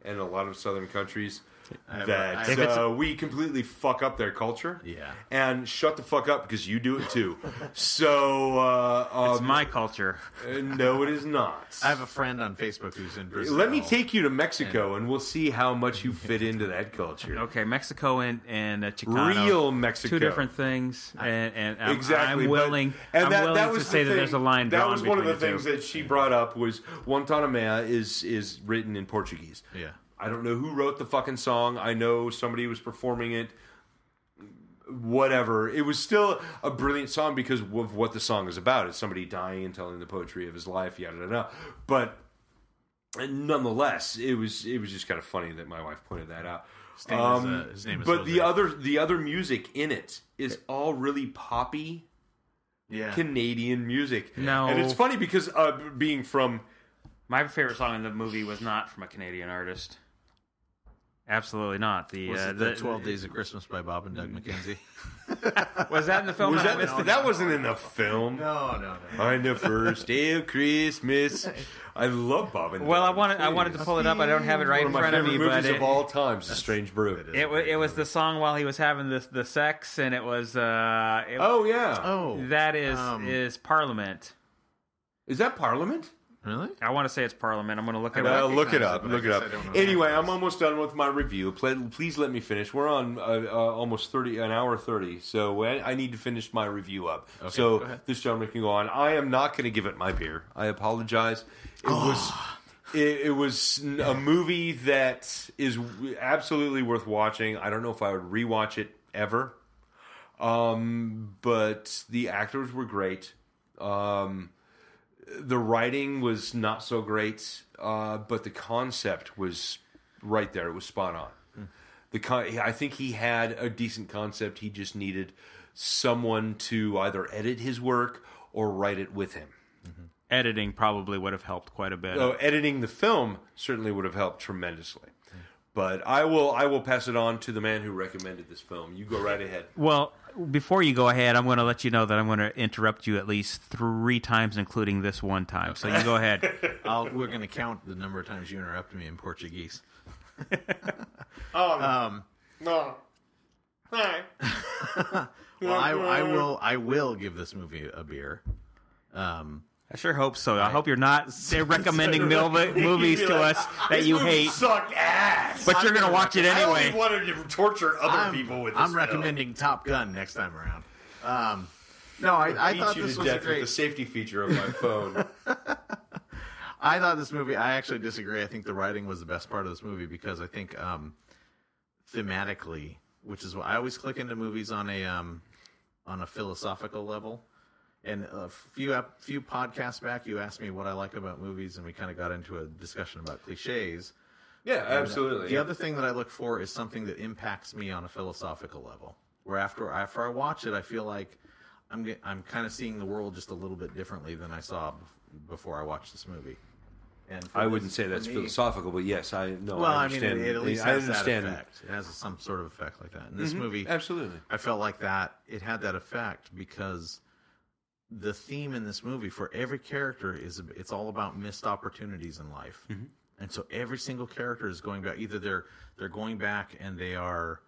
S1: and a lot of southern countries.
S2: I- I-
S1: That
S2: If
S3: it's-
S1: uh, we completely fuck up their culture,
S2: Yeah.
S1: and shut the fuck up because you do it too. so uh,
S3: it's
S1: um, uh,
S3: my culture.
S1: no, it is not.
S2: I have a friend on Facebook who's in Brazil.
S1: Let me take you to Mexico, and we'll see how much you fit into that culture.
S3: Okay, Mexico and and uh, Chicano.
S1: Real Mexico,
S3: two different things, and, and I'm,
S1: Exactly. but-
S3: I'm willing. I'm willing to
S1: the
S3: say that there's a
S1: thing-
S3: line.
S1: That
S3: drawn
S1: was one of the
S3: between
S1: things
S3: two.
S1: that she brought up was Guantanamera is is written in Portuguese.
S2: Yeah.
S1: I don't know who wrote the fucking song. I know somebody was performing it. Whatever. It was still a brilliant song because of what the song is about. It's somebody dying and telling the poetry of his life. Yada yada. yada. But nonetheless, it was it was just kind of funny that my wife pointed that out. Um,
S2: name is, uh, his name is
S1: but the
S2: Jose.
S1: other the other music in it is all really poppy
S2: Yeah.
S1: Canadian music.
S3: No.
S1: and it's funny because uh, being from
S3: My favorite song in the movie was not from a Canadian artist. Absolutely not. The,
S2: Was
S3: uh,
S2: it the, Mm. 12 Days of Christmas by Bob and Doug McKenzie?
S3: was that in the film?
S1: Was
S3: No,
S1: that,
S3: no,
S1: that wasn't in the film.
S2: no, no, no.
S1: On the first day of Christmas, I love Bob and
S3: Well, I
S1: Doug.
S3: wanted I wanted to pull it up. I don't have it right in
S1: One of my
S3: front of
S1: favorite
S3: me,
S1: movies
S3: but it,
S1: of all time is *The Strange Brew*.
S2: It is.
S3: it, wa- it was the song while he was having this the sex, and it was uh, it,
S1: Oh yeah,
S2: Oh,
S3: that is
S2: um,
S3: is Parliament.
S1: is that Parliament?
S2: really?
S3: I want to say it's Parliament. I'm going to look it
S1: Uh,
S3: up.
S1: look it up.
S2: but I
S1: Look it
S2: guess
S1: up.
S2: I don't know
S1: Anyway,
S2: what it
S1: I'm almost done with my review. Pl- Please let me finish. We're on uh, uh, almost thirty, an hour thirty, so I, I need to finish my review up.
S2: go
S1: so
S2: ahead.
S1: this gentleman can go on. I am not going to give it my beer. I apologize. It was.
S2: Ah.
S1: It, it was n- a movie that is w- absolutely worth watching. I don't know if I would rewatch it ever, um, but the actors were great. Um, the writing was not so great, uh, but the concept was right there. It was spot on. The con- I think he had a decent concept. He just needed someone to either edit his work or write it with him.
S3: Editing probably would have helped quite a bit.
S1: So editing the film certainly would have helped tremendously. But I will I will pass it on to the man who recommended this film. You go right ahead.
S3: Well, before you go ahead, I'm going to let you know that I'm going to interrupt you at least three times, including this one time. So you go ahead.
S2: I'll, we're going to count the number of times you interrupt me in Portuguese. um,
S6: Oh,
S2: no. well, I, I will. I will give this movie a beer. Um,
S3: I sure hope so. I hope you're not recommending mil- movies to us that you hate,
S6: Suck ass.
S3: but you're going to watch it
S6: I only
S3: anyway.
S6: wanted to torture other
S2: I'm,
S6: people with this.
S2: I'm
S6: film.
S2: recommending Top Gun next time around. Um, no, I, I
S1: Beat
S2: thought
S1: you
S2: this
S1: to
S2: was a
S1: death with
S2: great.
S1: the safety feature of my phone.
S2: I thought this movie. I actually disagree. I think the writing was the best part of this movie because I think um, thematically, which is what I always click into movies on a um, on a philosophical level. And a few ep- few podcasts back, you asked me what I like about movies, and we kind of got into a discussion about cliches.
S1: yeah, absolutely.
S2: The other thing that I look for is something that impacts me on a philosophical level. Where after after I watch it, I feel like I'm get, I'm kind of seeing the world just a little bit differently than I saw bef- before I watched this movie. And for
S1: I
S2: this-
S1: wouldn't say
S2: for
S1: that's
S2: me-
S1: philosophical, but yes, I no,
S2: Well,
S1: I
S2: I, mean,
S1: understand.
S2: it, it at least
S1: I
S2: has
S1: understand. Mm-hmm.
S2: that effect. It has some sort of effect like that. And this movie,
S1: Absolutely.
S2: I felt like that it had that effect because the theme in this movie for every character is it's all about missed opportunities in life.
S1: Mm-hmm.
S2: And so every single character is going back either they're they're going back and they are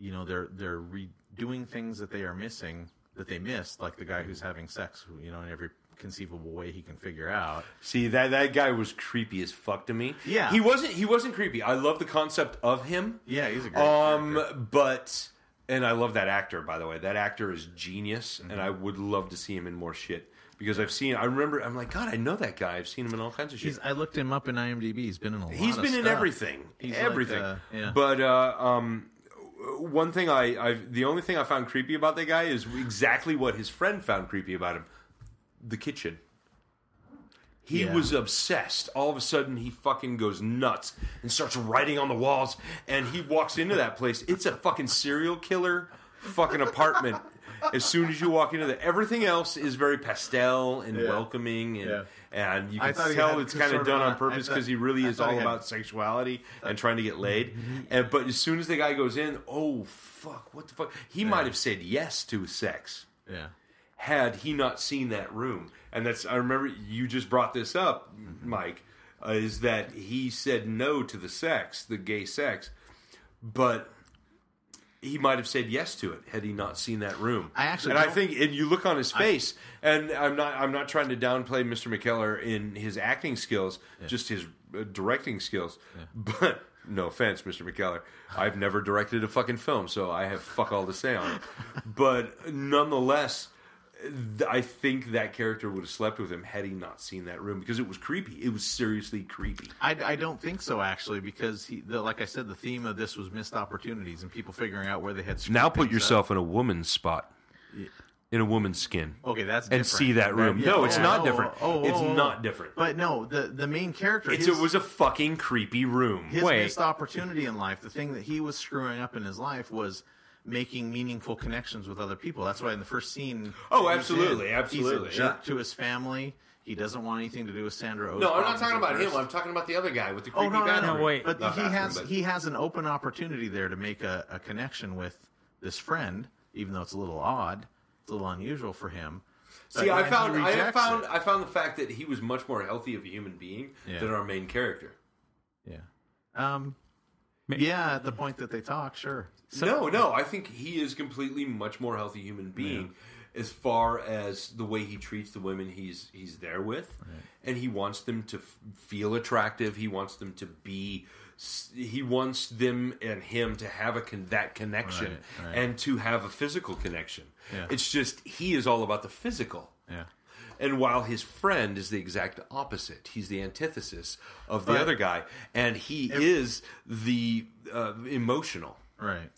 S2: you know they're they're redoing things that they are missing that they missed like the guy
S1: Mm-hmm.
S2: who's having sex who, you know in every conceivable way he can figure out.
S1: See that that guy was creepy as fuck to me.
S2: Yeah.
S1: he wasn't. He wasn't creepy. I love the concept of him.
S2: Yeah, he's a great
S1: Um,
S2: character.
S1: but and I love that actor. By the way, that actor is genius,
S2: Mm-hmm.
S1: and I would love to see him in more shit because I've seen. I remember. I'm like, God, I know that guy. I've seen him in all kinds of shit.
S2: He's, I looked him up in IMDb. He's been in a lot.
S1: He's
S2: of
S1: been in
S2: stuff.
S1: everything,
S2: He's like,
S1: everything.
S2: uh, yeah.
S1: But uh, um, one thing I, I, the only thing I found creepy about that guy is exactly what his friend found creepy about him: the kitchen. He
S2: Yeah.
S1: was obsessed. All of a sudden, he fucking goes nuts and starts writing on the walls. And he walks into that place. It's a fucking serial killer fucking apartment. as soon as you walk into that, everything else is very pastel and welcoming, and
S2: Yeah.
S1: and you
S2: I
S1: can
S2: thought he
S1: tell
S2: had
S1: it's
S2: sort
S1: kind of
S2: of
S1: done
S2: a-
S1: on
S2: I
S1: purpose
S2: thought-
S1: because he really
S2: I
S1: is
S2: thought
S1: all
S2: he had- Mm-hmm.
S1: about sexuality and trying to get laid. And, but as soon as the guy goes in, oh fuck, what the fuck? He might have said yes to sex
S2: Yeah.
S1: had he not seen that room. And that's I remember you just brought this up,
S2: Mm-hmm.
S1: Mike, uh, is that he said no to the sex, the gay sex, but he might have said yes to it had he not seen that room.
S2: I actually
S1: and I
S2: don't-
S1: think, and you look on his face, and I'm not, I'm not trying to downplay Mr. McKellar in his acting skills, just his uh, directing skills. But no offense, Mr. McKellar, I've never directed a fucking film, so I have fuck all to say on it. But nonetheless, th- I think that character would have slept with him had he not seen that room because it was creepy. It was seriously creepy.
S2: I, I don't think so actually because he the, like I said the theme of this was missed opportunities and people figuring out where they had screwed
S1: Now put
S2: things
S1: yourself in a woman's spot, in a woman's skin.
S2: up. okay that's
S1: and
S2: Oh, different.
S1: see that room.
S2: Yeah,
S1: no, it's
S2: oh,
S1: not
S2: oh,
S1: different.
S2: oh, oh,
S1: it's
S2: oh.
S1: not different.
S2: but no the the main character
S1: It's,
S2: his,
S1: it was a fucking creepy room.
S2: his
S3: wait.
S2: missed opportunity in life the thing that he was screwing up in his life was making meaningful connections with other people that's why in the first scene
S1: Oh,
S2: he's in,
S1: absolutely, absolutely,
S2: he's a jerk to his family. He doesn't want anything to do with Sandra. O's
S1: No, I'm not
S2: problems
S1: talking
S2: at
S1: about him.
S2: first.
S1: I'm talking about the other guy with the
S2: Oh
S1: creepy
S2: no, no,
S1: bathroom.
S2: no,
S3: wait.
S2: But
S1: Not
S2: he
S1: bathroom,
S2: has
S1: but-
S2: he has an open opportunity there to make a, a connection with this friend, even though it's a little odd, it's a little unusual for him.
S1: See,
S2: But
S1: I
S2: when
S1: found
S2: he
S1: I
S2: rejects
S1: found
S2: it-
S1: I found the fact that he was much more healthy of a human being
S2: Yeah.
S1: than our main character.
S2: yeah, um, yeah, at the point that they talk, sure,
S1: no, no, I think he is completely much more healthy human being as far as the way he treats the women he's he's there with, and he wants them to f- feel attractive. He wants them to be. s- He wants them and him to have a con- that connection
S2: Right, right.
S1: and to have a physical connection.
S2: Yeah.
S1: It's just he is all about the physical.
S2: yeah.
S1: And while his friend is the exact opposite, he's the antithesis of the
S2: But-
S1: other guy, and he is the uh, emotional.
S2: Right.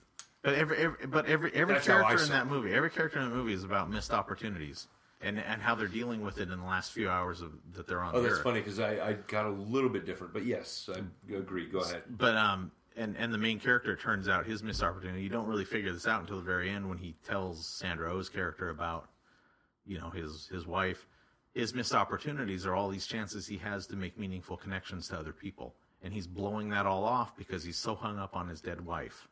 S2: But every, every but every every
S1: That's how I
S2: character in
S1: saw
S2: that movie, every character in that movie is about missed opportunities and and how they're dealing with it in the last few hours of that they're on.
S1: Oh,
S2: the
S1: that's
S2: Earth.
S1: funny because I, I got a little bit different, but yes, I agree. Go ahead.
S2: But um, and and the main character it turns out his missed opportunity. You don't really figure this out until the very end when he tells Sandra O's character about, you know, his his wife. His missed opportunities are all these chances he has to make meaningful connections to other people, and he's blowing that all off because he's so hung up on his dead wife.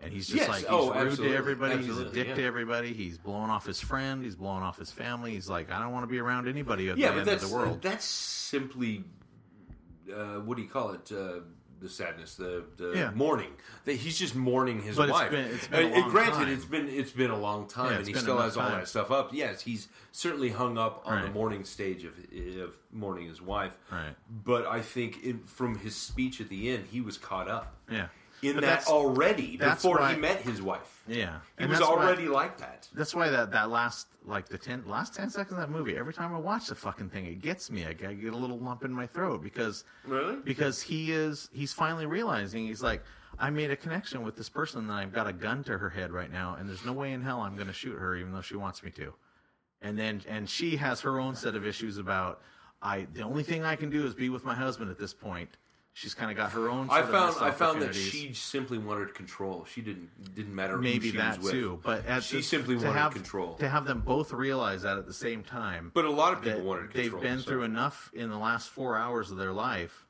S2: And he's just
S1: Yes,
S2: like he's
S1: oh,
S2: rude
S1: absolutely,
S2: to everybody, he's a
S1: absolutely,
S2: dick
S1: yeah.
S2: to everybody, he's blowing off his friend, he's blowing off his family, he's like, I don't want to be around anybody at
S1: Yeah,
S2: the end
S1: but
S2: of
S1: that's
S2: the world.
S1: that's simply uh, what do you call it? Uh, the sadness, the, the
S2: Yeah.
S1: mourning. That he's just mourning his
S2: But it's
S1: wife.
S2: been- it's been a
S1: Uh,
S2: long
S1: granted,
S2: time.
S1: it's been it's been a long time,
S2: Yeah,
S1: and
S2: it's
S1: he
S2: been
S1: still
S2: enough
S1: has all
S2: time.
S1: that stuff up. Yes, he's certainly hung up on the
S2: Right.
S1: mourning stage of, of mourning his wife.
S2: Right.
S1: But I think in, from his speech at the end, he was caught up
S2: yeah.
S1: in
S2: But
S1: that
S2: that's-
S1: already
S2: that's
S1: before
S2: why-
S1: he met his wife.
S2: Yeah.
S1: He
S2: And
S1: was
S2: that's why-
S1: already like that.
S2: That's why that, that last like the ten last ten seconds of that movie. Every time I watch the fucking thing, it gets me. I, I get a little lump in my throat because
S1: Really?
S2: because he is he's finally realizing he's like I made a connection with this person and I've got a gun to her head right now and there's no way in hell I'm going to shoot her even though she wants me to. And then and she has her own set of issues about I the only thing I can do is be with my husband at this point. She's kind of got her own.
S1: I
S2: sort of
S1: found
S2: missed
S1: I found that
S2: opportunities.
S1: she simply wanted control. She didn't didn't matter
S2: maybe
S1: who she
S2: that
S1: was with.
S2: too. But at
S1: she
S2: the-
S1: simply
S2: to
S1: wanted
S2: have,
S1: control.
S2: To have them both realize that at the same time,
S1: but a lot of people
S2: that
S1: wanted
S2: they've
S1: control.
S2: been
S1: so-
S2: through enough in the last four hours of their life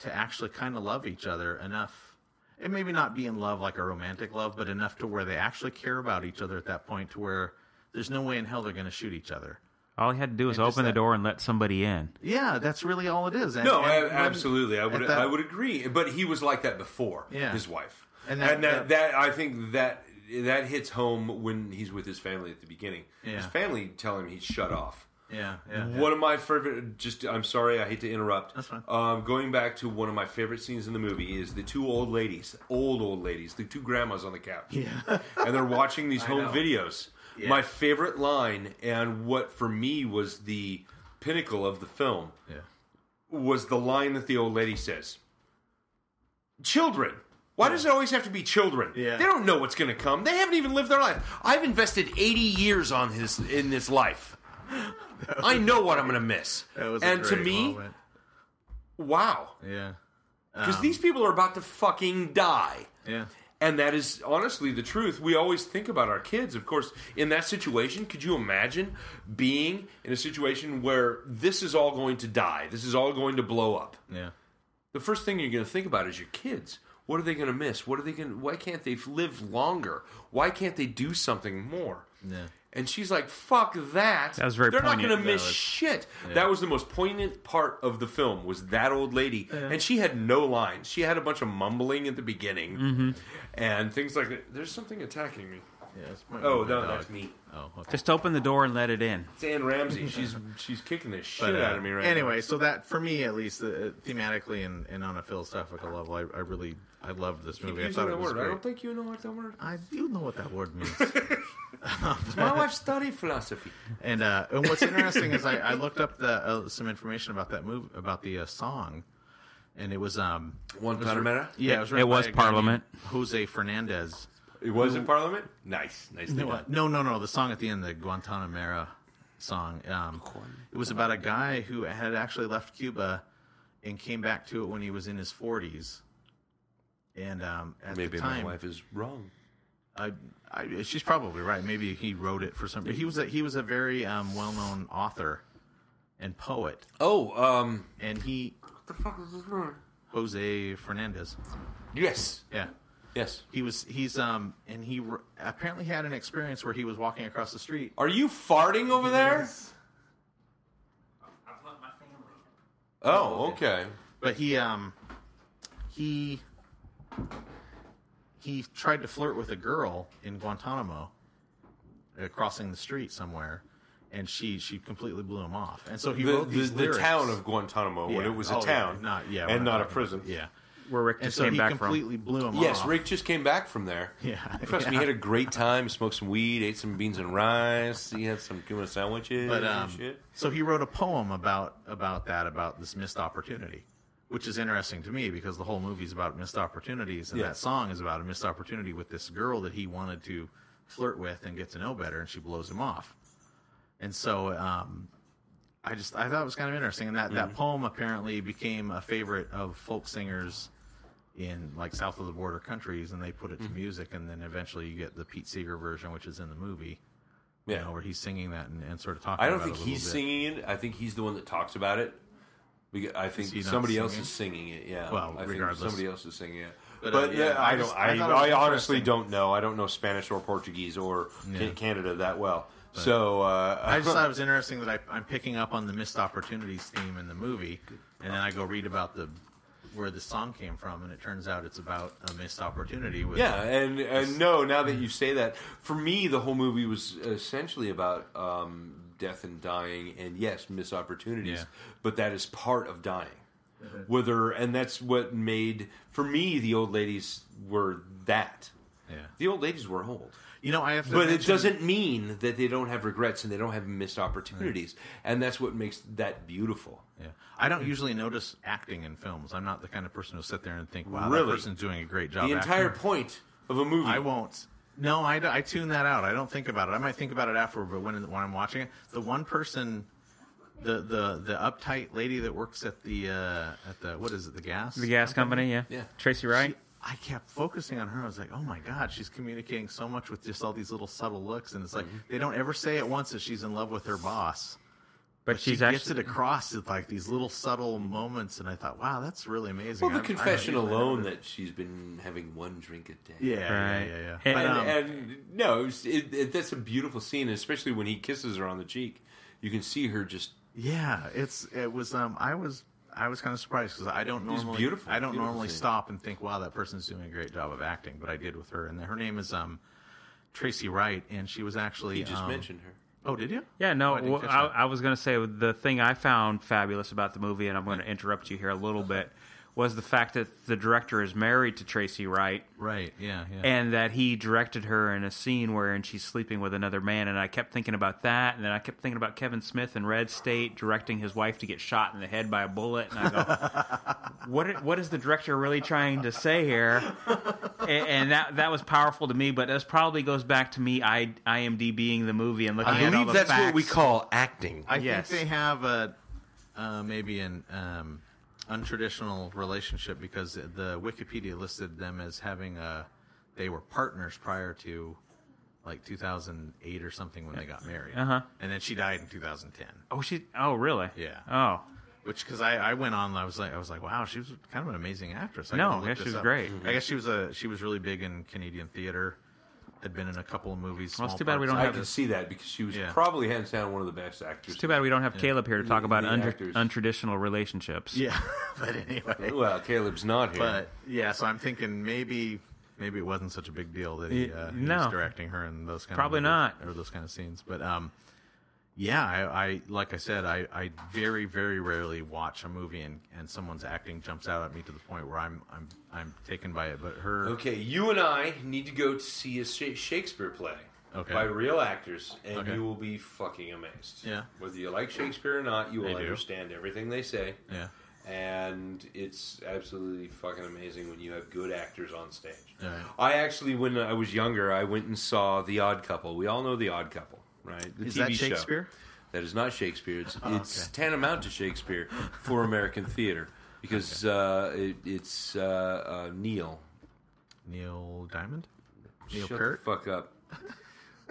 S2: to actually kind of love each other enough. And maybe not be in love like a romantic love, but enough to where they actually care about each other at that point, to where there's no way in hell they're going to shoot each other.
S3: All he had to do was open the
S2: that-
S3: door and let somebody in.
S2: Yeah, that's really all it is. And,
S1: No,
S2: and
S1: I,
S2: when-
S1: absolutely. I
S2: at
S1: would
S2: that-
S1: I would agree. But he was like that before.
S2: Yeah.
S1: his wife. And
S2: And
S1: that,
S2: that-
S1: that, I think that that hits home when he's with his family at the beginning. His
S2: Yeah.
S1: family tell him he's shut off.
S2: Yeah, yeah, yeah.
S1: One of my favorite, just I'm sorry, I hate to interrupt.
S2: That's fine.
S1: Um, going back to one of my favorite scenes in the movie is the two old ladies, old old ladies, the two grandmas on the couch,
S2: Yeah.
S1: and they're watching these home
S2: know.
S1: videos.
S2: Yeah.
S1: My favorite line, and what for me was the pinnacle of the film,
S2: yeah.
S1: was the line that the old lady says: "Children." Why does it always have to be children?
S2: Yeah.
S1: They don't know what's going to come. They haven't even lived their life. I've invested 80 years on this in this life. I know what I'm going to miss.
S2: That was a
S1: and to
S2: great
S1: me,
S2: moment. Uh-huh.
S1: wow.
S2: yeah,
S1: Because these people are about to fucking die.
S2: yeah,
S1: And that is honestly the truth. We always think about our kids. Of course, in that situation, could you imagine being in a situation where this is all going to die? This is all going to blow up.
S2: yeah.
S1: The first thing you're going to think about is your kids. What are they going to miss? What are they going to why can't they live longer? Why can't they do something more?
S2: Yeah.
S1: And she's like, "Fuck that!
S3: That was very
S1: They're not
S3: poignant,
S1: going to miss
S2: though.
S1: shit." That was the most poignant part of the film was that old lady, and she had no lines. She had a bunch of mumbling at the beginning
S2: Mm-hmm.
S1: and things like that. There's something attacking me.
S2: yeah it's my-
S1: Oh,
S2: my
S1: no,
S2: dog.
S1: that's me.
S2: Oh, okay.
S3: Just open the door and let it in.
S1: It's Ann Ramsey. She's she's kicking the shit
S2: But, uh,
S1: out of me right now.
S2: anyway, so that for me at least, uh, thematically and, and on a philosophical level, I, I really I loved this
S1: Keep
S2: movie. I
S1: using
S2: thought
S1: that
S2: it was
S1: word. I
S2: great.
S1: don't think you know what that word.
S2: I do know what that word means.
S1: Is. My wife studied philosophy.
S2: and uh, and what's interesting is I, I looked up the uh, some information about that movie about the uh, song, and it was um
S1: One Panamera.
S2: yeah it was,
S3: It
S2: written by
S3: was
S2: a guy named
S3: Parliament.
S2: Jose Fernandez.
S1: It was in Parliament. Nice, nice.
S2: No, uh, no, no, no. The song at the end, the Guantanamera song. Um, it was about a guy who had actually left Cuba and came back to it when he was in his forties. And um, at
S1: Maybe
S2: the
S1: my
S2: time,
S1: wife is wrong.
S2: I, I, she's probably right. Maybe he wrote it for some. He was a, he was a very um, well known author, and poet,
S1: Oh, um,
S2: and he
S1: what the fuck is this name?
S2: Jose Fernandez.
S1: Yes,
S2: Yeah,
S1: yes.
S2: he was he's um and he r apparently had an experience where he was walking across the street.
S1: Are you farting over there? Oh, okay.
S2: but he um he he tried to flirt with a girl in Guantanamo uh, crossing the street somewhere and she she completely blew him off and so he
S1: The,
S2: wrote
S1: the,
S2: these
S1: the
S2: lyrics.
S1: town of Guantanamo when
S2: Yeah.
S1: it was a
S2: Oh, yeah.
S1: town,
S2: Not- yeah, we're
S1: and not a
S2: talking-
S1: prison.
S2: yeah
S3: Where Rick
S2: and
S3: just
S2: so
S3: came
S2: he
S3: back
S2: completely blew him
S1: Yes,
S2: off
S1: Rick just came back from there.
S2: Yeah,
S1: trust me,
S2: yeah.
S1: he had a great time. Smoked some weed, ate some beans and rice. He had some tuna sandwiches
S2: but
S1: and
S2: um
S1: shit.
S2: so he wrote a poem about about that about this missed opportunity which is interesting to me because the whole movie's about missed opportunities and
S1: Yeah.
S2: that song is about a missed opportunity with this girl that he wanted to flirt with and get to know better and she blows him off and so um i just i thought it was kind of interesting and that
S1: Mm-hmm.
S2: that poem apparently became a favorite of folk singers in like south of the border countries and they put it
S1: Mm-hmm.
S2: to music and then eventually you get the pete seeger version which is in the movie you
S1: Yeah.
S2: know, where he's singing that and, and sort of talking
S1: I don't
S2: about
S1: think
S2: it a little
S1: he's
S2: bit.
S1: singing it. I think he's the one that talks about it. Beca- I think
S2: he not
S1: somebody else
S2: singing?
S1: is singing it. Yeah.
S2: Well,
S1: I think
S2: regardless.
S1: somebody else is singing it. But,
S2: But, uh,
S1: yeah,
S2: yeah,
S1: I
S2: I
S1: don't.
S2: just- I
S1: I,
S2: thought it was
S1: I, honestly
S2: interesting.
S1: don't know. I don't know Spanish or Portuguese or Ca- Canada that well. so uh,
S2: I just thought it was interesting that I, I'm picking up on the missed opportunities theme in the movie, and then I go read about the where the song came from, and it turns out it's about a missed opportunity. With
S1: Yeah, and and no, now that you say that, for me, the whole movie was essentially about um, death and dying, and yes, missed opportunities,
S2: Yeah.
S1: but that is part of dying. Whether and that's what made for me the old ladies were that.
S2: Yeah.
S1: The old ladies were old,
S2: you know, I have to.
S1: but it
S2: mention-
S1: doesn't mean that they don't have regrets and they don't have missed opportunities, and that's what makes that beautiful.
S2: Yeah. I don't usually notice acting in films. I'm not the kind of person who'll sit there and think, "Wow,
S1: Really?
S2: that person's doing a great job."
S1: The entire
S2: acting.
S1: point of a movie.
S2: I won't. No, I, d- I tune that out. I don't think about it. I might think about it afterward, but when when I'm watching it, the one person, the the the uptight lady that works at the uh, at the what is it the gas
S3: from the gas company. Yeah,
S1: Yeah.
S3: Tracy Wright.
S2: She- I kept focusing on her. I was like, oh my god, she's communicating so much with just all these little subtle looks, and it's like
S1: Mm-hmm.
S2: they don't ever say it once that she's in love with her boss.
S3: but she's
S2: she gets
S3: actually
S2: it across with like these little subtle moments, and I thought, wow, that's really amazing.
S1: well, the
S2: I'm- I'm-
S1: confession
S2: I don't-
S1: alone that she's been having one drink a day.
S2: Yeah, yeah,
S3: Right.
S2: yeah, yeah.
S3: And-
S2: But,
S1: and,
S2: um,
S1: and no, it was, it, it, that's a beautiful scene, especially when he kisses her on the cheek. You can see her just
S2: Yeah, it's it was. Um, I was I was kind of surprised because I don't normally
S1: beautiful,
S2: I don't
S1: beautiful
S2: normally
S1: scene.
S2: stop and think, wow, that person's doing a great job of acting, but I did with her, and her name is um Tracy Wright, and she was actually
S1: you just
S2: um,
S1: mentioned her.
S2: Oh, did you?
S3: Yeah,
S2: Oh,
S3: no,
S2: I didn't
S3: well,
S2: catch
S3: I,
S2: that.
S3: I was going to say the thing I found fabulous about the movie, and I'm going to interrupt you here a little bit, was the fact that the director is married to Tracy Wright,
S2: Right. Yeah. Yeah.
S3: and that he directed her in a scene wherein she's sleeping with another man. And I kept thinking about that, and then I kept thinking about Kevin Smith in Red State directing his wife to get shot in the head by a bullet. And I go, what i- What is the director really trying to say here? And, and that that was powerful to me, but this probably goes back to me I IMDBing the movie and looking
S2: I
S3: at all
S2: believe
S3: the
S1: that's
S3: facts.
S1: what we call acting.
S2: I
S3: yes.
S2: think they have a uh, maybe an um, untraditional relationship because the Wikipedia listed them as having a they were partners prior to like 2008 or something when they got married, uh-huh. and then she died in 2010.
S3: Oh, she. Oh, really?
S2: Yeah.
S3: Oh,
S2: Which because I, I went on, and I was like, I was like, wow, she was kind of an amazing actress. I
S3: No,
S2: gotta look
S3: yeah, she
S2: this
S3: was
S2: up.
S3: great.
S2: I guess she was a she was really big in Canadian theater. Had been in a couple of movies.
S3: Well, it's
S2: small
S3: too bad we
S2: parts.
S3: don't
S1: I
S3: have
S1: can
S3: this-
S1: see that because she was
S2: Yeah.
S1: probably hands down one of the best actors.
S3: too bad we don't have Caleb here to talk about
S1: the
S3: untra-
S1: actors.
S3: untraditional relationships.
S2: Yeah, but anyway.
S1: Well, Caleb's not here.
S2: But yeah, so I'm thinking maybe maybe it wasn't such a big deal that he, uh, he
S3: No.
S2: was directing her in those kind
S3: Probably
S2: of
S3: not.
S2: or those kind of scenes. But um, yeah, I, I like I said, I, I very very rarely watch a movie and, and someone's acting jumps out at me to the point where I'm I'm I'm taken by it. But her,
S1: okay, you and I need to go to see a Sha- Shakespeare play
S2: Okay.
S1: by real actors, and
S2: Okay.
S1: you will be fucking amazed.
S2: Yeah.
S1: whether you like Shakespeare or not, you will
S2: I do.
S1: understand everything they say.
S2: yeah,
S1: and it's absolutely fucking amazing when you have good actors on stage.
S2: Yeah.
S1: I actually, when I was younger, I went and saw The Odd Couple. We all know The Odd Couple, right? The
S2: is that Shakespeare? Oh,
S1: Show. That is not Shakespeare. It's, it's tantamount to Shakespeare for American theater because uh, it, it's uh, uh, Neil.
S2: Neil Diamond, Neil
S1: Shut
S2: Peart.
S1: the fuck up.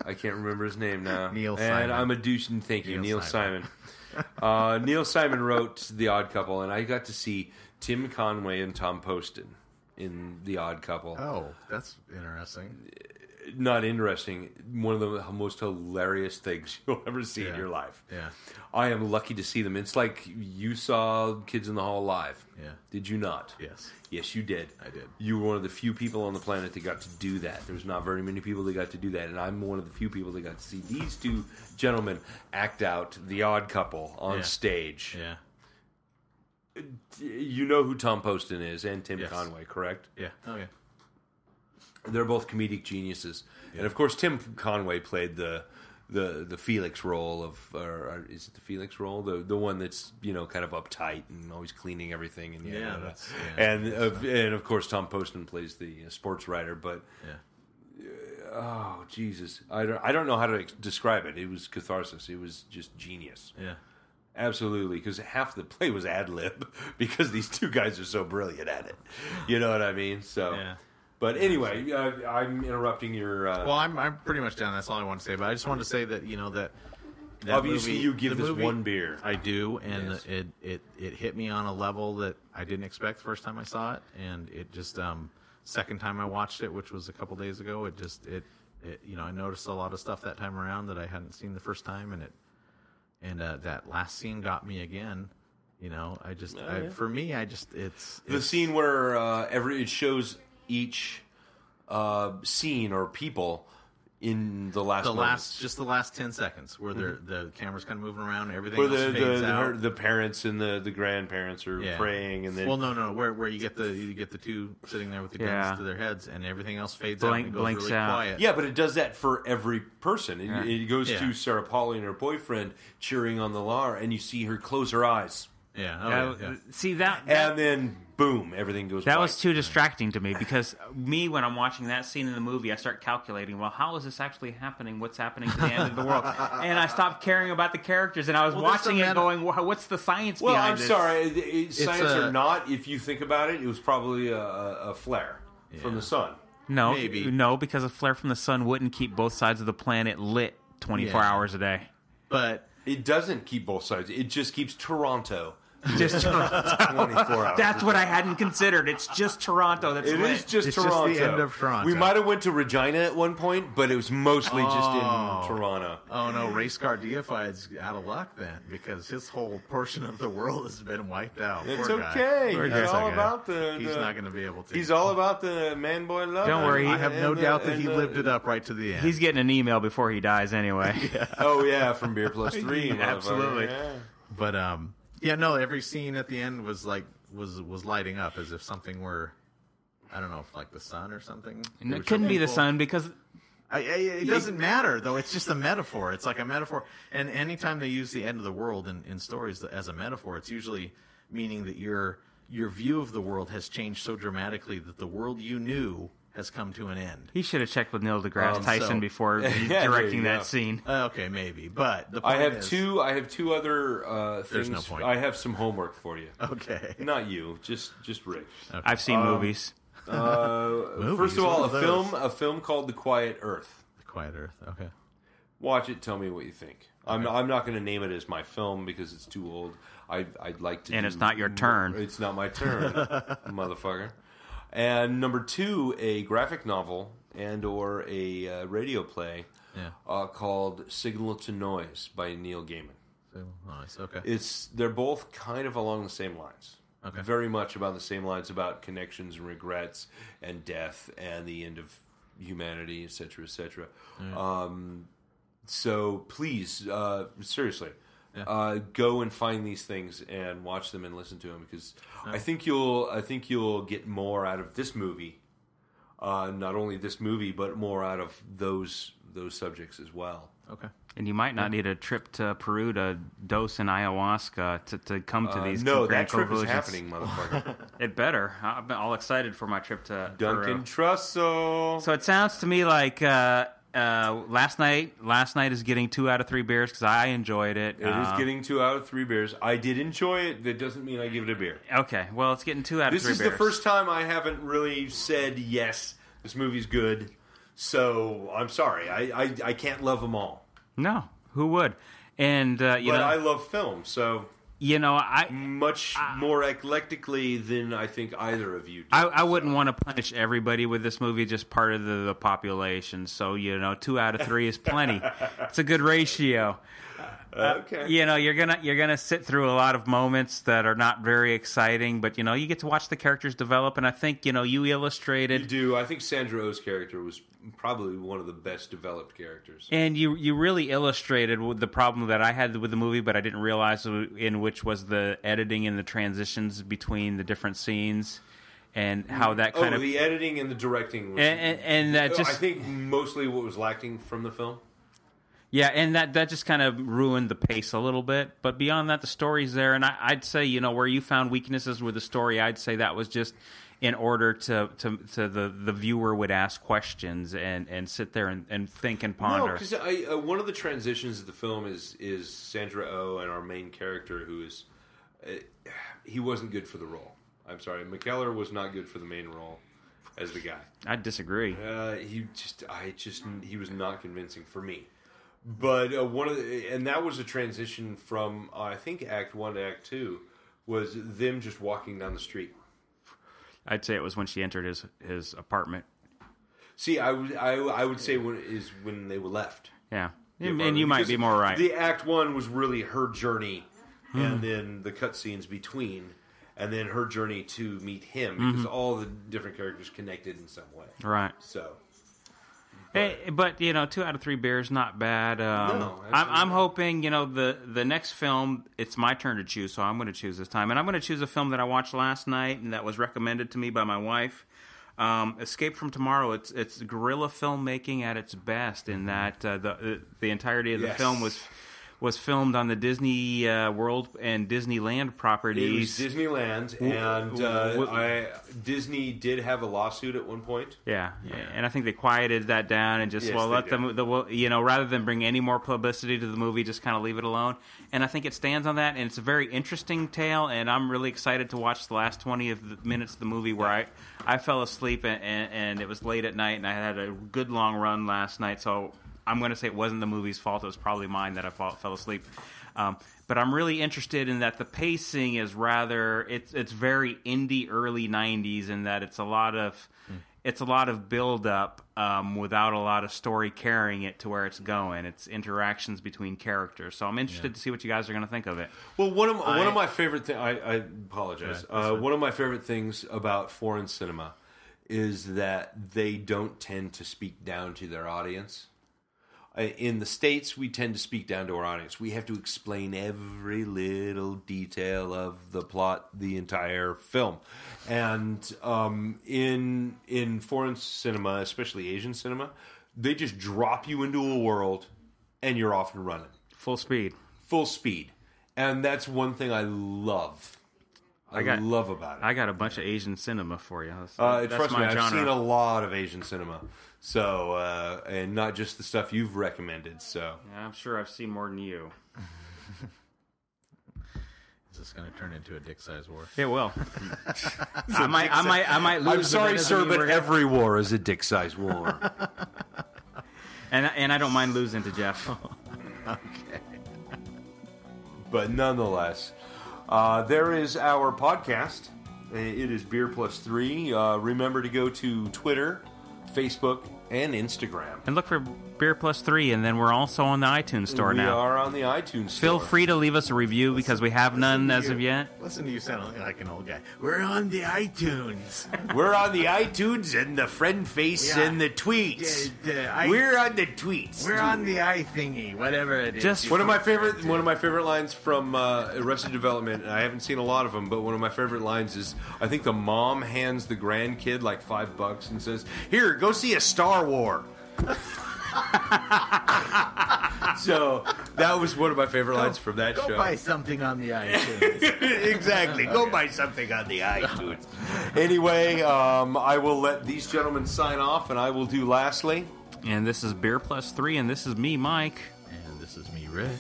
S4: I can't remember his name now.
S2: Neil
S4: and
S2: Simon.
S4: I'm a douche and thank you, Neil,
S2: Neil
S4: Simon.
S2: Simon.
S4: uh, Neil Simon wrote The Odd Couple, and I got to see Tim Conway and Tom Poston in The Odd Couple.
S2: Oh, that's interesting.
S4: Not interesting. One of the most hilarious things you'll ever see in
S2: Yeah.
S4: your life.
S2: Yeah.
S4: I am lucky to see them. It's like you saw Kids in the Hall live.
S2: Yeah.
S4: Did you not?
S2: Yes.
S4: Yes, you did.
S2: I did.
S4: You were one of the few people on the planet that got to do that. There's not very many people that got to do that, and I'm one of the few people that got to see these two gentlemen act out the odd couple on
S2: Yeah.
S4: stage.
S2: Yeah.
S4: You know who Tom Poston is and Tim
S2: Yes.
S4: Conway, correct?
S2: Yeah. Oh yeah.
S4: They're both comedic geniuses, and of course, Tim Conway played the. The, the Felix role of or, or is it the Felix role the the one that's you know kind of uptight and always cleaning everything and
S2: Yeah, that's- yeah.
S4: and of and of course Tom Poston plays the uh, sports writer but
S2: Yeah.
S4: Oh Jesus! I don't. I don't know how to ex- describe it. It was catharsis. It was just genius.
S2: Yeah.
S4: Absolutely, because half the play was ad lib because these two guys are so brilliant at it. You know what I mean? So.
S2: Yeah.
S4: But anyway, uh, I'm interrupting your. Uh,
S2: Well, I'm I'm pretty much done. That's all I want to say. But I just wanted to say that you know that. that
S4: obviously,
S2: movie-
S4: you give
S2: the
S4: this
S2: movie-
S4: one beer.
S2: I do, and
S4: Yes.
S2: it, it it hit me on a level that I didn't expect the first time I saw it, and it just um second time I watched it, which was a couple days ago, it just it, it you know I noticed a lot of stuff that time around that I hadn't seen the first time, and it and uh, that last scene got me again. You know, I just I, for me, I just it's,
S4: Oh, the
S2: it's
S4: scene where uh, every it shows each uh, scene or people in the last
S2: the
S4: moments.
S2: last just the last ten seconds where they're the camera's kind of moving around, everything
S4: Mm-hmm. where
S2: else
S4: the the,
S2: fades out.
S4: the the parents and the the grandparents are
S2: Yeah.
S4: praying and then
S2: well, no, no, where where you get the you get the two sitting there with the guns
S3: Yeah.
S2: to their heads, and everything else fades out
S3: Blank-
S2: and goes
S3: blanks
S2: really
S3: out.
S2: quiet.
S4: Yeah, but it does that for every person. It, it goes
S2: Yeah.
S4: to Sarah Pauli and her boyfriend cheering on the Lar, and you see her close her eyes,
S2: yeah, oh,
S3: Uh,
S2: yeah, yeah.
S3: See that
S4: and then boom, everything goes.
S3: That
S4: white.
S3: was too distracting to me because me, when I'm watching that scene in the movie, I start calculating, well, how is this actually happening? What's happening to the end of the world? And I stopped caring about the characters, and I was
S2: Well, that's
S3: watching
S2: the
S3: it,
S2: meta-
S3: going, "Wha- what's the science
S4: Well,
S3: behind
S4: I'm
S3: this?
S4: sorry, it- it- science
S2: a-
S4: or not, if you think about it, it was probably a, a flare from the sun.
S3: No,
S2: Maybe.
S3: no, because a flare from the sun wouldn't keep both sides of the planet lit 24
S2: Yeah.
S3: hours a day.
S2: But
S4: It doesn't keep both sides; it just keeps Toronto
S3: Just
S4: 24 hours.
S3: that's what I hadn't considered. It's just Toronto that's
S4: It
S3: lit.
S4: is just
S2: It's just the
S4: Toronto.
S2: end of Toronto.
S4: We might have went to Regina at one point, but it was mostly just in Toronto.
S2: oh no, race car deified's out of luck then because his whole portion of the world has been wiped out.
S4: It's
S2: Poor guy.
S4: okay.
S2: Poor
S4: He's
S2: guy.
S4: all about the-
S2: He's
S4: the-
S2: not going to be able to.
S4: He's all about the man boy love.
S3: Don't worry,
S2: I have no
S4: And the-
S2: doubt that he
S4: and the-
S2: lived it up right to the end.
S3: He's getting an email before he dies anyway.
S4: Oh yeah, from Beer Plus Three.
S2: Yeah,
S4: motherfucker.
S2: absolutely.
S4: Yeah.
S2: but um, yeah, no, every scene at the end was like was was lighting up as if something were. I don't know if like the sun or something. They
S3: It
S2: would show
S3: couldn't be the
S2: people-
S3: sun because
S2: I, I, it doesn't matter though. It's just a metaphor. It's like a metaphor. And anytime they use the end of the world in, in stories as a metaphor, it's usually meaning that your your view of the world has changed so dramatically that the world you knew has come to an end.
S3: he should have checked with Neil deGrasse
S2: Um,
S3: Tyson
S2: so-
S3: before
S4: there you
S3: directing
S4: go.
S3: that scene.
S2: Uh, okay, maybe. But the
S4: I
S2: point
S4: have
S2: is-
S4: two. I have two other uh, things.
S2: There's no point.
S4: I have some homework for you.
S2: Okay.
S4: Not you, just just Rick.
S3: I've seen
S4: Um,
S3: movies.
S4: Uh, first of
S2: what
S4: all,
S2: are
S4: a
S2: those?
S4: film, a film called The Quiet Earth.
S2: Quiet Earth. Okay.
S4: Watch it. Tell me what you think. I'm I'm not going to name it as my film because it's too old. I I'd like to.
S3: And
S4: do
S3: it's not your
S4: more-
S3: turn.
S4: It's not my turn, motherfucker. And number two, a graphic novel and or a uh, radio play
S2: Yeah.
S4: uh, called Signal to Noise by Neil Gaiman.
S2: So, nice. Okay.
S4: It's they're both kind of along the same lines.
S2: Okay.
S4: Very much about the same lines about connections and regrets and death and the end of humanity, et cetera, et cetera. Um, so please, uh, seriously, uh, go and find these things and watch them and listen to them because I think you'll I think you'll get more out of this movie, uh, not only this movie but more out of those those subjects as well.
S2: okay.
S3: And you might not need a trip to Peru to dose in ayahuasca to, to come to these.
S4: Uh, no, that
S3: concrete
S4: trip is
S3: conclusions.
S4: happening, motherfucker.
S3: It better. I'm all excited for my trip to
S4: Duncan
S3: Peru.
S4: Trussell.
S3: So it sounds to me like uh, uh, last night. Last night is getting two out of three beers because I enjoyed it. Uh,
S4: It is getting two out of three beers. I did enjoy it. That doesn't mean I give it a beer.
S3: okay. Well, it's getting two out
S4: This
S3: of
S4: is
S3: three beers.
S4: the first time I haven't really said yes. This movie's good.
S1: So I'm sorry, I I, I can't love them all,
S3: No, who would? And uh, you
S1: but
S3: know,
S1: I love film. So
S3: you know, I,
S1: much more eclectically than I think either of you. Do.
S3: I, I wouldn't want to punish everybody with this movie. Just part of the, the population. So you know, two out of three is plenty. it's a good ratio. Uh,
S1: okay.
S3: You know, you're gonna you're gonna sit through a lot of moments that are not very exciting, but you know, you get to watch the characters develop. And I think you know, you illustrated
S1: I do. I think Sandra O's character was probably one of the best developed characters.
S3: And you you really illustrated with the problem that I had with the movie, but I didn't realize in which was the editing and the transitions between the different scenes, and how that
S1: Oh,
S3: kind of
S1: the editing and the directing. Was, Oh,
S3: and, and, and that just
S1: I think mostly what was lacking from the film.
S3: yeah, and that that just kind of ruined the pace a little bit. But beyond that, the story's there, and I, I'd say you know where you found weaknesses with the story, I'd say that was just in order to to, to the the viewer would ask questions and and sit there and, and think and
S1: No,
S3: ponder.
S1: because uh, one of the transitions of the film is is Sandra O oh and our main character, who is uh, he wasn't good for the role. I'm sorry, McKellar was not good for the main role as the guy.
S3: I disagree.
S1: Uh, he just, I just, he was not convincing for me. But uh, one of the, and that was a transition from uh, I think Act One to Act Two was them just walking down the street.
S3: I'd say it was when she entered his his apartment.
S1: See, I would, I, I would say when is when they were left.
S3: Yeah. And, and you might be more right. Hmm.
S1: The Act One was really her journey, and then the cutscenes between, and then her journey to meet him
S3: Mm-hmm.
S1: because all the different characters connected in some way.
S3: right.
S1: So
S3: Hey, but, you know, two out of three beers, not bad. Um,
S1: No,
S3: I'm, I'm
S1: absolutely.
S3: hoping, you know, the, the next film, it's my turn to choose, so I'm going to choose this time. And I'm going to choose a film that I watched last night and that was recommended to me by my wife. Um, Escape from Tomorrow. It's it's guerrilla filmmaking at its best. In that uh, the the entirety of the
S1: Mm-hmm. Yes.
S3: film was was filmed on the Disney uh, World and Disneyland
S1: It was
S3: properties.
S1: Disneyland, and uh,
S3: wh-
S1: I, Disney did have a lawsuit at one point.
S3: Yeah. and I think they quieted that down and just
S1: Yes,
S3: well
S1: they
S3: let
S1: did.
S3: them the well, you know rather than bring any more publicity to the movie, just kind of leave it alone. And I think it stands on that, and it's a very interesting tale. And I'm really excited to watch the last 20 of the minutes of the movie where I I fell asleep and, and, and it was late at night, and I had a good long run last night, so. I'm going to say it wasn't the movie's fault. It was probably mine that I fall, fell asleep. Um, but I'm really interested in that the pacing is rather it's it's very indie early '90s in that it's a lot of
S1: Mm-hmm.
S3: it's a lot of build up um, without a lot of story carrying it to where it's going. It's interactions between characters. So I'm interested to see what you guys are going to think of it.
S1: Well, one of my, one of my favorite things. I, I apologize. uh, one of my favorite things about foreign cinema is that they don't tend to speak down to their audience. Uh, In the states, we tend to speak down to our audience. We have to explain every little detail of the plot, the entire film, and um, in in foreign cinema, especially Asian cinema, they just drop you into a world, and you're off and running
S3: Full speed.
S1: full speed, and that's one thing I love. I,
S3: got-
S1: love about it.
S3: I got a bunch of Asian cinema for you. That's,
S1: uh,
S3: that's
S1: trust me,
S3: my
S1: I've
S3: genre.
S1: seen a lot of Asian cinema, so uh, and not just the stuff you've recommended. So
S3: Yeah, I'm sure I've seen more than you.
S2: Is this going to turn into a dick size war?
S3: It will. I might, I might, I might lose.
S1: I'm sorry,
S3: that doesn't
S1: sir,
S3: mean
S1: but
S3: we're gonna-
S1: every war is a dick-sized war.
S3: and and I don't mind losing to Jeff.
S1: but nonetheless, uh, there is our podcast. Uh, It is Beer Plus Three. Uh, remember to go to Twitter, Facebook, and Instagram.
S3: And look for Beer Plus Three, and then we're also on the iTunes store
S1: we
S3: now.
S1: are on the iTunes.
S3: Feel
S1: store.
S3: free to leave us a review because we have none as of yet.
S2: Listen to you sound like an old guy. We're on the iTunes.
S1: We're on the iTunes and the friend face
S2: Yeah.
S1: and the tweets.
S2: Yeah, the i-
S1: We're on the tweets.
S2: We're on the i thingy, whatever it is.
S3: Just
S2: You-
S1: one of my favorite one of my favorite lines from uh, Arrested Development. And I haven't seen a lot of them, but one of my favorite lines is I think the mom hands the grandkid like five bucks and says, "Here, go see a Star War." so that was one of my favorite lines from that
S2: go
S1: show.
S2: buy something on the iTunes.
S1: exactly. Go buy something on the iTunes. anyway, um, I will let these gentlemen sign off, and I will do lastly.
S3: And this is Beer Plus Three, and this is me, Mike.
S2: and this is me, Rick.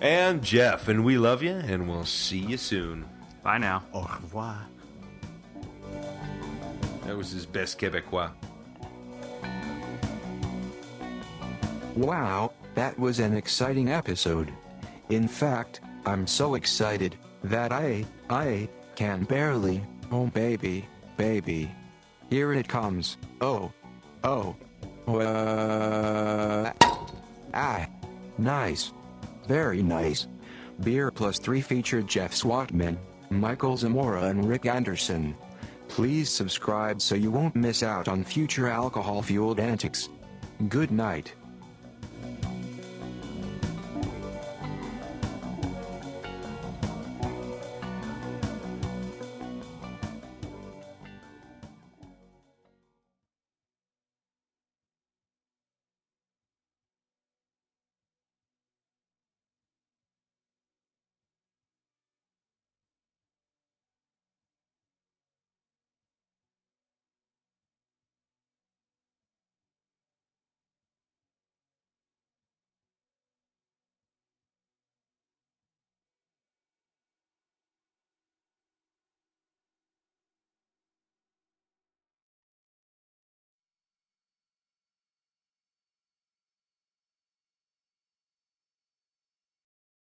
S1: and Jeff, and we love you, and we'll see you soon.
S3: Bye now.
S2: Au revoir.
S1: That was his best Quebecois.
S7: Wow, that was an exciting episode. In fact, I'm so excited that I, I can barely, oh baby, baby. Here it comes. Oh, oh, Wha- ah, nice, very nice. Beer Plus 3 featured Jeff Swatman, Michael Zamora, and Rick Anderson. Please subscribe so you won't miss out on future alcohol fueled antics. Good night.